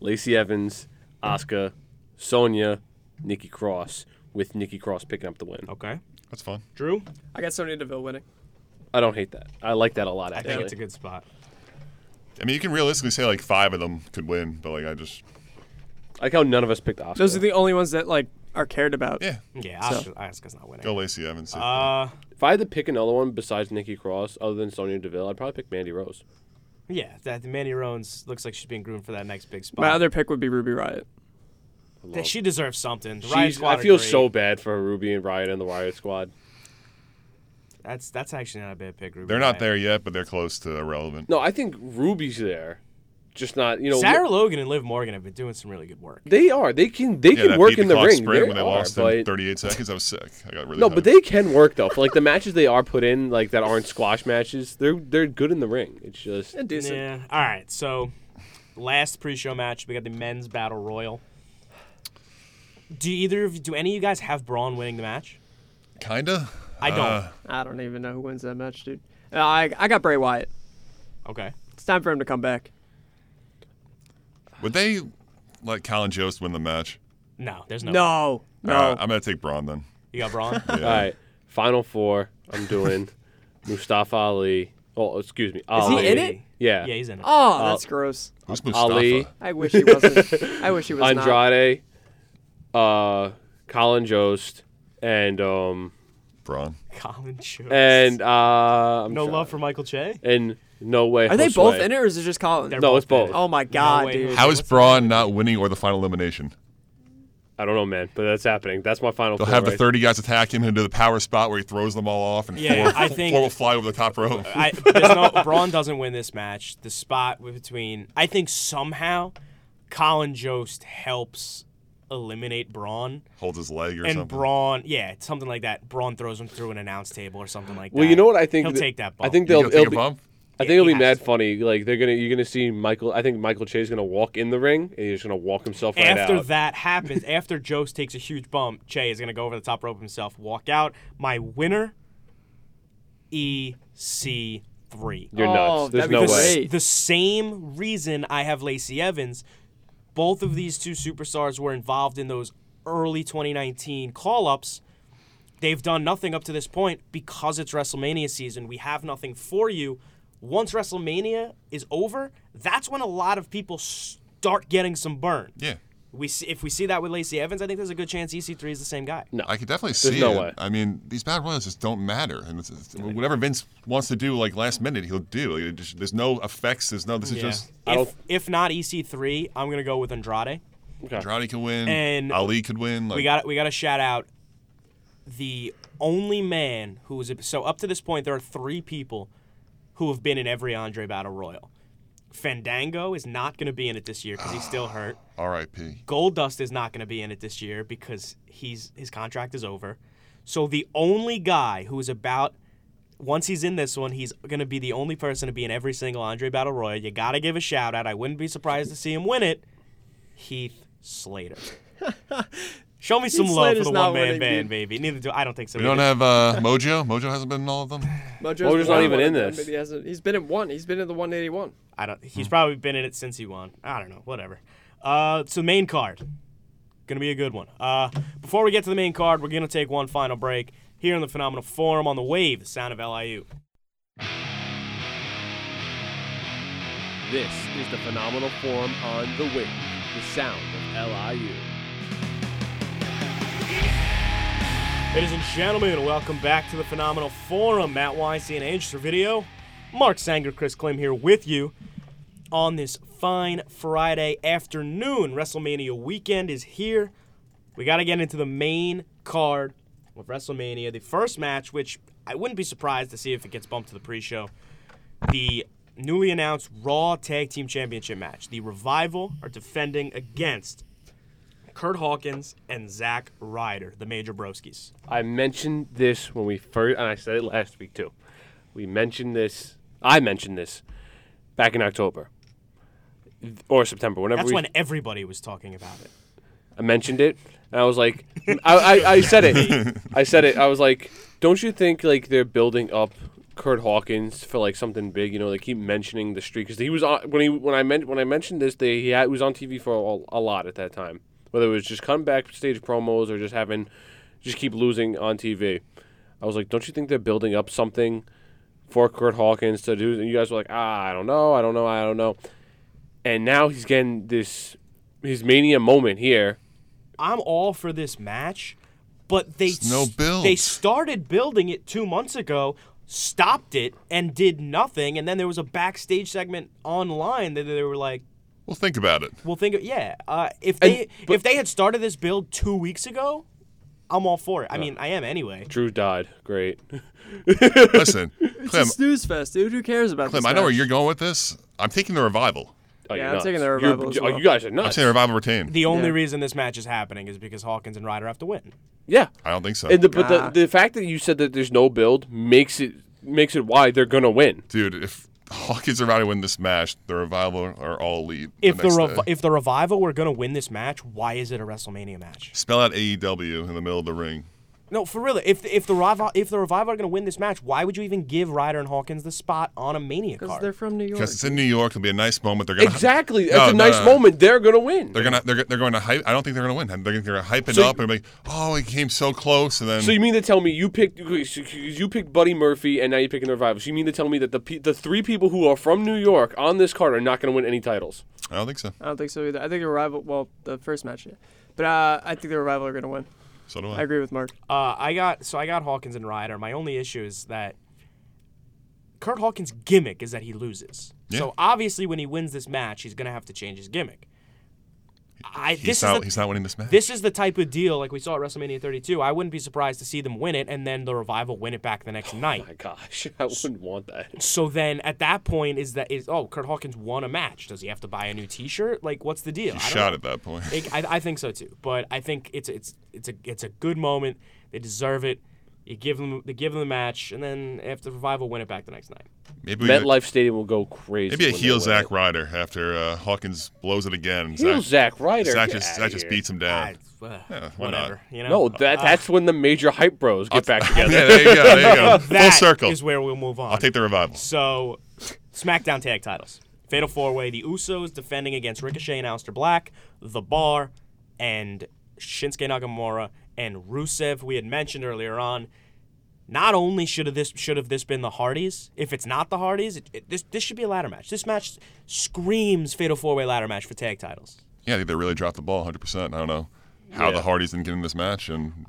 Speaker 5: Lacey Evans, Asuka, Sonya, Nikki Cross. With Nikki Cross picking up the win.
Speaker 4: Okay.
Speaker 7: that's fun.
Speaker 4: Drew,
Speaker 6: I got Sonya Deville winning.
Speaker 5: I don't hate that. I like that a lot.
Speaker 4: I
Speaker 5: Actually,
Speaker 4: think it's a good spot.
Speaker 7: I mean, you can realistically say like five of them could win, but like I just
Speaker 5: I like how none of us picked Asuka.
Speaker 6: Those are the only ones that like are cared about.
Speaker 7: yeah,
Speaker 4: Yeah,
Speaker 6: So-
Speaker 4: Asuka, Asuka's not winning.
Speaker 7: go Lacey Evans.
Speaker 4: Uh,
Speaker 5: if I had to pick another one besides Nikki Cross, other than Sonya Deville, I'd probably pick Mandy Rose.
Speaker 4: yeah, that Mandy Rhodes looks like she's being groomed for that next big spot.
Speaker 6: My other pick would be Ruby Riot.
Speaker 4: That- she deserves something. The Riot
Speaker 5: She's,
Speaker 4: Squad
Speaker 5: I
Speaker 4: are
Speaker 5: feel
Speaker 4: great.
Speaker 5: so bad for Ruby and Riot and the Riot Squad.
Speaker 4: That's that's actually not a bad pick. Ruby
Speaker 7: they're not
Speaker 4: Riott.
Speaker 7: there yet, but they're close to irrelevant.
Speaker 5: No, I think Ruby's there, just not you know.
Speaker 4: Sarah Logan and Liv Morgan have been doing some really good work.
Speaker 5: They are. They can. They
Speaker 7: yeah,
Speaker 5: can
Speaker 7: that
Speaker 5: work
Speaker 7: beat
Speaker 5: in
Speaker 7: the,
Speaker 5: the,
Speaker 7: clock
Speaker 5: ring.
Speaker 7: sprint
Speaker 5: They
Speaker 7: when they
Speaker 5: are,
Speaker 7: lost
Speaker 5: but-
Speaker 7: in 38 seconds. I was sick. I got really
Speaker 5: No, but
Speaker 7: tired.
Speaker 5: they can work though. For like the matches they are put in, like that aren't squash matches, they're they're good in the ring. It's just
Speaker 6: Yeah, decent.
Speaker 4: Yeah. All right. So, last pre-show match, we got the men's battle royal. Do either of do any of you guys have Braun winning the match?
Speaker 7: kinda.
Speaker 4: I don't.
Speaker 7: Uh,
Speaker 6: I don't even know who wins that match, dude. Uh, I I got Bray Wyatt.
Speaker 4: okay.
Speaker 6: It's time for him to come back.
Speaker 7: Would they let Colin Jost win the match.
Speaker 4: No, there's no.
Speaker 6: No, no.
Speaker 7: Uh, I'm gonna take Braun then.
Speaker 4: You got Braun?
Speaker 5: All right, final four. I'm doing Mustafa Ali. Oh, excuse me. Ali.
Speaker 6: he in it?
Speaker 5: Yeah.
Speaker 4: Yeah, he's in it.
Speaker 6: oh, that's gross.
Speaker 7: Who's Mustafa?
Speaker 5: Ali,
Speaker 6: I wish he wasn't. I wish he was not.
Speaker 5: Andrade, uh, Colin Jost, and um,
Speaker 7: Braun.
Speaker 4: Colin Jost.
Speaker 5: and uh, I'm
Speaker 4: no
Speaker 5: try-
Speaker 4: love for Michael Che?
Speaker 5: and no way.
Speaker 6: Are they
Speaker 5: Jose.
Speaker 6: both in it, or is it just Colin?
Speaker 4: They're
Speaker 5: No, it's
Speaker 4: both in
Speaker 5: both.
Speaker 6: Oh my god,
Speaker 4: way.
Speaker 6: dude.
Speaker 7: How is Braun not winning or the final elimination?
Speaker 5: I don't know, man, but that's happening. That's my final.
Speaker 7: They'll
Speaker 5: four
Speaker 7: have the
Speaker 5: right
Speaker 7: 30 guys attack him into the power spot where he throws them all off, and
Speaker 4: Yeah,
Speaker 7: four,
Speaker 4: I think-
Speaker 7: four will fly over the top rope.
Speaker 4: I, there's no, Braun doesn't win this match. The spot between, I think somehow, Colin Jost helps eliminate Braun,
Speaker 7: Holds his leg or
Speaker 4: and
Speaker 7: something.
Speaker 4: Braun, yeah, something like that. Braun throws him through an announce table or something like that.
Speaker 5: Well, you know what I think.
Speaker 4: He'll
Speaker 5: th-
Speaker 4: take that bump.
Speaker 5: I think
Speaker 7: You
Speaker 5: they'll.
Speaker 7: gonna take
Speaker 5: it'll
Speaker 7: a
Speaker 5: be,
Speaker 7: bump?
Speaker 5: I think it'll
Speaker 4: he
Speaker 5: be
Speaker 4: has
Speaker 5: mad
Speaker 4: to.
Speaker 5: funny. Like they're gonna. You're gonna see Michael. I think Michael Che's gonna walk in the ring and he's gonna walk himself right
Speaker 4: after
Speaker 5: out.
Speaker 4: that happens, after Jost takes a huge bump, Che is gonna go over the top rope himself, walk out. My winner, EC three.
Speaker 5: You're
Speaker 6: Oh,
Speaker 5: nuts. There's
Speaker 6: that'd be
Speaker 5: no
Speaker 4: the,
Speaker 5: way.
Speaker 6: great.
Speaker 4: the same reason I have Lacey Evans. Both of these two superstars were involved in those early 2019 call ups. They've done nothing up to this point because it's WrestleMania season. We have nothing for you. Once WrestleMania is over, that's when a lot of people start getting some burn.
Speaker 7: Yeah.
Speaker 4: We see, if we see that with Lacey Evans, I think there's a good chance EC3 is the same guy.
Speaker 7: I could definitely see
Speaker 5: no
Speaker 7: it.
Speaker 5: way.
Speaker 7: I mean, these battle royals just don't matter, and it's, it's- whatever Vince wants to do, like last minute, he'll do. Like, it just, there's no effects. There's no. This is just
Speaker 5: I
Speaker 4: If,
Speaker 5: don't-
Speaker 4: if not EC3, I'm gonna go with Andrade.
Speaker 7: Andrade could win.
Speaker 4: And
Speaker 7: Ali could win. Like,
Speaker 4: we got we got to shout out the only man who was so up to this point there are three people who have been in every Andre Battle Royal. Fandango is not going to be in it this year because he's still hurt.
Speaker 7: R.I.P.
Speaker 4: Goldust is not going to be in it this year because he's his contract is over. So the only guy who is about once he's in this one, he's going to be the only person to be in every single Andre Battle Royal. You got to give a shout out. I wouldn't be surprised to see him win it. Heath Slater. Show me some love for
Speaker 6: Slater's
Speaker 4: the
Speaker 6: not
Speaker 4: one man
Speaker 6: winning,
Speaker 4: band,
Speaker 6: dude.
Speaker 4: baby. Neither do I. don't think so.
Speaker 7: We don't have uh, Mojo. Mojo hasn't been in all of them.
Speaker 6: Mojo's
Speaker 5: Mojo's not
Speaker 6: won
Speaker 5: even
Speaker 6: one
Speaker 5: in
Speaker 6: of them,
Speaker 5: this.
Speaker 6: but He hasn't, he's been in one. He's been in the 181.
Speaker 4: I don't. He's probably been in it since he won. I don't know. Whatever. Uh, so main card, gonna be a good one. Uh, before we get to the main card, we're gonna take one final break here in the Phenomenal Forum on the Wave, the sound of LIU.
Speaker 5: This is the phenomenal form on the wave, the sound of LIU.
Speaker 4: Ladies and gentlemen, welcome back to the Phenomenal Forum. Matt Weinstein, Angels for Video, Mark Sanger, Chris Klim here with you on this fine Friday afternoon. WrestleMania weekend is here. We got to get into the main card of WrestleMania. The first match, which I wouldn't be surprised to see if it gets bumped to the pre show, the newly announced Raw Tag Team Championship match. The Revival are defending against Kurt Hawkins and Zack Ryder, the Major Broskis.
Speaker 5: I mentioned this when we first, and I said it last week too. We mentioned this. I mentioned this back in October or September, whenever
Speaker 4: That's
Speaker 5: we
Speaker 4: when everybody was talking about it.
Speaker 5: I mentioned it, and I was like, I, I, I said it, I said it. I was like, don't you think like they're building up Kurt Hawkins for like something big? You know, they keep mentioning the streak because he was on when he when I meant when I mentioned this, they he had, was on TV for a, a lot at that time, whether it was just comeback stage promos or just having just keep losing on TV. I was like, don't you think they're building up something for Kurt Hawkins to do? And you guys were like, ah, I don't know, I don't know, I don't know. And now he's getting this his mania moment here.
Speaker 4: I'm all for this match, but they
Speaker 7: no
Speaker 4: s-
Speaker 7: build.
Speaker 4: they started building it two months ago, stopped it, and did nothing. And then there was a backstage segment online that they were like,
Speaker 7: Well, think about it.
Speaker 4: "Well, think, of, yeah, uh, if they
Speaker 5: but-
Speaker 4: if they had started this build two weeks ago, I'm all for it. I mean, I am anyway.
Speaker 5: Drew died. Great.
Speaker 7: Listen, Clem,
Speaker 6: Snooze fest, dude. Who cares about
Speaker 7: Um, Clem,
Speaker 6: this
Speaker 7: I know where
Speaker 6: match?
Speaker 7: you're going with this. I'm taking the revival.
Speaker 5: Oh, you're
Speaker 6: I'm
Speaker 5: nuts.
Speaker 6: taking the
Speaker 5: You're-
Speaker 6: revival as
Speaker 5: oh,
Speaker 6: well.
Speaker 5: You guys are
Speaker 7: I'm
Speaker 5: nuts.
Speaker 7: saying revival retain.
Speaker 4: The only
Speaker 6: Yeah.
Speaker 4: reason this match is happening is because Hawkins and Ryder have to win.
Speaker 5: yeah.
Speaker 7: I don't think so.
Speaker 5: And the, but
Speaker 6: Nah.
Speaker 5: the, the fact that you said that there's no build makes it makes it why they're gonna win.
Speaker 7: Dude, if Hawkins and Ryder win this match, the revival are all elite.
Speaker 4: If the,
Speaker 7: next
Speaker 4: rev-
Speaker 7: day.
Speaker 4: if the revival were gonna win this match, why is it a WrestleMania match?
Speaker 7: E Spell out AEW in the middle of the ring.
Speaker 4: No, for real. If if the revival if the revival are going to win this match, why would you even give Ryder and Hawkins the spot on a Mania
Speaker 6: because
Speaker 4: card?
Speaker 6: they're from New York.
Speaker 7: Because it's in New York, it'll be a nice moment. They're gonna
Speaker 5: Exactly.
Speaker 7: No,
Speaker 5: That's a
Speaker 7: no,
Speaker 5: nice
Speaker 7: no.
Speaker 5: moment. They're gonna win.
Speaker 7: They're gonna they're, they're going to hype. I don't think they're gonna win. They're gonna, they're gonna hype it
Speaker 5: So you-
Speaker 7: up and be like, oh, it came so close, and then
Speaker 5: so you mean to tell me you picked you picked Buddy Murphy and now you're picking the Revival? So you mean to tell me that the pe- the three people who are from New York on this card are not going to win any titles?
Speaker 7: I don't think so.
Speaker 6: I don't think so either. I think the rival. Well, the first match, yeah. But uh, I think the revival are gonna win.
Speaker 7: So do I.
Speaker 6: I agree with Mark.
Speaker 4: Uh, I got so I got Hawkins and Ryder. My only issue is that Kurt Hawkins' gimmick is that he loses.
Speaker 7: Yeah.
Speaker 4: So obviously, when he wins this match, he's gonna have to change his gimmick. I
Speaker 7: He's
Speaker 4: this
Speaker 7: not,
Speaker 4: is the,
Speaker 7: he's not winning this match.
Speaker 4: this is the type of deal like we saw at WrestleMania 32. I wouldn't be surprised to see them win it and then the revival win it back the next night.
Speaker 5: My gosh, I wouldn't want that.
Speaker 4: So then at that point is that is oh Kurt Hawkins won a match. Does he have to buy a new T-shirt? Like what's the deal?
Speaker 7: He
Speaker 4: I don't
Speaker 7: shot
Speaker 4: know.
Speaker 7: at that point.
Speaker 4: It- I, I think so too. But I think it's it's it's a it's a good moment. They deserve it. You give them they give them the match, and then after revival, win it back the next night.
Speaker 7: Maybe we,
Speaker 5: MetLife Stadium will go crazy.
Speaker 7: maybe a
Speaker 5: when they
Speaker 7: heel
Speaker 5: win
Speaker 7: Zack
Speaker 5: it.
Speaker 7: Ryder after uh, Hawkins blows it again. and
Speaker 5: Heel Zack Ryder.
Speaker 7: Zack
Speaker 5: Get
Speaker 7: just
Speaker 5: outta
Speaker 7: Zack just
Speaker 5: here.
Speaker 7: beats him down.
Speaker 4: I- uh,
Speaker 7: why not?
Speaker 4: whatever. You know. Uh,
Speaker 5: No, that that's when the major hype bros get back together.
Speaker 7: yeah, there you go. There you go. Full
Speaker 4: That
Speaker 7: circle.
Speaker 4: is where we'll move on.
Speaker 7: I'll take the revival.
Speaker 4: So, SmackDown tag titles. Fatal four way. The Usos defending against Ricochet and Aleister Black, The Bar, and Shinsuke Nakamura and Rusev. We had mentioned earlier on. Not only should have this should have this been the Hardys. If it's not the Hardys, it, it- this this should be a ladder match. This match screams fatal four way ladder match for tag titles.
Speaker 7: Yeah, I think they really dropped the ball 100. percent I don't know how the Hardys didn't get in this match, and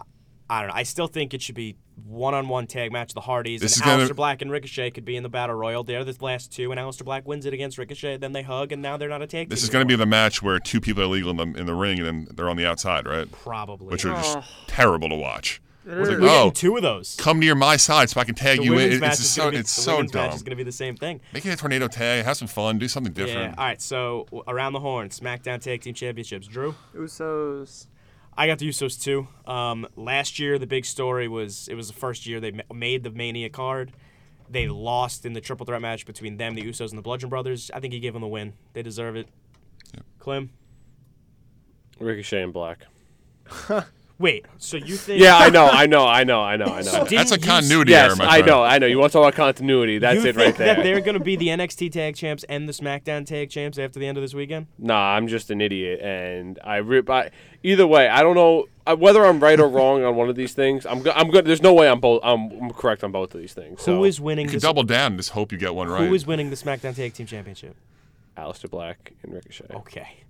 Speaker 4: I don't know. I still think it should be one on one tag match. The Hardys
Speaker 7: This
Speaker 4: and
Speaker 7: is gonna-
Speaker 4: Aleister Black and Ricochet could be in the battle royal. They're the last two, and Aleister Black wins it against Ricochet. Then they hug, and now they're not a tag.
Speaker 7: this
Speaker 4: team
Speaker 7: is going to
Speaker 4: anymore.
Speaker 7: be the match where two people are legal in the in the ring, and then they're on the outside, right?
Speaker 4: probably.
Speaker 7: Which are just terrible to watch. It's like,
Speaker 4: We're getting
Speaker 7: oh,
Speaker 4: two of those.
Speaker 7: come near my side so I can tag
Speaker 4: The
Speaker 7: you in.
Speaker 4: women's
Speaker 7: It-
Speaker 4: match
Speaker 7: It's
Speaker 4: is
Speaker 7: just so
Speaker 4: gonna be,
Speaker 7: it's
Speaker 4: the
Speaker 7: so
Speaker 4: women's match
Speaker 7: dumb.
Speaker 4: is going to be the same thing.
Speaker 7: Make it a tornado tag. Have some fun. Do something
Speaker 4: Yeah.
Speaker 7: different.
Speaker 4: All right. So w- around the horn, SmackDown Tag Team Championships. Drew,
Speaker 6: Usos.
Speaker 4: I got the Usos too. Um, last year the big story was it was the first year they ma- made the Mania card. They lost in the triple threat match between them, the Usos, and the Bludgeon Brothers. I think he gave them the win. They deserve it. Clem.
Speaker 5: Ricochet and Black.
Speaker 4: Wait. So you think?
Speaker 5: Yeah, I know, I know, I know, I know, I know.
Speaker 4: Didn't
Speaker 7: That's a
Speaker 4: you
Speaker 7: continuity error,
Speaker 5: Yes,
Speaker 7: my
Speaker 5: I
Speaker 7: friend.
Speaker 5: know, I know. You want to talk about continuity? That's
Speaker 4: you
Speaker 5: it right
Speaker 4: think
Speaker 5: there.
Speaker 4: That they're going to be the NXT Tag Champs and the SmackDown Tag Champs after the end of this weekend.
Speaker 5: nah, I'm just an idiot, and I rip. I, either way, I don't know uh, whether I'm right or wrong on one of these things. I'm go- I'm good. There's no way I'm both. I'm, I'm correct on both of these things. So,
Speaker 4: Who is winning
Speaker 7: You can
Speaker 4: this?
Speaker 7: double down and just hope you get one right.
Speaker 4: Who is winning the SmackDown Tag Team Championship?
Speaker 5: Alistair Black and Ricochet?
Speaker 4: Okay.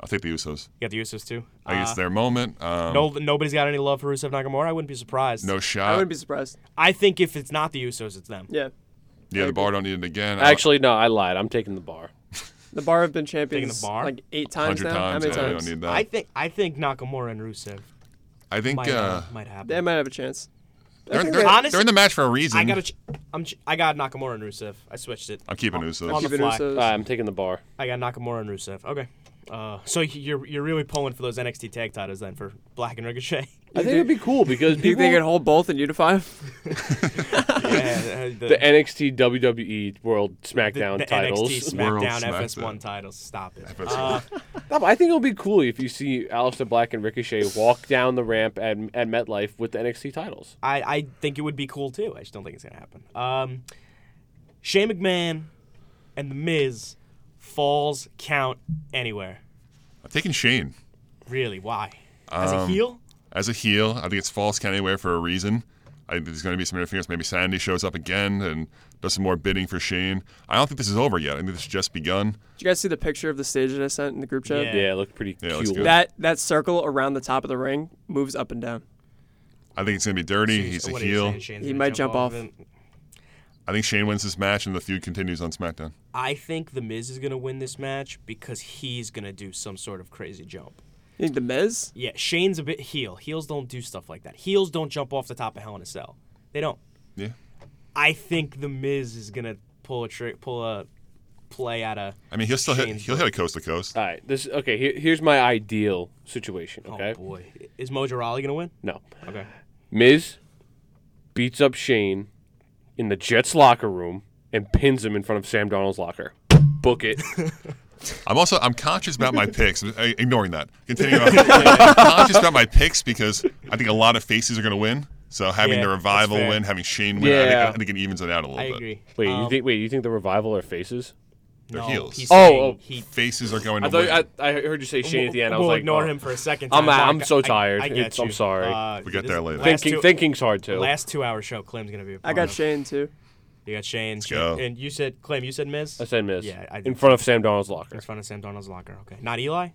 Speaker 7: I'll take the Usos.
Speaker 4: You got the Usos too. Uh,
Speaker 7: I guess their moment. Um,
Speaker 4: No, nobody's got any love for Rusev Nakamura. I wouldn't be surprised.
Speaker 7: no
Speaker 6: I
Speaker 7: shot.
Speaker 6: wouldn't be surprised.
Speaker 4: I think if it's not the Usos, it's them.
Speaker 6: Yeah,
Speaker 7: yeah, the bar don't need it again. I-
Speaker 5: Actually, no, I lied. I'm taking the bar.
Speaker 6: the bar have been
Speaker 4: Taking
Speaker 6: champions
Speaker 4: the bar?
Speaker 6: like eight times
Speaker 7: 100
Speaker 6: now. How
Speaker 7: times.
Speaker 6: many
Speaker 7: Yeah, we don't
Speaker 6: times?
Speaker 7: need that.
Speaker 4: I
Speaker 7: I,
Speaker 4: think I think Nakamura and Rusev
Speaker 7: think
Speaker 4: might
Speaker 7: uh,
Speaker 4: uh, might happen.
Speaker 6: They might have a chance.
Speaker 7: they're,
Speaker 6: think
Speaker 7: they're-
Speaker 6: that-
Speaker 4: Honestly,
Speaker 7: they're in the match for a reason.
Speaker 4: I got ch- I'm ch- I got Nakamura and Rusev. I switched it.
Speaker 7: I'm keeping
Speaker 4: on
Speaker 7: Usos.
Speaker 4: the
Speaker 6: Keep it
Speaker 4: fly.
Speaker 5: Uh,
Speaker 6: Usos.
Speaker 5: I'm taking the bar.
Speaker 4: I got Nakamura and Rusev. Okay. Uh, so you're you're really pulling for those NXT tag titles then for Black and Ricochet.
Speaker 5: I think it'd be cool because
Speaker 6: Do you
Speaker 5: people
Speaker 6: think they could hold both and unify? 'em?
Speaker 4: yeah, uh,
Speaker 5: the NXT WWE E World
Speaker 4: the-
Speaker 5: SmackDown
Speaker 4: the
Speaker 5: titles.
Speaker 4: NXT
Speaker 7: World
Speaker 4: SmackDown
Speaker 7: Smackdown.
Speaker 4: FS1 titles. Stop it.
Speaker 7: FS1.
Speaker 4: Uh,
Speaker 5: No, but Oh, I think it'll be cool if you see Alistair Black and Ricochet walk down the ramp at, at MetLife with the NXT titles.
Speaker 4: I, I think it would be cool too. I just don't think it's gonna happen. Um, Shane McMahon and The Miz falls count anywhere.
Speaker 7: I'm taking Shane
Speaker 4: Really? Why? As
Speaker 7: Um,
Speaker 4: a heel?
Speaker 7: as a heel. I think it's false count anywhere for a reason. I think there's going to be some interference. Maybe Sandy shows up again and does some more bidding for Shane. I don't think this is over yet. I think this has just begun.
Speaker 6: Did you guys see the picture of the stage that I sent in the group chat?
Speaker 4: Yeah.
Speaker 5: Yeah, it looked pretty
Speaker 7: Yeah, it looks
Speaker 5: cute.
Speaker 7: good.
Speaker 6: That that circle around the top of the ring moves up and down.
Speaker 7: I think it's going to be dirty. He's a
Speaker 4: What are you
Speaker 7: heel.
Speaker 4: saying? Shane's
Speaker 6: He
Speaker 4: gonna
Speaker 6: might jump off.
Speaker 4: of it?
Speaker 7: I think Shane wins this match and the feud continues on SmackDown.
Speaker 4: I think The Miz is gonna win this match because he's gonna do some sort of crazy jump.
Speaker 6: You think the Miz?
Speaker 4: Yeah, Shane's a bit heel. Heels don't do stuff like that. Heels don't jump off the top of Hell in a Cell. They don't.
Speaker 7: Yeah.
Speaker 4: I think The Miz is gonna pull a trick, pull a play out of.
Speaker 7: I mean, he'll still hit,
Speaker 4: Shane's
Speaker 7: he'll hit a coast to coast.
Speaker 5: All right, this okay. Here, here's my ideal situation.
Speaker 4: Oh
Speaker 5: Okay,
Speaker 4: boy, is Mojo Rawley gonna win?
Speaker 5: no,
Speaker 4: Okay.
Speaker 5: Miz beats up Shane in the Jets locker room and pins him in front of Sam Donald's locker. Book it.
Speaker 7: I'm also I'm conscious about my picks. I- Ignoring that, continue. On. I'm conscious about my picks because I think a lot of faces are going to win. So having
Speaker 4: Yeah,
Speaker 7: the
Speaker 4: that's
Speaker 7: revival
Speaker 4: fair.
Speaker 7: win, having Shane win, I,
Speaker 5: Yeah.
Speaker 7: think, I think it evens it out a little
Speaker 4: I
Speaker 7: bit.
Speaker 4: agree.
Speaker 5: Wait, you think? Wait, you think the revival are faces?
Speaker 7: They're
Speaker 4: No,
Speaker 7: heels.
Speaker 4: he's
Speaker 5: Oh,
Speaker 4: saying
Speaker 5: oh.
Speaker 4: he-
Speaker 7: Faces are going
Speaker 5: I
Speaker 7: to
Speaker 5: thought
Speaker 7: win.
Speaker 5: I, I heard you say Shane at the end. I was
Speaker 4: we'll
Speaker 5: like,
Speaker 4: ignore
Speaker 5: oh.
Speaker 4: him for a second.
Speaker 5: I'm-
Speaker 4: time.
Speaker 5: I'm
Speaker 4: I-
Speaker 5: so
Speaker 4: I-
Speaker 5: tired.
Speaker 4: I,
Speaker 5: It's-
Speaker 4: get
Speaker 5: I'm
Speaker 4: you.
Speaker 5: sorry.
Speaker 4: Uh,
Speaker 7: We get
Speaker 4: this
Speaker 7: there
Speaker 4: is-
Speaker 7: later.
Speaker 4: last
Speaker 5: Thinking,
Speaker 4: two-
Speaker 5: thinking's hard too.
Speaker 4: Last two-hour show, Clem's gonna be. A part
Speaker 6: I got
Speaker 4: of.
Speaker 6: Shane too.
Speaker 4: You got Shane.
Speaker 7: go.
Speaker 4: And you said Clem. You said Miz.
Speaker 5: I said miss.
Speaker 4: Yeah, I
Speaker 5: in front of Sam Donald's locker.
Speaker 4: In front of Sam Donald's locker. Okay, not Eli.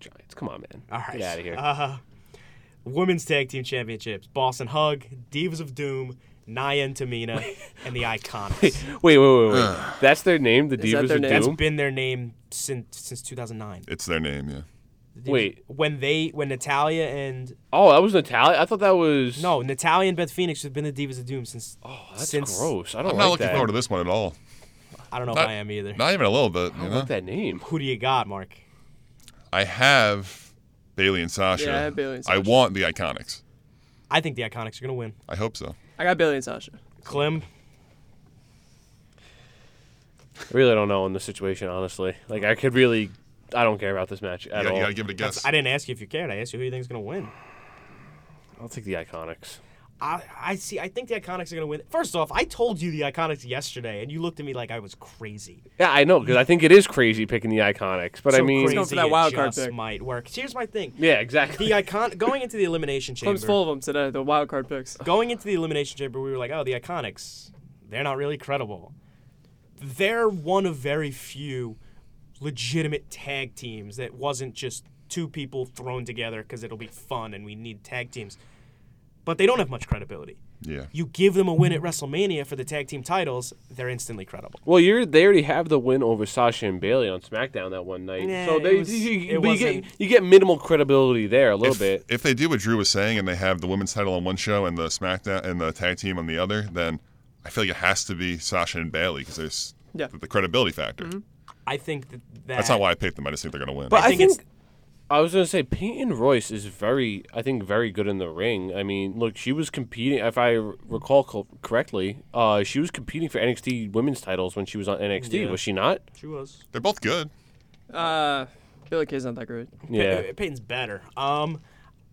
Speaker 5: Giants, come on, man.
Speaker 4: All right.
Speaker 5: get out of here.
Speaker 4: Uh, women's Tag Team Championships. Boston Hug, Divas of Doom, Nia and Tamina, and the Iconics.
Speaker 5: wait, wait, wait, wait.
Speaker 7: Uh.
Speaker 5: That's their name, the
Speaker 6: that
Speaker 5: Divas
Speaker 6: their
Speaker 5: of
Speaker 6: name?
Speaker 4: That's
Speaker 5: Doom.
Speaker 4: been their name since since 2009.
Speaker 7: it's their name, yeah.
Speaker 5: Wait.
Speaker 4: When they when Natalia and
Speaker 5: Oh, that was Natalia. I thought that was
Speaker 4: no Oh, Natalia and Beth Phoenix have been the Divas of Doom since. Oh,
Speaker 5: That's
Speaker 4: since,
Speaker 5: gross. I don't
Speaker 7: I'm
Speaker 5: like
Speaker 7: not looking
Speaker 5: that.
Speaker 7: forward to this one at all.
Speaker 4: I don't know if
Speaker 7: Not-
Speaker 4: I am either.
Speaker 7: Not even a little bit. You
Speaker 5: I don't
Speaker 7: know?
Speaker 5: like that name.
Speaker 4: Who do you got, Mark?
Speaker 7: I have Bailey and Sasha.
Speaker 6: Yeah, I have Bayley and
Speaker 7: I
Speaker 6: Sasha.
Speaker 7: want the Iconics.
Speaker 4: I think the Iconics are gonna win.
Speaker 7: I hope so.
Speaker 6: I got Bailey and Sasha.
Speaker 4: Clem,
Speaker 5: I really don't know in this situation, honestly. Like, I could really, I don't care about this match
Speaker 7: You
Speaker 5: at
Speaker 7: gotta,
Speaker 5: all.
Speaker 7: you gotta give it a guess.
Speaker 4: I didn't ask you if you cared. I asked you who you think's gonna win.
Speaker 5: I'll take the Iconics.
Speaker 4: I, I see. I think the Iconics are gonna win. First off, I told you the Iconics yesterday, and you looked at me like I was crazy.
Speaker 5: Yeah, I know because I think it is crazy picking the Iconics, but I
Speaker 4: So
Speaker 5: mean,
Speaker 4: crazy
Speaker 6: Let's go for that
Speaker 4: it
Speaker 6: wild card
Speaker 4: just
Speaker 6: pick.
Speaker 4: might work. Here's my thing:
Speaker 5: yeah, exactly.
Speaker 4: the uh, icon going into the elimination chamber.
Speaker 6: Club's full of them today. The wild card picks.
Speaker 4: Going into the elimination chamber, we were like, "Oh, the Iconics, they're not really credible. They're one of very few legitimate tag teams that wasn't just two people thrown together because it'll be fun and we need tag teams, but they don't have much credibility."
Speaker 7: yeah.
Speaker 4: You give them a win at WrestleMania for the tag team titles, they're instantly credible.
Speaker 5: well, you're they already have the win over Sasha and Bailey on SmackDown that one night,
Speaker 4: Nah,
Speaker 5: so they
Speaker 4: it was-
Speaker 5: you,
Speaker 4: it
Speaker 5: but you get
Speaker 4: wasn't-
Speaker 5: you get minimal credibility there a little
Speaker 7: if,
Speaker 5: bit.
Speaker 7: if they do what Drew was saying and they have the women's title on one show and the SmackDown and the tag team on the other, then I feel like it has to be Sasha and Bailey because there's
Speaker 6: Yeah.
Speaker 7: the, the credibility factor.
Speaker 4: I think that, that
Speaker 7: That's not why I picked them. I just think they're gonna win.
Speaker 5: But I
Speaker 4: think
Speaker 5: think,
Speaker 4: it's-
Speaker 5: I was gonna say Peyton Royce is very, I think, very good in the ring. I mean, look, she was competing, if I r- recall co- correctly, uh, she was competing for NXT Women's titles when she was on NXT.
Speaker 4: Yeah.
Speaker 5: Was she not?
Speaker 4: she was.
Speaker 7: they're both good.
Speaker 6: Uh, Billy Kay's not that great.
Speaker 5: Yeah.
Speaker 4: Pey- uh, Peyton's better. Um,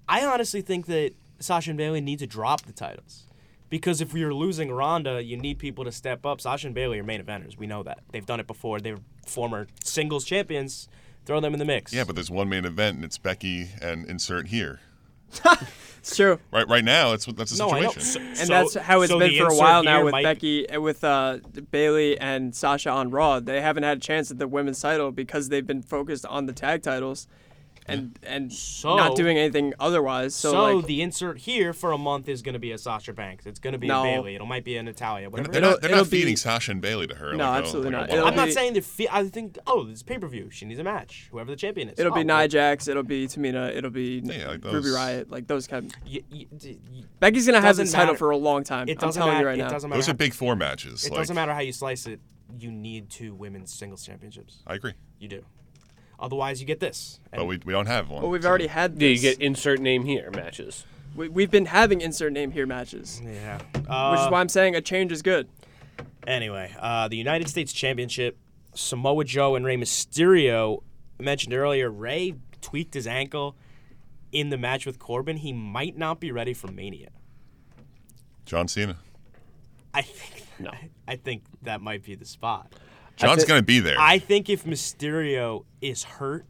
Speaker 4: I honestly think that Sasha and Bailey need to drop the titles because if you're losing Ronda, you need people to step up. Sasha and Bailey are main eventers. We know that they've done it before. They're former singles champions. Throw them in the mix.
Speaker 7: Yeah, but there's one main event and it's Becky and insert here.
Speaker 6: It's true.
Speaker 7: Right, right now, it's that's the
Speaker 4: no, I know.
Speaker 7: situation.
Speaker 4: So,
Speaker 6: And that's how it's
Speaker 4: so
Speaker 6: been
Speaker 4: the
Speaker 6: for a
Speaker 4: insert
Speaker 6: while now
Speaker 4: here
Speaker 6: with
Speaker 4: might-
Speaker 6: Becky Becky, uh, with uh, Bailey and Sasha on Raw. They haven't had a chance at the women's title because they've been focused on the tag titles, and and
Speaker 4: So-
Speaker 6: not doing anything otherwise. So,
Speaker 4: So,
Speaker 6: like,
Speaker 4: the insert here for a month is going to be a Sasha Banks. It's going to be
Speaker 6: No.
Speaker 4: a Bailey. It might be a Natalia. Whatever. it
Speaker 7: They're
Speaker 4: is.
Speaker 7: not, they're not
Speaker 6: it'll be-
Speaker 7: feeding Sasha and Bailey to her.
Speaker 6: No,
Speaker 7: like a-
Speaker 6: absolutely
Speaker 7: like a
Speaker 6: not. It'll
Speaker 7: wild
Speaker 4: I'm
Speaker 7: card.
Speaker 4: not saying that. Fe- I think oh, this is pay per view. She needs a match. Whoever the champion is.
Speaker 6: it'll be
Speaker 4: Oh,
Speaker 6: Nia Jax, it'll be Tamina, it'll be
Speaker 7: Yeah, like
Speaker 6: Ruby
Speaker 7: those-
Speaker 6: Riot, like those kind. Of,
Speaker 4: y- y- d- y-
Speaker 6: Becky's gonna have
Speaker 4: Doesn't
Speaker 6: this title
Speaker 4: matter.
Speaker 6: for a long time.
Speaker 4: It
Speaker 6: I'm
Speaker 4: doesn't
Speaker 6: telling
Speaker 4: matter.
Speaker 6: you right
Speaker 4: it
Speaker 6: now.
Speaker 4: doesn't matter.
Speaker 7: Those
Speaker 4: how-
Speaker 7: are big four matches.
Speaker 4: It
Speaker 7: like,
Speaker 4: doesn't matter how you slice it. You need two women's singles championships.
Speaker 7: I agree,
Speaker 4: You do. Otherwise, you get this. And
Speaker 7: but we, we don't have one.
Speaker 6: But we've
Speaker 7: so-
Speaker 6: already had
Speaker 5: Yeah,
Speaker 6: this.
Speaker 5: you get insert name here matches.
Speaker 6: we, we've been having insert name here matches,
Speaker 4: yeah.
Speaker 6: which
Speaker 4: Uh,
Speaker 6: is why I'm saying a change is good.
Speaker 4: anyway, uh, the United States Championship, Samoa Joe and Rey Mysterio. I mentioned earlier, Rey tweaked his ankle in the match with Corbin. He might not be ready for Mania.
Speaker 7: John Cena.
Speaker 4: I think.
Speaker 5: No.
Speaker 4: I think that might be the spot.
Speaker 7: John's
Speaker 5: thi-
Speaker 7: gonna be there.
Speaker 4: I think if Mysterio is hurt,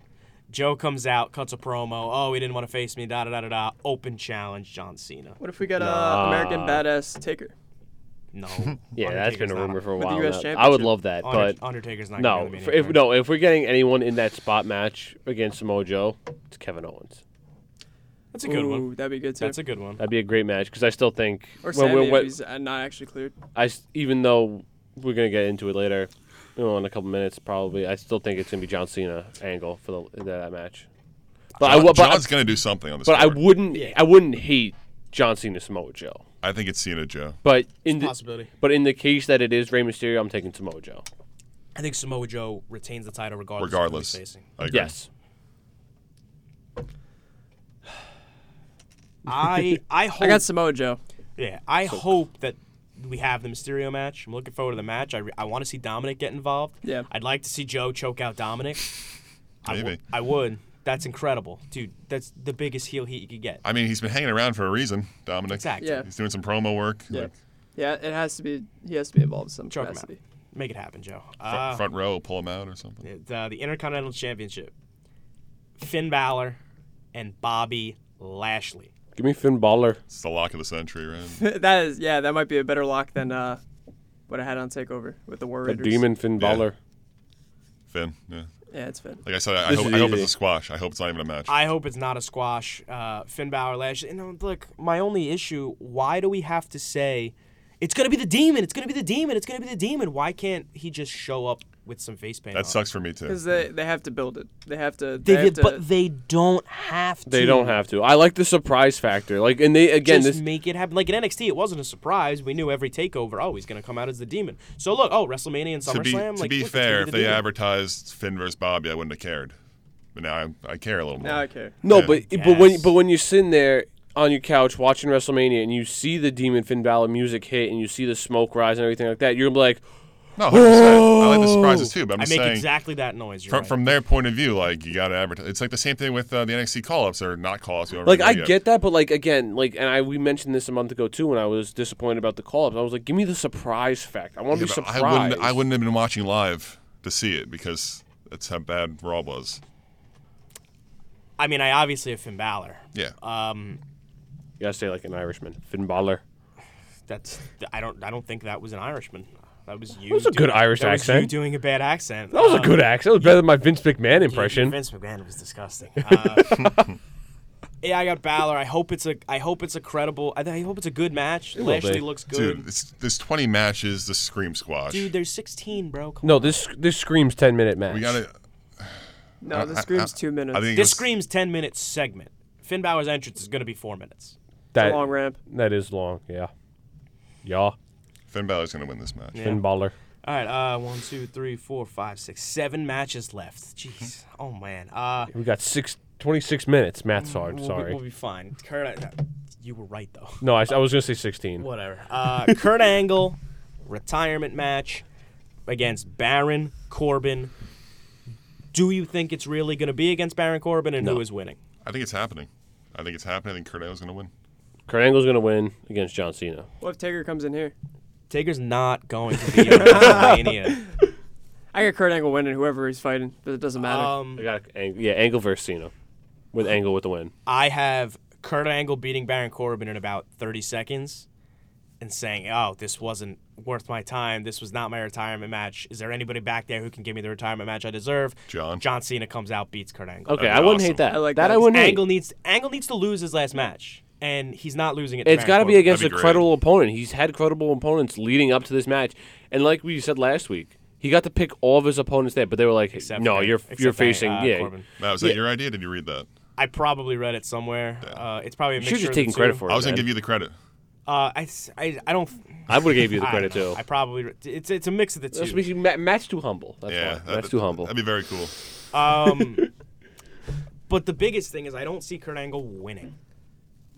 Speaker 4: Joe comes out, cuts a promo. Oh, he didn't want to face me. Da da da da da. Open challenge, John Cena.
Speaker 6: What if we got uh, American Badass Taker?
Speaker 4: No.
Speaker 5: Yeah, that's been
Speaker 4: Undertaker's
Speaker 5: a
Speaker 4: not-
Speaker 5: rumor for a
Speaker 6: With the
Speaker 5: while.
Speaker 6: US
Speaker 5: now. I would
Speaker 6: Championship.
Speaker 5: love that,
Speaker 4: Under-
Speaker 5: but
Speaker 4: Undertaker's not.
Speaker 5: no,
Speaker 4: gonna be in
Speaker 5: if,
Speaker 4: the
Speaker 5: if
Speaker 4: card.
Speaker 5: no, if we're getting anyone in that spot match against Samoa Joe, it's Kevin Owens.
Speaker 4: that's a good
Speaker 6: Ooh,
Speaker 4: one.
Speaker 6: That'd be good too.
Speaker 4: That's a good one.
Speaker 5: That'd be a great match because I still think
Speaker 6: Or
Speaker 5: when
Speaker 6: Sammy
Speaker 5: we're-
Speaker 6: if
Speaker 5: when-
Speaker 6: he's uh, not actually cleared.
Speaker 5: I s- even though we're gonna get into it later, you know, in a couple minutes probably. I still think it's gonna be John Cena angle for the, that match. But I
Speaker 7: John-
Speaker 5: would, but,
Speaker 7: John's gonna do something on this.
Speaker 5: but I
Speaker 7: card.
Speaker 5: wouldn't I wouldn't hate John Cena Samoa Joe.
Speaker 7: I think it's Cena Joe.
Speaker 5: But in the,
Speaker 4: possibility.
Speaker 5: but in the case that it is Rey Mysterio, I'm taking Samoa Joe.
Speaker 4: I think Samoa Joe retains the title regardless. of who
Speaker 7: Regardless,
Speaker 4: he's facing.
Speaker 7: I agree.
Speaker 5: Yes.
Speaker 4: I I hope.
Speaker 6: I got Samoa Joe.
Speaker 4: yeah, I hope that we have the Mysterio match. I'm looking forward to the match. I, re- I want to see Dominic get involved.
Speaker 6: Yeah.
Speaker 4: I'd like to see Joe choke out Dominic. I w-
Speaker 7: Maybe.
Speaker 4: I would. That's incredible, dude. That's the biggest heel heat you could get.
Speaker 7: I mean, he's been hanging around for a reason, Dominic.
Speaker 4: Exactly.
Speaker 6: Yeah.
Speaker 7: He's doing some promo work,
Speaker 6: Yeah.
Speaker 7: like
Speaker 6: Yeah, it has to be. He has to be involved in some
Speaker 4: Choke him out.
Speaker 6: capacity.
Speaker 4: Make it happen, Joe.
Speaker 7: fr-
Speaker 4: Uh,
Speaker 7: front row, pull him out or something.
Speaker 4: it- uh, the Intercontinental Championship. Finn Balor and Bobby Lashley.
Speaker 5: Give me Finn Balor.
Speaker 7: It's the lock of the century, right?
Speaker 6: that is, yeah, that might be a better lock than uh, what I had on Takeover with the War
Speaker 5: The
Speaker 6: Raiders.
Speaker 5: demon Finn
Speaker 7: Yeah.
Speaker 5: Balor.
Speaker 7: Finn. Yeah.
Speaker 6: Yeah, it's Finn.
Speaker 7: Like I said, I,
Speaker 5: This
Speaker 7: hope,
Speaker 5: is
Speaker 7: I hope
Speaker 5: easy.
Speaker 7: it's a squash. I hope it's not even a match.
Speaker 4: I hope it's not a squash. Uh, Finn Balor, Lashley. And uh, look, my only issue: why do we have to say it's going to be the demon? It's going to be the demon. It's going to be the demon. Why can't he just show up with some face paint?
Speaker 7: that
Speaker 4: on?
Speaker 7: sucks for me too.
Speaker 6: Because they, they have to build it. They have to. They
Speaker 4: They
Speaker 6: have
Speaker 4: did-
Speaker 6: to
Speaker 4: but they don't have to.
Speaker 5: They don't have to. I like the surprise factor. Like, and they again,
Speaker 4: Just
Speaker 5: this
Speaker 4: make it happen. Like in NXT, it wasn't a surprise. We knew every takeover. Oh, he's gonna come out as the demon. So look, oh, WrestleMania and SummerSlam.
Speaker 7: to be,
Speaker 4: like,
Speaker 7: to be
Speaker 4: look, it's gonna
Speaker 7: fair,
Speaker 4: the
Speaker 7: if they
Speaker 4: demon.
Speaker 7: advertised Finn versus Bobby, I wouldn't have cared. But now I, I care a little more.
Speaker 6: Now I care.
Speaker 5: No,
Speaker 7: Yeah.
Speaker 5: but but when
Speaker 4: Yes.
Speaker 5: but when you're sitting there on your couch watching WrestleMania and you see the Demon Finn Balor music hit and you see the smoke rise and everything like that, you're gonna be like,
Speaker 7: No, 100%. I like the surprises too, but I'm
Speaker 4: I
Speaker 7: just
Speaker 4: make
Speaker 7: saying.
Speaker 4: exactly that noise. You're
Speaker 7: From,
Speaker 4: right.
Speaker 7: from their point of view, like you gotta advertise. It's like the same thing with uh, the NXT call-ups or not call-ups. whatever
Speaker 5: like
Speaker 7: they
Speaker 5: I
Speaker 7: do.
Speaker 5: get that, but like again, like and I we mentioned this a month ago too when I was disappointed about the call ups. I was like, give me the surprise fact. I want to
Speaker 7: Yeah,
Speaker 5: be
Speaker 7: but
Speaker 5: surprised.
Speaker 7: I wouldn't. I wouldn't have been watching live to see it because that's how bad Raw was.
Speaker 4: I mean, I obviously have Finn Balor.
Speaker 7: Yeah.
Speaker 5: You gotta say like an Irishman, Finn Balor.
Speaker 4: That's I don't I don't think that was an Irishman. That was you.
Speaker 5: was a
Speaker 4: doing-
Speaker 5: good Irish
Speaker 4: that Was you
Speaker 5: accent.
Speaker 4: doing a bad accent.
Speaker 5: That was a
Speaker 4: Uh,
Speaker 5: good accent. That was better than my Vince McMahon impression.
Speaker 4: Vince McMahon was disgusting. Uh, yeah, I got Balor. I hope it's a I hope it's a credible. I, th- I hope it's a good match. Lashley
Speaker 5: be.
Speaker 4: looks good.
Speaker 7: Dude, it's, there's 20 matches. The scream squash.
Speaker 4: Dude, there's 16, bro. Come
Speaker 5: No,
Speaker 4: on.
Speaker 5: this this screams ten minute match.
Speaker 7: we gotta.
Speaker 6: No,
Speaker 7: I-
Speaker 6: the
Speaker 7: I-
Speaker 6: scream's
Speaker 7: I-
Speaker 6: two minutes.
Speaker 7: I think
Speaker 4: this
Speaker 7: it's-
Speaker 4: screams 10 minute segment. Finn Balor's entrance is gonna be four minutes.
Speaker 5: that,
Speaker 6: long ramp.
Speaker 5: That is long. Yeah, yeah.
Speaker 7: Finn Balor's gonna win this match.
Speaker 5: Finn Balor.
Speaker 4: All right, uh, one, two, three, four, five, six, seven matches left. Jeez, oh man. Uh,
Speaker 5: We got six. 26 minutes, Matt's hard.
Speaker 4: we'll,
Speaker 5: Sorry.
Speaker 4: Be, we'll be fine. Kurt, I, you were right though.
Speaker 5: No, I, I was gonna say 16.
Speaker 4: Whatever. Uh, Kurt Angle retirement match against Baron Corbin. Do you think it's really going to be against Baron Corbin, and who is winning?
Speaker 7: I think it's happening. I think it's happening. I think Kurt Angle's gonna win.
Speaker 5: Kurt Angle's gonna win against John Cena.
Speaker 6: What if Taker comes in here?
Speaker 4: Taker's not going to be in WrestleMania.
Speaker 6: I got Kurt Angle winning whoever he's fighting, but it doesn't matter.
Speaker 4: Um,
Speaker 5: I got Ang- yeah, Angle versus Cena, with Angle with the win.
Speaker 4: I have Kurt Angle beating Baron Corbin in about 30 seconds and saying, "Oh, this wasn't worth my time. This was not my retirement match. Is there anybody back there who can give me the retirement match I deserve?"
Speaker 7: John.
Speaker 4: John Cena comes out, beats Kurt Angle.
Speaker 5: Okay,
Speaker 7: That'd be
Speaker 5: I wouldn't
Speaker 7: awesome.
Speaker 5: hate that.
Speaker 6: I like
Speaker 5: that.
Speaker 6: that.
Speaker 5: I wouldn't hate.
Speaker 4: Angle needs Angle needs to lose his last match, and he's not losing it. to
Speaker 5: It's
Speaker 4: Baron
Speaker 5: got to be
Speaker 4: Corbin.
Speaker 5: against a
Speaker 7: That'd be great.
Speaker 5: credible opponent. He's had credible opponents leading up to this match, and like we said last week, he got to pick all of his opponents there, but they were like,
Speaker 4: Except
Speaker 5: "No,
Speaker 4: for-
Speaker 5: you're
Speaker 4: except
Speaker 5: you're
Speaker 4: for, uh,
Speaker 5: facing yeah."
Speaker 4: Corbin.
Speaker 7: Matt, was that your idea? Did you read that?
Speaker 4: I probably read it somewhere. Uh, it's probably a
Speaker 5: You
Speaker 4: mixture
Speaker 5: should have
Speaker 4: of
Speaker 5: taken
Speaker 4: the
Speaker 5: credit
Speaker 4: two.
Speaker 5: for it.
Speaker 7: I was gonna
Speaker 5: man.
Speaker 7: give you the credit.
Speaker 4: Uh, I, s- I, I don't.
Speaker 5: I would have gave you the
Speaker 4: I don't
Speaker 5: credit
Speaker 4: know.
Speaker 5: too.
Speaker 4: I probably re- it's it's a mix of the
Speaker 5: That's
Speaker 4: two.
Speaker 5: because Ma- Matt's too humble. That's
Speaker 7: Yeah,
Speaker 5: why.
Speaker 7: that-
Speaker 5: Matt's too humble.
Speaker 7: That'd be very cool.
Speaker 4: But the biggest thing is I don't see Kurt Angle winning,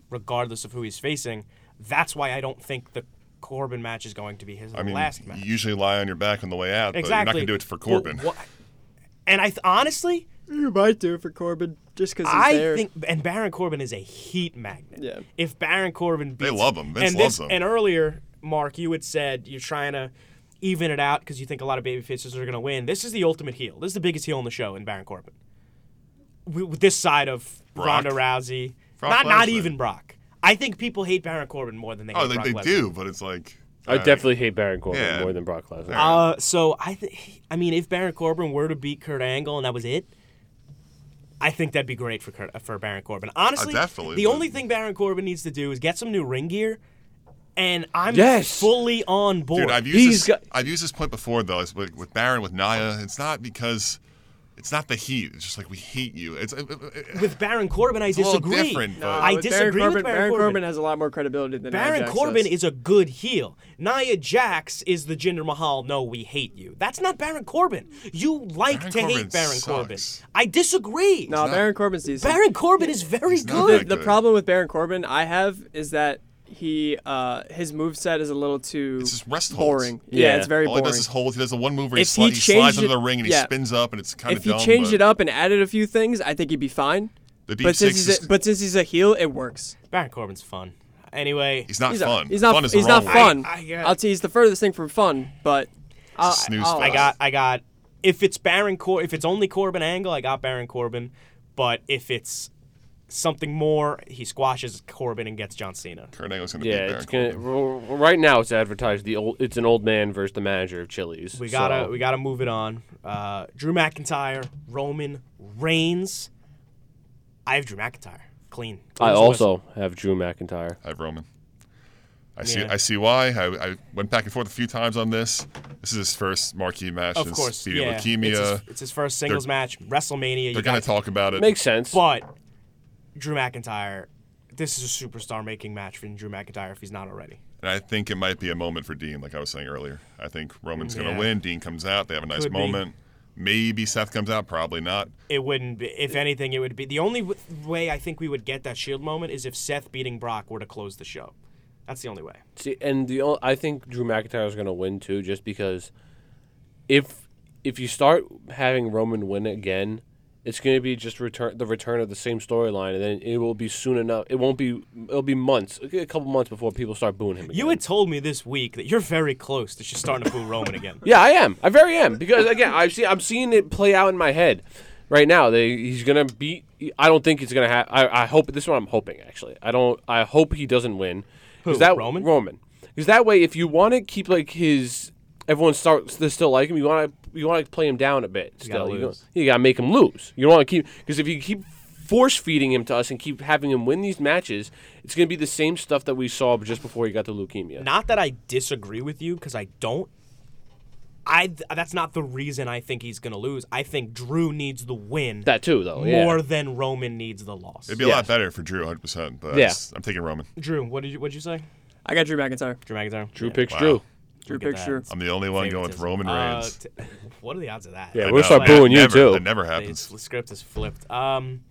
Speaker 4: regardless of who he's facing. That's why I don't think the Corbin match is going to be his
Speaker 7: I mean,
Speaker 4: last match.
Speaker 7: you usually lie on your back on the way out, but you're not
Speaker 4: exactly.
Speaker 7: gonna do it for
Speaker 4: Well,
Speaker 7: Corbin.
Speaker 4: what- and I th- honestly,
Speaker 6: you might do it for Corbin just because he's
Speaker 4: I
Speaker 6: there.
Speaker 4: think, and Baron Corbin is a heat magnet.
Speaker 6: Yeah.
Speaker 4: If Baron Corbin, beats,
Speaker 7: love him. Vince
Speaker 4: and
Speaker 7: loves him.
Speaker 4: And earlier, Mark, you had said you're trying to even it out because you think a lot of baby faces are going to win. This is the ultimate heel. This is the biggest heel on the show in Baron Corbin. W- With this side of
Speaker 7: Brock?
Speaker 4: Ronda Rousey,
Speaker 7: Brock
Speaker 4: not not
Speaker 7: Lesnar.
Speaker 4: even Brock. I think people hate Baron Corbin more than they.
Speaker 7: oh,
Speaker 4: hate
Speaker 7: they,
Speaker 4: Brock
Speaker 7: they
Speaker 4: Lesnar.
Speaker 7: do, but it's like
Speaker 5: I definitely hate Baron Corbin
Speaker 7: Yeah.
Speaker 5: more than Brock Lesnar.
Speaker 4: Uh, so I think, I mean, if Baron Corbin were to beat Kurt Angle and that was it, I think that'd be great for Kurt, for Baron Corbin. Honestly,
Speaker 7: definitely
Speaker 4: the
Speaker 7: would.
Speaker 4: only thing Baron Corbin needs to do is get some new ring gear, and I'm
Speaker 5: Yes.
Speaker 4: fully on board.
Speaker 7: Dude, I've used
Speaker 5: He's
Speaker 7: this.
Speaker 5: got-
Speaker 7: I've used this point before though. It's with, with Baron, with Naya. It's not because it's not the heat. It's just like we hate you. It's uh, it, it, it-
Speaker 4: with Baron Corbin, I
Speaker 7: a little
Speaker 4: disagree.
Speaker 7: different, but-
Speaker 6: Uh,
Speaker 4: I
Speaker 6: but
Speaker 4: disagree
Speaker 6: Baron Corbin,
Speaker 4: with Baron,
Speaker 6: Baron
Speaker 4: Corbin.
Speaker 6: has a lot more credibility than
Speaker 4: Baron
Speaker 6: Ajax
Speaker 4: Corbin
Speaker 6: does.
Speaker 4: is a good heel. Nia Jax is the Jinder Mahal. No, we hate you. That's not Baron Corbin. You like
Speaker 7: Baron
Speaker 4: to
Speaker 7: Corbin
Speaker 4: hate Baron Corbin.
Speaker 7: sucks.
Speaker 4: I disagree.
Speaker 6: No, Baron Corbin's decent.
Speaker 4: Baron Corbin is very
Speaker 7: not
Speaker 4: good.
Speaker 7: that
Speaker 6: the
Speaker 7: good.
Speaker 6: problem with Baron Corbin I have is that he uh, his moveset is a little too
Speaker 7: It's just rest holds.
Speaker 6: boring. Yeah,
Speaker 5: Yeah.
Speaker 6: it's very
Speaker 7: All he
Speaker 6: boring.
Speaker 7: does is hold. He does the one move where he,
Speaker 6: If
Speaker 7: sli-
Speaker 6: he
Speaker 7: he, slides
Speaker 6: changed
Speaker 7: under
Speaker 6: it-
Speaker 7: the ring and he
Speaker 6: yeah.
Speaker 7: spins up, and it's kind
Speaker 6: if
Speaker 7: of
Speaker 6: he
Speaker 7: dumb.
Speaker 6: changed
Speaker 7: but
Speaker 6: it up and added a few things, I think he'd be fine.
Speaker 7: The deep
Speaker 6: But since,
Speaker 7: six
Speaker 6: he's
Speaker 7: is-
Speaker 6: a, but since he's a heel, it works.
Speaker 4: Baron Corbin's fun. Anyway,
Speaker 7: he's not
Speaker 6: He's
Speaker 7: fun.
Speaker 6: not. He's not.
Speaker 7: Fun is the
Speaker 6: he's not
Speaker 7: wrong word.
Speaker 6: fun.
Speaker 4: I- I
Speaker 6: I,
Speaker 4: get-
Speaker 6: will tell you, he's the furthest thing from fun. But I'll,
Speaker 7: snooze
Speaker 6: I'll-
Speaker 7: fest.
Speaker 4: I got I got if it's Baron Cor if it's only Corbin angle, I got Baron Corbin. But if it's something more, he squashes Corbin and gets John Cena.
Speaker 7: Kurt Angle's gonna
Speaker 5: Yeah,
Speaker 7: beat
Speaker 5: it's
Speaker 7: Baron
Speaker 5: gonna, r- r- right now it's advertised the old. It's an old man versus the manager of Chili's.
Speaker 4: We gotta
Speaker 5: so-
Speaker 4: we gotta move it on. Uh, Drew McIntyre, Roman Reigns. I have Drew McIntyre. Clean. Clean
Speaker 5: I
Speaker 4: as a whistle.
Speaker 5: also have Drew McIntyre.
Speaker 7: I have Roman. I see.
Speaker 4: Yeah.
Speaker 7: I see why. I, I went back and forth a few times on this. This is his first marquee match.
Speaker 4: of
Speaker 7: since
Speaker 4: course
Speaker 7: beating
Speaker 4: yeah.
Speaker 7: leukemia.
Speaker 4: It's
Speaker 5: uh,
Speaker 4: his, it's his first singles match. WrestleMania.
Speaker 7: They're
Speaker 4: You
Speaker 7: gonna
Speaker 4: got,
Speaker 7: talk about it.
Speaker 5: Makes sense.
Speaker 4: but Drew McIntyre. This is a superstar making match for Drew McIntyre if he's not already.
Speaker 7: And I think it might be a moment for Dean, like I was saying earlier. I think Roman's going
Speaker 4: Yeah.
Speaker 7: to win. Dean comes out. They have a nice
Speaker 4: Could be.
Speaker 7: moment. Maybe Seth comes out. Probably not.
Speaker 4: It wouldn't be. If anything, it would be. The only w- way I think we would get that Shield moment is if Seth beating Brock were to close the show. That's the only way.
Speaker 5: See, and the ol- I think Drew McIntyre is going to win too, just because if if you start having Roman win again, it's going to be just return the return of the same storyline, and then it will be soon enough. It won't be. It'll be months, a couple months before people start booing him. Again.
Speaker 4: You had told me this week that you're very close to just starting to boo Roman again.
Speaker 5: Yeah, I am. I very am because again, I see. I'm seeing it play out in my head right now. They, he's gonna beat. I don't think he's gonna have. I, I hope this one. I'm hoping actually. I don't. I hope he doesn't win.
Speaker 4: Who,
Speaker 5: that
Speaker 4: Roman?
Speaker 5: Roman. Because that way, if you want to keep like his, everyone starts to still like him. You want to. You want to play him down a bit.
Speaker 4: gotta
Speaker 5: Still, you,
Speaker 4: lose.
Speaker 5: you gotta make him lose. You don't want to keep because if you keep force feeding him to us and keep having him win these matches, it's gonna be the same stuff that we saw just before he got the leukemia.
Speaker 4: Not that I disagree with you, because I don't. I th- that's not the reason I think he's gonna lose. I think Drew needs the win
Speaker 5: that too, though. yeah.
Speaker 4: more than Roman needs the loss.
Speaker 7: It'd be a
Speaker 5: Yeah.
Speaker 7: lot better for Drew, 100. percent But
Speaker 5: Yeah.
Speaker 7: I'm taking Roman.
Speaker 4: Drew, what did you what did you say?
Speaker 6: I got Drew McIntyre.
Speaker 4: Drew McIntyre.
Speaker 5: Drew
Speaker 4: Yeah.
Speaker 5: picks
Speaker 7: Wow.
Speaker 5: Drew.
Speaker 6: Drew
Speaker 4: Look at
Speaker 6: picture.
Speaker 4: that.
Speaker 7: I'm the only one going with Roman
Speaker 4: Favoritism.
Speaker 7: Reigns.
Speaker 4: Uh, t- what are the odds of that?
Speaker 5: Yeah,
Speaker 7: I
Speaker 5: we're gonna
Speaker 7: know,
Speaker 5: start
Speaker 7: that
Speaker 5: booing you
Speaker 7: never-
Speaker 5: too.
Speaker 7: That never
Speaker 4: The
Speaker 7: happens.
Speaker 4: script is flipped. Um,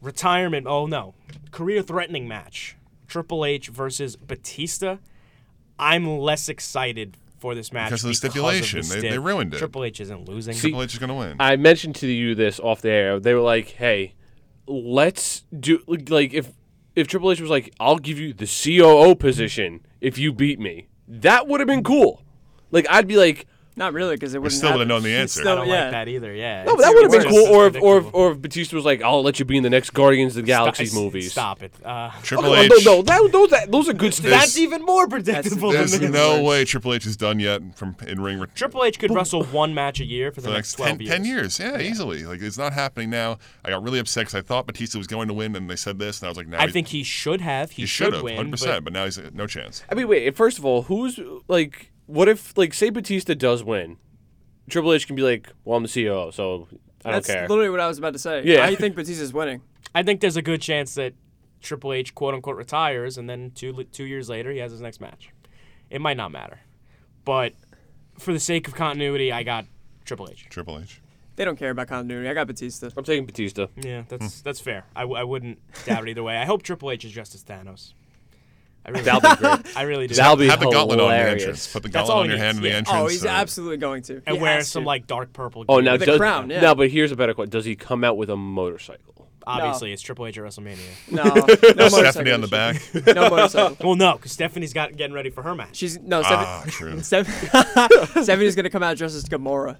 Speaker 4: retirement. Oh no, career-threatening match. Triple H versus Batista. I'm less excited for this match
Speaker 7: Because of the
Speaker 4: because
Speaker 7: stipulation.
Speaker 4: Of the
Speaker 7: They- they
Speaker 4: stip.
Speaker 7: ruined it.
Speaker 4: Triple H isn't losing.
Speaker 7: Triple H is going to win.
Speaker 5: I mentioned to you this off the air. They were like, "Hey, let's do like if if Triple H was like, "I'll give you the COO position if you beat me." That would have been cool. Like I'd be like,
Speaker 6: Not really, because it wouldn't.
Speaker 7: still would've
Speaker 6: happen.
Speaker 7: known the
Speaker 6: It's
Speaker 7: answer.
Speaker 4: I
Speaker 6: still-
Speaker 4: don't
Speaker 6: yeah.
Speaker 4: like that either. Yeah.
Speaker 5: "Oh, that would have been
Speaker 4: It's
Speaker 5: cool."
Speaker 4: just
Speaker 5: Or if, or if
Speaker 4: predictable.
Speaker 5: or if Batista was like, "I'll let you be in the next Guardians of the Galaxy
Speaker 4: Stop-
Speaker 5: movie."
Speaker 4: Stop it. Uh,
Speaker 7: Triple
Speaker 5: Oh, no,
Speaker 7: H.
Speaker 5: no, that, those that, those are good. St-
Speaker 7: There's-
Speaker 5: that's
Speaker 4: that's even more predictable than
Speaker 7: There's
Speaker 4: the
Speaker 7: no way Triple H is done yet from in ring. Re-
Speaker 4: Triple H could wrestle one match a year for the,
Speaker 7: for the
Speaker 4: next
Speaker 7: next 10
Speaker 4: twelve
Speaker 7: 10 years. Yeah, easily. Like it's not happening now. I got really upset because I thought Batista was going to win, and they said this, and I was like, now
Speaker 4: I
Speaker 7: he-
Speaker 4: think he should have. He,
Speaker 7: he
Speaker 4: should
Speaker 7: should have,
Speaker 4: win.
Speaker 7: 100.
Speaker 4: but-
Speaker 7: percent But now he's no chance.
Speaker 5: I mean, wait. First of all, who's like, what if like say Batista does win? Triple H can be like, "Well, I'm the COO, so I don't
Speaker 6: That's
Speaker 5: care."
Speaker 6: literally what I was about to say.
Speaker 5: Yeah.
Speaker 6: I think Batista's winning.
Speaker 4: I think there's a good chance that Triple H quote unquote retires, and then two two years later he has his next match. It might not matter, but for the sake of continuity, I got Triple H.
Speaker 7: Triple H.
Speaker 6: They don't care about continuity. I got Batista.
Speaker 5: I'm taking Batista.
Speaker 4: Yeah,
Speaker 5: Hmm.
Speaker 4: that's that's fair. I, w- I wouldn't doubt it either way. I hope Triple H is just as Thanos. I really,
Speaker 5: That'll be great.
Speaker 4: I really do.
Speaker 5: That'll be
Speaker 7: Have the gauntlet on the
Speaker 5: hilarious.
Speaker 7: entrance. Put the
Speaker 4: That's
Speaker 7: gauntlet
Speaker 4: all
Speaker 7: on
Speaker 4: he
Speaker 7: your
Speaker 4: needs,
Speaker 7: hand in the
Speaker 4: yeah.
Speaker 7: entrance. uh,
Speaker 6: Oh, he's
Speaker 7: and-
Speaker 6: absolutely going to.
Speaker 4: and
Speaker 6: He
Speaker 4: wear
Speaker 6: has
Speaker 4: some
Speaker 6: to.
Speaker 4: like dark purple.
Speaker 5: Oh,
Speaker 4: gear.
Speaker 5: now
Speaker 6: the
Speaker 5: does,
Speaker 6: crown, yeah.
Speaker 5: No, but here's a better question: Does he come out with a motorcycle?
Speaker 4: obviously it's Triple H at WrestleMania.
Speaker 6: no, no motorcycle
Speaker 7: Stephanie on the
Speaker 6: issue.
Speaker 7: back.
Speaker 6: No motorcycle.
Speaker 4: Well, no, because Stephanie's got getting ready for her match.
Speaker 6: She's no.
Speaker 7: ah,
Speaker 6: Stephanie,
Speaker 7: true.
Speaker 6: Steph- Stephanie's gonna come out dressed as Gamora.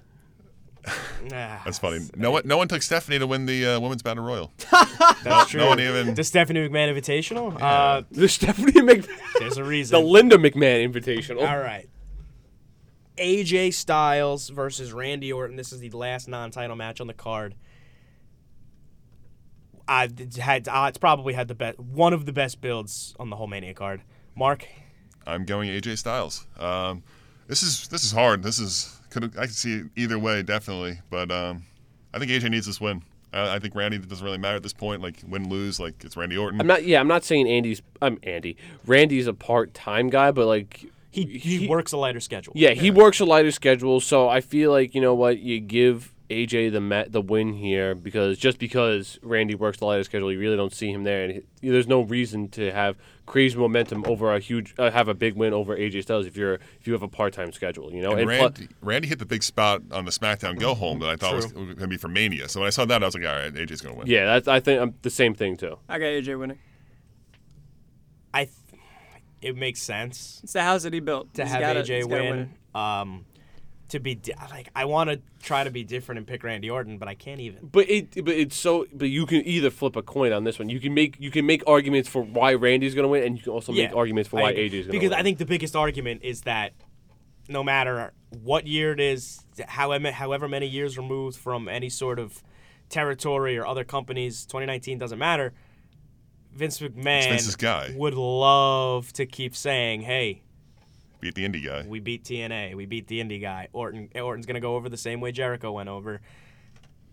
Speaker 4: Nah,
Speaker 7: That's funny. No one, no one took Stephanie to win the uh, women's battle royal.
Speaker 4: that's true.
Speaker 7: No one even.
Speaker 4: the Stephanie McMahon Invitational. Uh,
Speaker 5: The Stephanie Mc,
Speaker 4: there's a reason.
Speaker 5: the Linda McMahon Invitational.
Speaker 4: All right. AJ Styles versus Randy Orton. This is the last non-title match on the card. I had uh, it's probably had the best one of the best builds on the whole Mania card. Mark,
Speaker 7: I'm going AJ Styles. Um, this is this is hard. This is could I could see it either way definitely, but um, I think AJ needs this win. I, I think Randy it doesn't really matter at this point. Like win lose, like it's Randy Orton.
Speaker 5: I'm not. Yeah, I'm not saying Andy's. I'm Andy. Randy's a part-time guy, but like
Speaker 4: he he, works a lighter schedule.
Speaker 5: Yeah, he works a lighter schedule, so I feel like you know what you give AJ the ma- the win here because just because Randy works the lighter schedule, you really don't see him there, and he- there's no reason to have crazy momentum over a huge uh, have a big win over AJ Styles if you're if you have a part time schedule, you know.
Speaker 7: And
Speaker 5: And plu-
Speaker 7: Randy, Randy hit the big spot on the SmackDown Go Home that I thought was, was going to be for Mania. So when I saw that, I was like, all right, AJ's going to win.
Speaker 5: yeah, that's I think um, the same thing too.
Speaker 6: I got AJ winning.
Speaker 4: I. Th- it makes sense
Speaker 6: It's the house that he built.
Speaker 4: to
Speaker 6: He's
Speaker 4: have
Speaker 6: gotta- he's
Speaker 4: AJ
Speaker 6: gotta
Speaker 4: win.
Speaker 6: it.
Speaker 4: Um, to be di- like, I want to try to be different and pick Randy Orton, but I can't even.
Speaker 5: But it but it's so but you can either flip a coin on this one. You can make you can make arguments for why Randy's going to win, and you can also make arguments for
Speaker 4: I
Speaker 5: why
Speaker 4: agree.
Speaker 5: AJ's going to win.
Speaker 4: Because I think the biggest argument is that no matter what year it is, however however many years removed from any sort of territory or other companies, 2019 doesn't matter. Vince McMahon
Speaker 7: Vince's guy.
Speaker 4: would love to keep saying, "Hey,
Speaker 7: Beat the indie guy.
Speaker 4: we beat TNA, we beat the indie guy. Orton Orton's gonna go over the same way Jericho went over,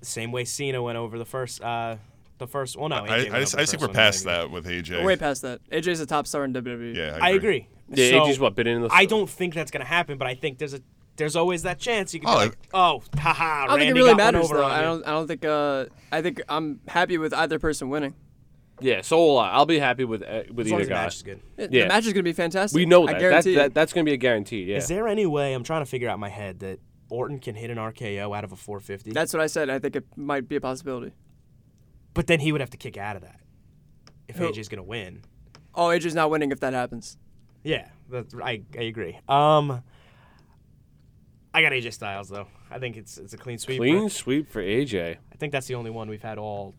Speaker 4: same way Cena went over the first uh the first well no AJ
Speaker 7: I, I,
Speaker 4: went over
Speaker 7: just,
Speaker 4: the
Speaker 7: I just think
Speaker 4: first
Speaker 7: we're
Speaker 4: one,
Speaker 7: past
Speaker 4: I agree.
Speaker 7: that with AJ.
Speaker 6: Way past that. AJ's a top star in E. WWE.
Speaker 7: yeah,
Speaker 4: I agree.
Speaker 5: yeah,
Speaker 4: So,
Speaker 5: AJ's what been in the
Speaker 4: I don't think that's gonna happen, but I think there's a there's always that chance you can
Speaker 7: Oh,
Speaker 4: be like, oh, haha,
Speaker 6: I don't
Speaker 4: Randy
Speaker 6: think it really
Speaker 4: got one
Speaker 6: matters
Speaker 4: over
Speaker 6: though.
Speaker 4: on
Speaker 6: I
Speaker 4: you."
Speaker 6: don't. I don't think. Uh, I think I'm happy with either person winning.
Speaker 5: Yeah, so will I. I'll be happy with uh, with
Speaker 4: As long
Speaker 5: either
Speaker 4: as the
Speaker 5: guy.
Speaker 4: match is good.
Speaker 6: It-
Speaker 5: Yeah.
Speaker 6: The match is gonna be fantastic.
Speaker 5: We know
Speaker 6: I
Speaker 5: that. that,
Speaker 6: guarantee you.
Speaker 5: that that's going to be a guarantee. Yeah.
Speaker 4: Is there any way I'm trying to figure out in my head that Orton can hit an RKO out of a 450?
Speaker 6: That's what I said. I think it might be a possibility.
Speaker 4: but then he would have to kick out of that if
Speaker 6: Who-
Speaker 4: AJ's gonna win.
Speaker 6: Oh, AJ's not winning if that happens.
Speaker 4: Yeah, that's, I I agree. Um, I got AJ Styles though. I think it's it's a clean sweep.
Speaker 5: Clean sweep for AJ.
Speaker 4: I think that's the only one we've had all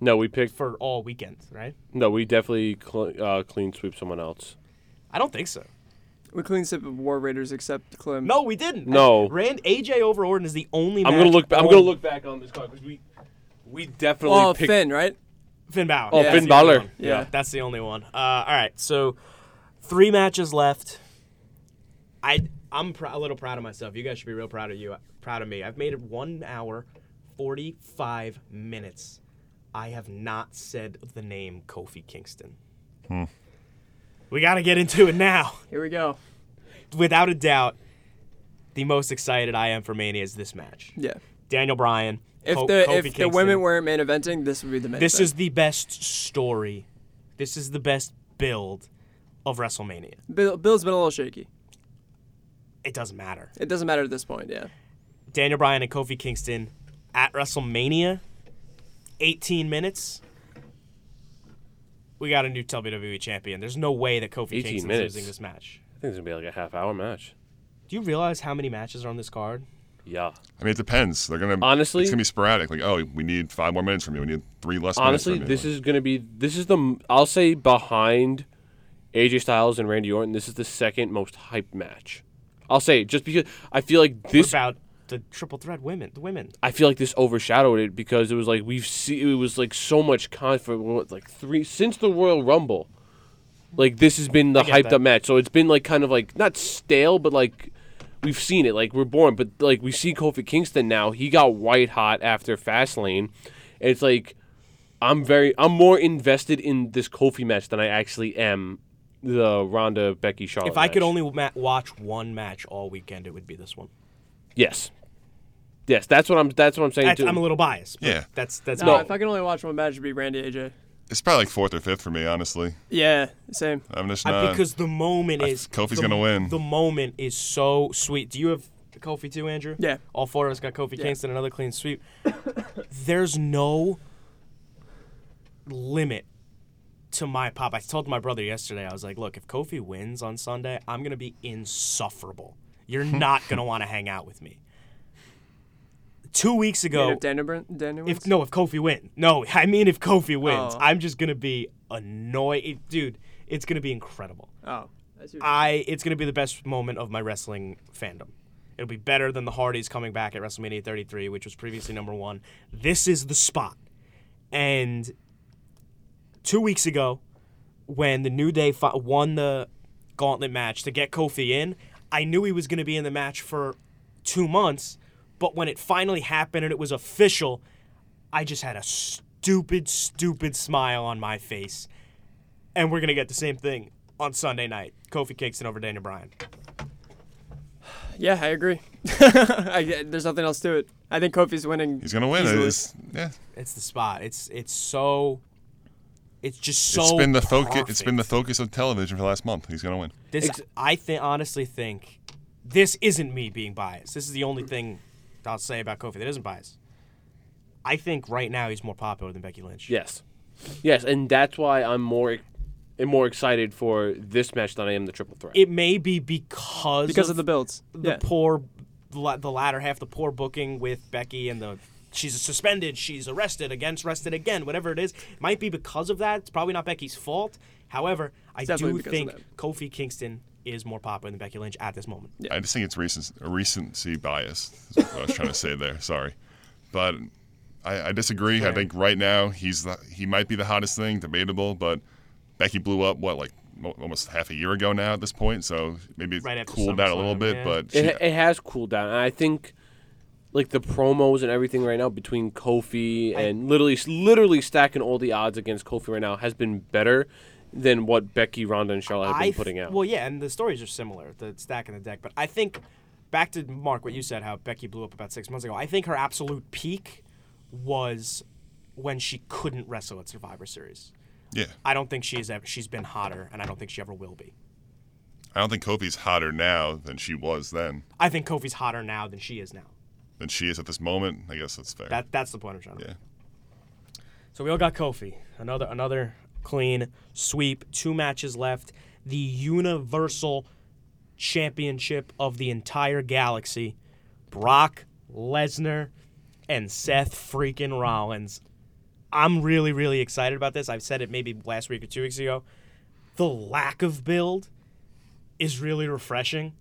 Speaker 5: No, we picked.
Speaker 4: for all weekends, right?
Speaker 5: No, we definitely cl- uh, clean sweep someone else.
Speaker 4: I don't think so.
Speaker 6: We clean sip of War Raiders except Clem.
Speaker 4: No, we didn't.
Speaker 5: No.
Speaker 4: Rand AJ over Orton is the only.
Speaker 5: I'm
Speaker 4: match
Speaker 5: gonna look. ba- I'm
Speaker 4: on
Speaker 5: gonna look back on this card because we we definitely
Speaker 6: Oh,
Speaker 5: picked.
Speaker 6: Finn, right?
Speaker 4: Finn Balor.
Speaker 5: Oh,
Speaker 4: That's
Speaker 5: Finn
Speaker 4: the only
Speaker 5: Balor.
Speaker 4: one.
Speaker 6: Yeah.
Speaker 4: that's the only one. Uh, all right, so three matches left. I I'm pr- a little proud of myself. You guys should be real proud of you. Proud of me. I've made it one hour, forty five minutes. I have not said the name Kofi Kingston. We got to get into it now.
Speaker 6: Here we go.
Speaker 4: Without a doubt, the most excited I am for Mania is this match.
Speaker 6: Yeah.
Speaker 4: Daniel Bryan.
Speaker 6: If
Speaker 4: Ko-
Speaker 6: the
Speaker 4: Kofi
Speaker 6: if the
Speaker 4: Kingston.
Speaker 6: women weren't main eventing, this would be the main.
Speaker 4: This
Speaker 6: event.
Speaker 4: is the best story. This is the best build of WrestleMania.
Speaker 6: Bill, Bill's been a little shaky.
Speaker 4: It doesn't matter.
Speaker 6: It doesn't matter at this point. Yeah.
Speaker 4: Daniel Bryan and Kofi Kingston at WrestleMania, 18 minutes. We got a new WWE champion. There's no way that Kofi
Speaker 5: 18
Speaker 4: Kingston's
Speaker 5: minutes.
Speaker 4: losing this match.
Speaker 5: I think it's gonna be like a half hour match.
Speaker 4: Do you realize how many matches are on this card?
Speaker 5: Yeah.
Speaker 7: I mean, it depends. They're gonna
Speaker 5: Honestly-
Speaker 7: it's gonna be sporadic. Like, oh, we need five more minutes from you. We need three less.
Speaker 5: Honestly,
Speaker 7: minutes from you.
Speaker 5: this is gonna be. This is the. m- I'll say behind AJ Styles and Randy Orton. This is the second most hyped match. I'll say just because I feel like
Speaker 4: What
Speaker 5: this
Speaker 4: about the triple threat women? The women.
Speaker 5: I feel like this overshadowed it because it was like we've seen it was like so much con for what, like three since the Royal Rumble. Like this has been the
Speaker 4: get
Speaker 5: hyped
Speaker 4: that.
Speaker 5: up match, so it's been like kind of like not stale, but like we've seen it. Like we're born, but like we see Kofi Kingston now. He got white hot after Fastlane, and it's like I'm very I'm more invested in this Kofi match than I actually am the Ronda Becky Charlotte.
Speaker 4: If I could
Speaker 5: match.
Speaker 4: only ma- watch one match all weekend, it would be this one.
Speaker 5: yes, yes, that's what I'm that's what I'm saying.
Speaker 4: That's,
Speaker 5: too.
Speaker 4: I'm a little biased. but
Speaker 7: Yeah.
Speaker 4: That's that's
Speaker 6: No,
Speaker 4: me.
Speaker 6: Uh, if I could only watch one match, it'd be Randy AJ.
Speaker 7: it's probably like fourth or fifth for me. Honestly,
Speaker 6: Yeah, same.
Speaker 7: I'm just
Speaker 4: I-
Speaker 7: not.
Speaker 4: because the moment is
Speaker 7: Kofi's
Speaker 4: the-
Speaker 7: gonna win.
Speaker 4: The moment is so sweet. Do you have Kofi too, Andrew?
Speaker 6: Yeah.
Speaker 4: All four of us got Kofi Kingston, another clean sweep. There's no limit to my pop. I told my brother yesterday. I was like, "Look, if Kofi wins on Sunday, I'm gonna be insufferable. You're not gonna want to hang out with me." Two weeks ago,
Speaker 6: And if Daniel Bryan, Daniel
Speaker 4: Oh. if
Speaker 6: wins?
Speaker 4: no, if Kofi wins. No, I mean if Kofi wins,
Speaker 6: Oh.
Speaker 4: I'm just gonna be annoyed, dude. It's gonna be incredible.
Speaker 6: Oh, that's your-
Speaker 4: I it's gonna be the best moment of my wrestling fandom. It'll be better than the Hardys coming back at WrestleMania 33, which was previously number one. This is the spot. And two weeks ago, when the New Day fi- won the gauntlet match to get Kofi in, I knew he was going to be in the match for two months. But when it finally happened and it was official, I just had a stupid, stupid smile on my face. And we're going to get the same thing on Sunday night Kofi Kingston over Daniel Bryan.
Speaker 6: Yeah, I agree. I, there's nothing else to it. I think Kofi's winning.
Speaker 7: He's gonna win.
Speaker 6: easily.
Speaker 7: It's, yeah.
Speaker 4: It's the spot. It's it's so. It's just so.
Speaker 7: it's been the focus. It's been the
Speaker 4: perfect.
Speaker 7: focus of television for the last month. He's gonna win.
Speaker 4: This I th- honestly think this isn't me being biased. This is the only thing I'll say about Kofi that isn't biased. I think right now he's more popular than Becky Lynch.
Speaker 5: Yes, yes, and that's why I'm more, and more excited for this match than I am the triple threat.
Speaker 4: It may be because
Speaker 6: because of the builds.
Speaker 4: the
Speaker 6: yeah.
Speaker 4: poor la- the latter half the poor booking with Becky and the she's suspended she's arrested against arrested again whatever it is it might be because of that it's probably not Becky's fault however I do
Speaker 6: definitely because of
Speaker 4: think
Speaker 6: that.
Speaker 4: Kofi Kingston is more popular than Becky Lynch at this moment
Speaker 7: I just think it's recent, a recency bias. Is what I was trying to say there. Sorry, but I, I disagree. I think right now he's the, he might be the hottest thing, debatable. But Becky blew up what like mo- almost half a year ago now at this point. So maybe it's
Speaker 4: Right after
Speaker 7: cooled down a little
Speaker 4: SummerSlam,
Speaker 7: bit.
Speaker 4: yeah.
Speaker 7: But she,
Speaker 5: it, it has cooled down. And I think like the promos and everything right now between Kofi and literally literally stacking all the odds against Kofi right now has been better than what Becky, Ronda, and Charlotte have been
Speaker 4: I th-
Speaker 5: putting out.
Speaker 4: well yeah and the stories are similar the stack and the deck but I think back to Mark what you said how Becky blew up about six months ago I think her absolute peak was when she couldn't wrestle at Survivor Series
Speaker 7: yeah,
Speaker 4: I don't think she's ever, she's been hotter, and I don't think she ever will be.
Speaker 7: I don't think Kofi's hotter now than she was then.
Speaker 4: I think Kofi's hotter now than she is now.
Speaker 7: Than she is at this moment. I guess that's fair.
Speaker 4: That that's the point I'm trying to
Speaker 7: yeah.
Speaker 4: make. So we all got Kofi. Another another clean sweep. Two matches left. The universal championship of the entire galaxy. Brock Lesnar and Seth freaking Rollins. I'm really really excited about this. I've said it maybe last week or two weeks ago. The lack of build is really refreshing.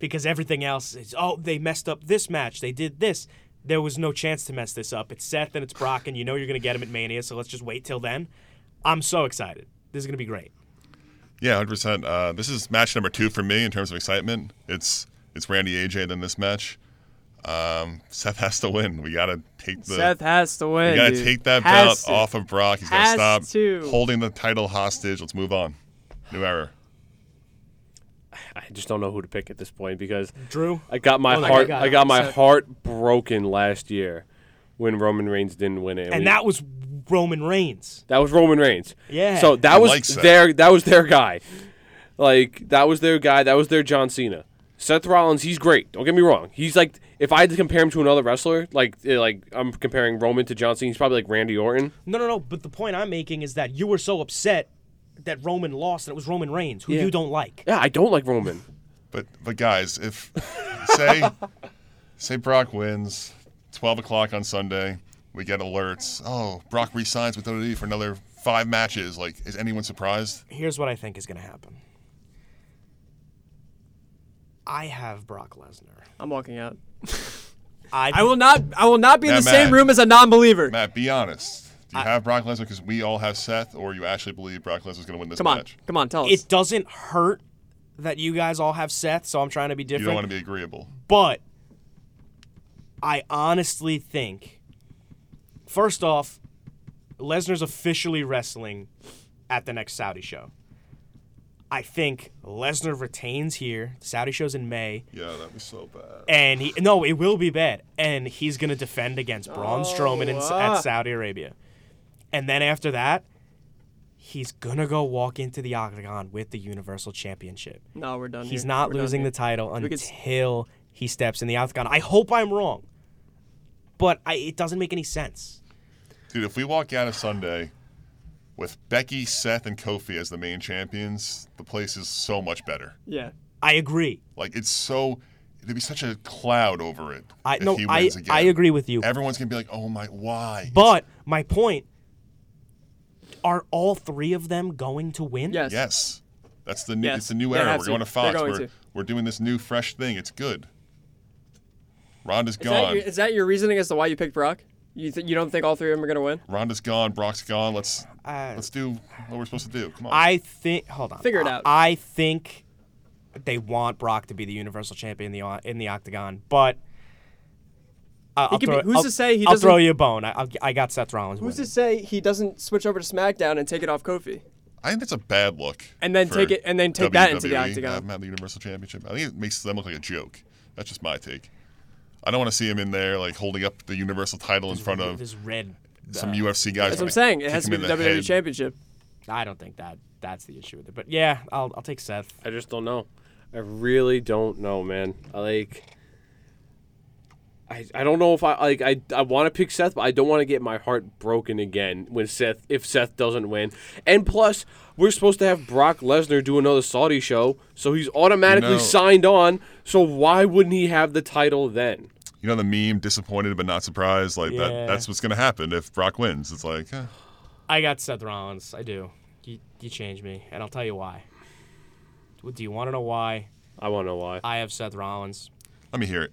Speaker 4: because everything else is oh they messed up this match they did this there was no chance to mess this up it's seth and it's brock and you know you're going to get him at mania so let's just wait till then i'm so excited this is going to be great
Speaker 7: Yeah, hundred percent. Uh, this is match number two for me in terms of excitement. It's it's Randy AJ than this match. Um, Seth has to win. We gotta take the
Speaker 6: Seth has to win.
Speaker 7: we gotta
Speaker 6: dude.
Speaker 7: take that belt
Speaker 6: Has to.
Speaker 7: off of Brock. He's
Speaker 6: Has
Speaker 7: gotta stop
Speaker 6: to.
Speaker 7: holding the title hostage. Let's move on. New era.
Speaker 5: I just don't know who to pick at this point because
Speaker 4: drew
Speaker 5: I got my
Speaker 4: Oh, like, I
Speaker 5: heart
Speaker 4: got
Speaker 5: I got my
Speaker 6: upset.
Speaker 5: heart broken last year when Roman Reigns didn't win it. we-
Speaker 4: and that was roman reigns
Speaker 5: That was Roman Reigns.
Speaker 4: Yeah.
Speaker 5: So that
Speaker 7: He
Speaker 5: was
Speaker 7: likes that.
Speaker 5: their that was their guy. Like that was their guy. That was their John Cena. Seth Rollins, he's great. Don't get me wrong. He's like if I had to compare him to another wrestler, like eh, like I'm comparing Roman to John Cena, he's probably like Randy Orton.
Speaker 4: no no no but the point i'm making is that you were so upset that roman lost and it was roman reigns who you don't like
Speaker 5: Yeah, I don't like Roman.
Speaker 7: But but guys, if say say Brock wins, twelve o'clock on Sunday, we get alerts. Oh, Brock resigns with WWE for another five matches. Like, is anyone surprised?
Speaker 4: here's what i think is going to happen i have brock lesnar
Speaker 6: I'm walking out.
Speaker 4: i,
Speaker 6: I will not. I will not be in
Speaker 7: Now,
Speaker 6: the same
Speaker 7: Matt.
Speaker 6: room as a non-believer.
Speaker 7: Matt, be honest. Do you have Brock Lesnar because we all have Seth, or you actually believe Brock Lesnar's going to win this
Speaker 6: Come on,
Speaker 7: match?
Speaker 6: come on, tell us.
Speaker 4: it doesn't hurt that you guys all have Seth, so I'm trying to be
Speaker 7: You
Speaker 4: different.
Speaker 7: don't want to be agreeable.
Speaker 4: but I honestly think, first off, Lesnar's officially wrestling at the next Saudi show. I think Lesnar retains here. Saudi show's in May,
Speaker 7: Yeah, that was so bad.
Speaker 4: and he no, it will be bad, and he's gonna defend against Braun Strowman in,
Speaker 6: ah.
Speaker 4: at Saudi Arabia, and then after that, he's gonna go walk into the octagon with the Universal Championship.
Speaker 6: no, we're done.
Speaker 4: He's
Speaker 6: here.
Speaker 4: not
Speaker 6: We're done
Speaker 4: losing
Speaker 6: here.
Speaker 4: the title
Speaker 6: could s-
Speaker 4: until he steps in the octagon. I hope I'm wrong, but I, it doesn't make any sense.
Speaker 7: Dude, if we walk out of Sunday with Becky, Seth, and Kofi as the main champions, the place is so much better.
Speaker 6: Yeah.
Speaker 4: I agree.
Speaker 7: Like, it's so. It'd be such a cloud over it.
Speaker 4: I
Speaker 7: if
Speaker 4: no,
Speaker 7: he
Speaker 4: I
Speaker 7: wins again.
Speaker 4: I agree with you.
Speaker 7: Everyone's going to be like, oh my, why?
Speaker 4: But my point are all three of them going to win?
Speaker 6: Yes.
Speaker 7: yes. That's the new,
Speaker 6: Yes,
Speaker 7: it's the new
Speaker 6: they
Speaker 7: era.
Speaker 6: have
Speaker 7: We're
Speaker 6: to.
Speaker 7: going to
Speaker 6: They're
Speaker 7: Fox.
Speaker 6: going
Speaker 7: we're,
Speaker 6: to.
Speaker 7: we're doing this new, fresh thing. It's good. Rhonda's
Speaker 6: Is that,
Speaker 7: gone.
Speaker 6: your, is that your reasoning as to why you picked Brock? You th- you don't think all three of them are gonna win?
Speaker 7: Rhonda's gone, Brock's gone. Let's
Speaker 4: Uh,
Speaker 7: let's do what we're supposed to do. Come on.
Speaker 4: I think. Hold on.
Speaker 6: Figure it out.
Speaker 4: I, I think they want Brock to be the universal champion in the o- in the octagon, but. I- I'll
Speaker 6: could be-
Speaker 4: throw,
Speaker 6: who's
Speaker 4: I'll,
Speaker 6: to say he
Speaker 4: I'll
Speaker 6: doesn't-
Speaker 4: throw you a bone. I, I'll- I got Seth Rollins.
Speaker 6: Who's
Speaker 4: winning.
Speaker 6: to say he doesn't switch over to SmackDown and take it off Kofi?
Speaker 7: I think that's a bad look.
Speaker 6: And then
Speaker 7: for E
Speaker 6: take it- and then take that into the
Speaker 7: WWE,
Speaker 6: octagon.
Speaker 7: have 'em have the Universal Championship. I think it makes them look like a joke. That's just my take. I don't want to see him in there like holding up the Universal title in front of
Speaker 4: this red.
Speaker 7: some UFC guys.
Speaker 6: That's what I'm saying. It has to be E the
Speaker 7: the
Speaker 6: WWE
Speaker 7: head.
Speaker 6: Championship.
Speaker 4: I don't think that that's the issue with it. But yeah, I'll I'll take Seth.
Speaker 5: I just don't know. I really don't know, man. I like. I, I don't know if I like I, I want to pick Seth, but I don't want to get my heart broken again when Seth if Seth doesn't win. And plus, we're supposed to have Brock Lesnar do another Saudi show, so he's automatically
Speaker 7: You know-
Speaker 5: signed on. So why wouldn't he have the title then?
Speaker 7: You know the meme, disappointed but not surprised. Like
Speaker 4: Yeah.
Speaker 7: that. That's what's gonna happen if Brock wins. It's like, eh.
Speaker 4: I got Seth Rollins. I do. You you changed me, and I'll tell you why. Do you want to know why
Speaker 5: I want to know why.
Speaker 4: I have Seth Rollins?
Speaker 7: let me hear it.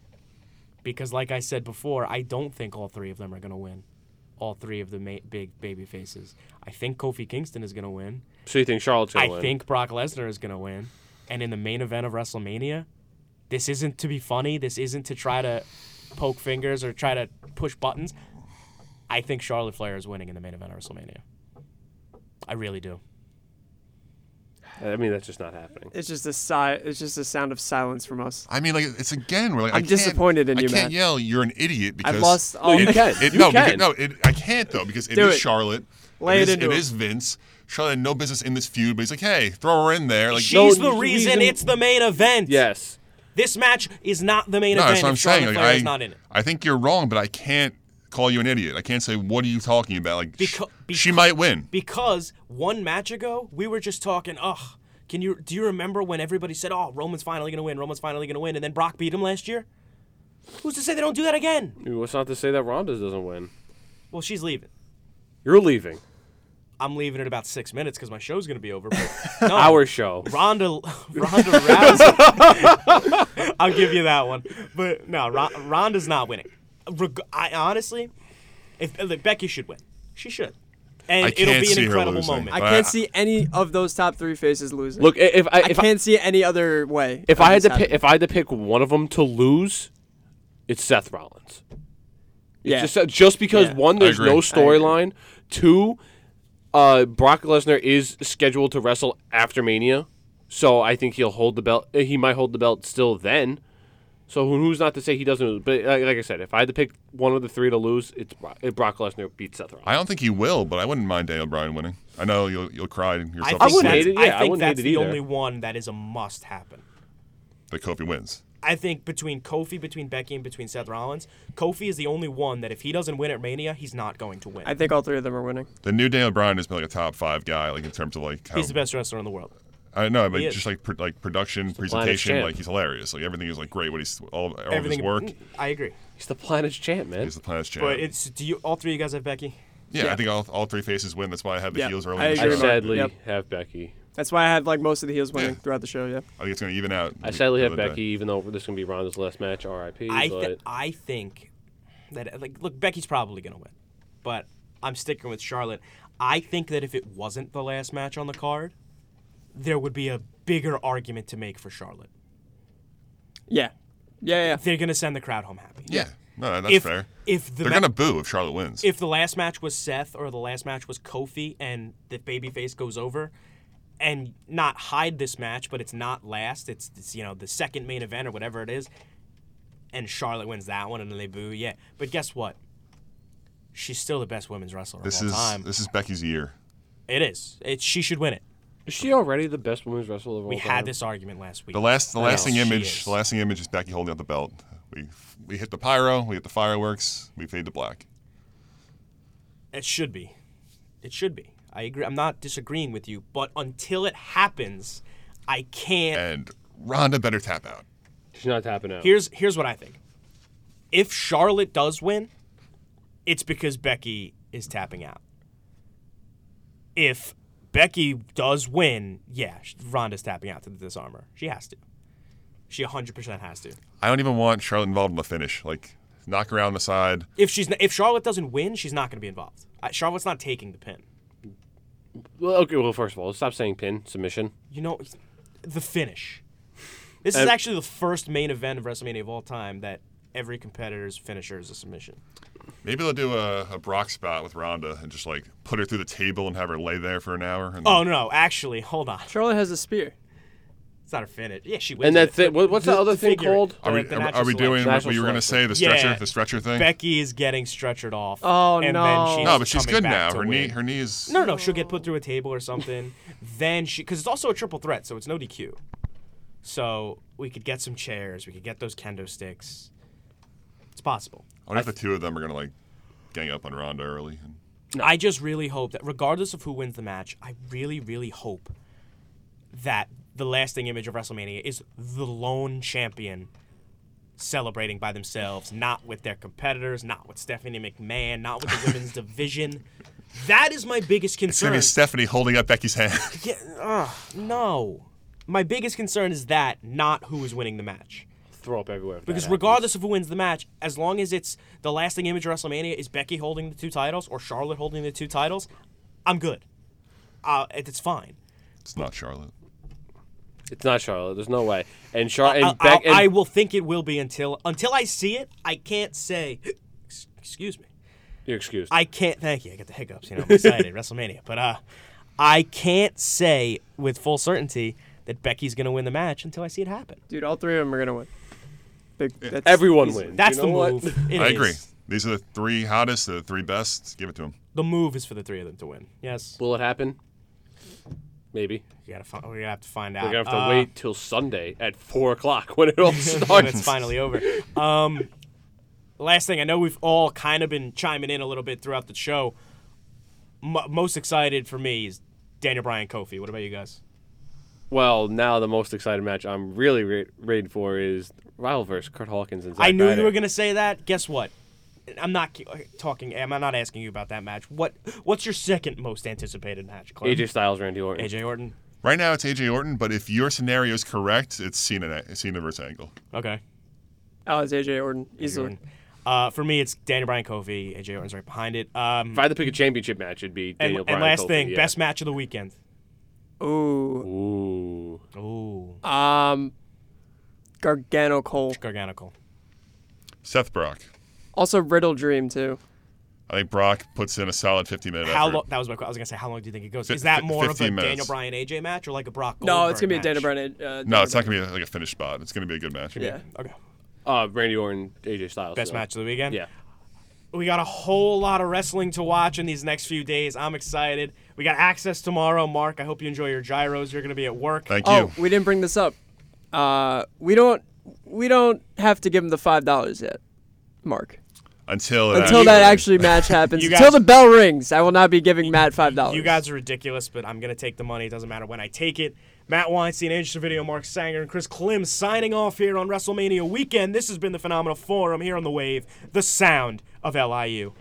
Speaker 4: Because like I said before, I don't think all three of them are gonna win. All three of the ma- big baby faces. I think Kofi Kingston is gonna win.
Speaker 5: So you think Charlotte's gonna
Speaker 4: I
Speaker 5: win?
Speaker 4: think Brock Lesnar is going to win. And in the main event of WrestleMania, this isn't to be funny. This isn't to try to poke fingers or try to push buttons. I think Charlotte Flair is winning in the main event of WrestleMania. I really do.
Speaker 5: I mean, that's just not happening.
Speaker 6: It's just a sigh. It's just a sound of silence from us.
Speaker 7: I mean, like it's again. We're like, I
Speaker 6: I'm
Speaker 7: can't-
Speaker 6: disappointed in
Speaker 7: I
Speaker 6: you,
Speaker 7: can't
Speaker 6: man.
Speaker 7: yell. You're an idiot because
Speaker 6: I've lost all.
Speaker 5: you can.
Speaker 7: It,
Speaker 5: You
Speaker 7: no,
Speaker 5: can.
Speaker 7: because- no, it, I can't though because it
Speaker 6: Do
Speaker 7: is
Speaker 6: it.
Speaker 7: Charlotte.
Speaker 6: Lay it
Speaker 7: is,
Speaker 6: into him.
Speaker 7: is Vince. Charlotte had no business in this feud, but he's like, hey, throw her in there. Like,
Speaker 4: She's
Speaker 5: no
Speaker 4: the reason,
Speaker 5: reason-
Speaker 4: it's the main event.
Speaker 5: Yes.
Speaker 4: This match is not the main
Speaker 7: no,
Speaker 4: event.
Speaker 7: that's what I'm
Speaker 4: if Charlotte
Speaker 7: saying. Like,
Speaker 4: Flair
Speaker 7: I,
Speaker 4: is not in it.
Speaker 7: I think you're wrong, but I can't call you an idiot. I can't say what are you talking about. Like, sh-
Speaker 4: Becau-
Speaker 7: she
Speaker 4: becau-
Speaker 7: might win.
Speaker 4: because one match ago we were just talking ugh can you do you remember when everybody said oh roman's finally gonna win roman's finally gonna win and then brock beat him last year who's to say they don't do that again
Speaker 5: I mean, What's not to say that Ronda doesn't win?
Speaker 4: well she's leaving
Speaker 5: You're leaving
Speaker 4: i'm leaving in about six minutes because my show's gonna be over but no,
Speaker 5: our show.
Speaker 4: Ronda, Ronda Rousey. I'll give you that one. But no, Ron, Ronda's not winning. Reg- I honestly, if look, Becky should win, she should, and
Speaker 7: I
Speaker 4: it'll
Speaker 7: can't
Speaker 4: be an
Speaker 7: see her
Speaker 4: incredible
Speaker 7: losing.
Speaker 4: moment.
Speaker 6: I
Speaker 7: But
Speaker 6: can't
Speaker 7: I-
Speaker 6: see any of those top three faces losing.
Speaker 5: Look, i- if I
Speaker 6: I
Speaker 5: if
Speaker 6: can't see it any other way.
Speaker 5: If
Speaker 6: of
Speaker 5: I had
Speaker 6: this
Speaker 5: to pick,
Speaker 6: happening.
Speaker 5: if I had to pick one of them to lose, it's Seth Rollins.
Speaker 6: yeah,
Speaker 5: Just uh, just because
Speaker 6: Yeah.
Speaker 5: one, there's
Speaker 7: agree.
Speaker 5: no
Speaker 7: I
Speaker 5: storyline. Two, uh, Brock Lesnar is scheduled to wrestle after Mania, so I think he'll hold the belt. uh, He might hold the belt still then. So who- who's not to say he doesn't? But uh, like, like I said, if I had to pick one of the three to lose, it's Brock, uh, Brock Lesnar beats Seth Rollins.
Speaker 7: I don't think he will, but I wouldn't mind Daniel Bryan winning. I know you'll you'll cry and
Speaker 4: I
Speaker 7: yourself.
Speaker 4: think
Speaker 5: wouldn't
Speaker 4: that's,
Speaker 5: hate it, yeah, I
Speaker 4: I think
Speaker 5: wouldn't hate
Speaker 4: that's
Speaker 5: it
Speaker 4: the
Speaker 5: either.
Speaker 4: only one that is a must happen.
Speaker 7: that Kofi wins.
Speaker 4: I think between Kofi, between Becky, and between Seth Rollins, Kofi is the only one that if he doesn't win at Mania, he's not going to win.
Speaker 6: I think all three of them are winning.
Speaker 7: The new Daniel Bryan has been like a top five guy, like in terms of like how
Speaker 4: he's the best wrestler in the world.
Speaker 7: I know, but
Speaker 4: He is.
Speaker 7: just like pr- like production,
Speaker 5: finest
Speaker 7: presentation,
Speaker 5: champ.
Speaker 7: like he's hilarious. Like everything is like great. What he's all, all of his
Speaker 4: Everything
Speaker 7: work.
Speaker 4: Mm, I agree.
Speaker 5: He's the planet's champ, man.
Speaker 7: He's the planet's champ.
Speaker 4: But it's do you all three of you guys have Becky?
Speaker 7: yeah, I think all, all three faces win. That's why I have the
Speaker 6: Yeah,
Speaker 7: heels early.
Speaker 6: I
Speaker 7: in the
Speaker 5: I
Speaker 6: agree.
Speaker 7: show.
Speaker 6: Sure.
Speaker 5: sadly
Speaker 6: Yep.
Speaker 5: have Becky.
Speaker 6: That's why I had like most of the heels winning throughout the show. Yeah,
Speaker 7: I think it's going to even out.
Speaker 5: I sadly have
Speaker 7: the other
Speaker 5: Becky, even though this is gonna be Ronda's last match. R.I.P.
Speaker 4: I
Speaker 5: but
Speaker 4: th- I think that like look, Becky's probably gonna win, but I'm sticking with Charlotte. I think that if it wasn't the last match on the card, there would be a bigger argument to make for Charlotte.
Speaker 6: yeah, yeah, yeah.
Speaker 4: They're gonna send the crowd home happy.
Speaker 7: Yeah, no, that's
Speaker 4: if
Speaker 7: fair.
Speaker 4: if the
Speaker 7: They're
Speaker 4: ma-
Speaker 7: going to boo if Charlotte wins.
Speaker 4: if the last match was Seth or the last match was Kofi and the babyface goes over and not hide this match, but it's not last, it's, it's you know the second main event or whatever it is, and Charlotte wins that one and then they boo, yeah. But guess what? She's still the best women's wrestler
Speaker 7: this
Speaker 4: of all
Speaker 7: is
Speaker 4: time.
Speaker 7: this is Becky's year.
Speaker 4: It is. It's she should win it.
Speaker 5: is she already the best women's wrestler of all
Speaker 4: We
Speaker 5: time?
Speaker 4: had this argument last week.
Speaker 7: The last the lasting
Speaker 4: she
Speaker 7: image
Speaker 4: is.
Speaker 7: the lasting image is Becky holding out the belt. We we hit the pyro, we hit the fireworks, we fade to black.
Speaker 4: It should be. It should be. I agree. I'm not disagreeing with you, but until it happens, I can't
Speaker 7: And Ronda better tap out.
Speaker 5: She's not tapping out.
Speaker 4: Here's here's what I think. If Charlotte does win, it's because Becky is tapping out. If Becky does win, yeah, sh- Ronda's tapping out to the disarmer. She has to. She 100% has to.
Speaker 7: I don't even want Charlotte involved in the finish. Like knock her out on the side.
Speaker 4: If she's n- if Charlotte doesn't win, she's not going to be involved. I, Charlotte's not taking the pin.
Speaker 5: Well, okay. Well, first of all, stop saying pin submission.
Speaker 4: You know, the finish. This is
Speaker 5: Uh,
Speaker 4: actually the first main event of WrestleMania of all time that every competitor's finisher is a submission.
Speaker 7: Maybe they'll do a, a Brock spot with Ronda and just like put her through the table and have her lay there for an hour. And
Speaker 4: Oh no, actually, hold on.
Speaker 6: Charlotte has a spear.
Speaker 4: It's not a finish. Yeah, she wins.
Speaker 5: And
Speaker 4: it.
Speaker 5: that's it. What- What's the other thing
Speaker 4: figure it.
Speaker 5: called?
Speaker 7: Are we,
Speaker 4: The- the
Speaker 7: are,
Speaker 4: natural
Speaker 7: are we doing
Speaker 4: selection.
Speaker 5: Natural
Speaker 7: what you were going to say? The stretcher,
Speaker 4: Yeah.
Speaker 7: the stretcher thing.
Speaker 4: Becky is getting stretchered off.
Speaker 6: Oh,
Speaker 4: and
Speaker 6: no.
Speaker 4: Then she's
Speaker 7: no, but she's
Speaker 4: coming
Speaker 7: good
Speaker 4: back
Speaker 7: now.
Speaker 4: to
Speaker 7: Her knee,
Speaker 4: win.
Speaker 7: her knee is.
Speaker 4: No, no, she'll get put through a table or something. then she, because it's also a triple threat, so it's no DQ. So we could get some chairs. We could get those kendo sticks. It's possible.
Speaker 7: I wonder if the two of them are going to like gang up on Ronda early. And,
Speaker 4: I just really hope that, regardless of who wins the match, I really, really hope that the lasting image of WrestleMania is the lone champion celebrating by themselves, not with their competitors, not with Stephanie McMahon, not with the women's division. That is my biggest
Speaker 7: it's going
Speaker 4: concern.
Speaker 7: to be Stephanie holding up Becky's hand.
Speaker 4: Yeah, ugh, no. My biggest concern is that, not who is winning the match.
Speaker 5: Throw up everywhere. if that
Speaker 4: Because
Speaker 5: happens.
Speaker 4: regardless of who wins the match, as long as it's the lasting image of WrestleMania is Becky holding the two titles or Charlotte holding the two titles, I'm good. Uh, it- it's fine.
Speaker 7: it's not Charlotte.
Speaker 5: it's not Charlotte. There's no way. And Char
Speaker 4: I'll-
Speaker 5: and Beck
Speaker 4: I'll- I
Speaker 5: and
Speaker 4: will think it will be until until I see it. I can't say. Excuse me.
Speaker 5: you're excused.
Speaker 4: I can't. Thank you. I got the hiccups. You know, I'm excited. WrestleMania, but uh, I can't say with full certainty that Becky's gonna win the match until I see it happen.
Speaker 6: Dude, all three of them are gonna win. Big, that's
Speaker 5: Everyone
Speaker 6: easy.
Speaker 5: wins.
Speaker 4: That's
Speaker 5: You know
Speaker 4: the
Speaker 5: what?
Speaker 4: move. It
Speaker 7: I
Speaker 4: is.
Speaker 7: agree. These are the three hottest, the three best. Give it to them.
Speaker 4: The move is for the three of them to win. Yes.
Speaker 5: Will it happen? Maybe.
Speaker 4: We gotta find, we're gonna have to find out.
Speaker 5: We're gonna have to
Speaker 4: Uh,
Speaker 5: wait till Sunday at four o'clock when it all
Speaker 4: when
Speaker 5: starts.
Speaker 4: it's finally over. Um, last thing, I know we've all kind of been chiming in a little bit throughout the show. M- most excited for me is Daniel Bryan Kofi. What about you guys?
Speaker 5: Well, now the most exciting match I'm really re- ready for is Ryle versus Kurt Hawkins and Zack
Speaker 4: I knew
Speaker 5: Ryder.
Speaker 4: you were gonna say that. Guess what? I'm not ki- talking. I'm not asking you about that match. What What's your second most anticipated match, Clark?
Speaker 5: AJ Styles, Randy Orton.
Speaker 4: AJ Orton.
Speaker 7: Right now it's AJ Orton, but if your scenario is correct, it's Cena, Cena versus Angle.
Speaker 4: Okay.
Speaker 6: Oh, it's AJ Orton easily.
Speaker 4: Orton. Uh, for me, it's Daniel Bryan Kofi. AJ Orton's right behind it. Um,
Speaker 5: If I had to pick a championship match, it'd be
Speaker 4: and,
Speaker 5: Daniel
Speaker 4: and
Speaker 5: Bryan.
Speaker 4: last
Speaker 5: Kofi,
Speaker 4: thing,
Speaker 5: yeah.
Speaker 4: best match of the weekend.
Speaker 6: Ooh,
Speaker 5: Ooh,
Speaker 4: Ooh,
Speaker 6: um, Gargano Cole.
Speaker 4: garganical.
Speaker 7: Seth Brock.
Speaker 6: Also Riddle Dream too.
Speaker 7: I think Brock puts in a solid 50 minute
Speaker 4: How
Speaker 7: effort.
Speaker 4: long? That was my. que- I was gonna say, how long do you think it goes?
Speaker 7: Fif-
Speaker 4: Is that
Speaker 7: fif-
Speaker 4: more of a
Speaker 7: 15 minutes.
Speaker 4: Daniel Bryan AJ match or like a Brock?
Speaker 6: No, it's gonna be a Dana
Speaker 4: Goldberg match?
Speaker 6: Bryan. Uh,
Speaker 7: No, it's not going to be like a finished spot. It's going to be a good match.
Speaker 6: Yeah.
Speaker 4: Okay,
Speaker 5: uh, Randy Orton, AJ Styles.
Speaker 4: best
Speaker 5: no.
Speaker 4: match of the weekend.
Speaker 5: Yeah,
Speaker 4: we got a whole lot of wrestling to watch in these next few days. I'm excited. We got access tomorrow, Mark. I hope you enjoy your gyros. You're gonna be at work.
Speaker 7: Thank you.
Speaker 6: Oh, we didn't bring this up. Uh, we don't. We don't have to give him the five dollars yet, Mark.
Speaker 7: Until it
Speaker 6: Until that actually match happens.
Speaker 4: You
Speaker 6: Until
Speaker 4: guys-
Speaker 6: the bell rings, I will not be giving Matt five dollars.
Speaker 4: You guys are ridiculous, but I'm gonna take the money. It doesn't matter when I take it. Matt Weinstein, Angel Video, Mark Sanger, and Chris Klim signing off here on WrestleMania weekend. This has been the Phenomenal Forum here on the Wave, the sound of LIU.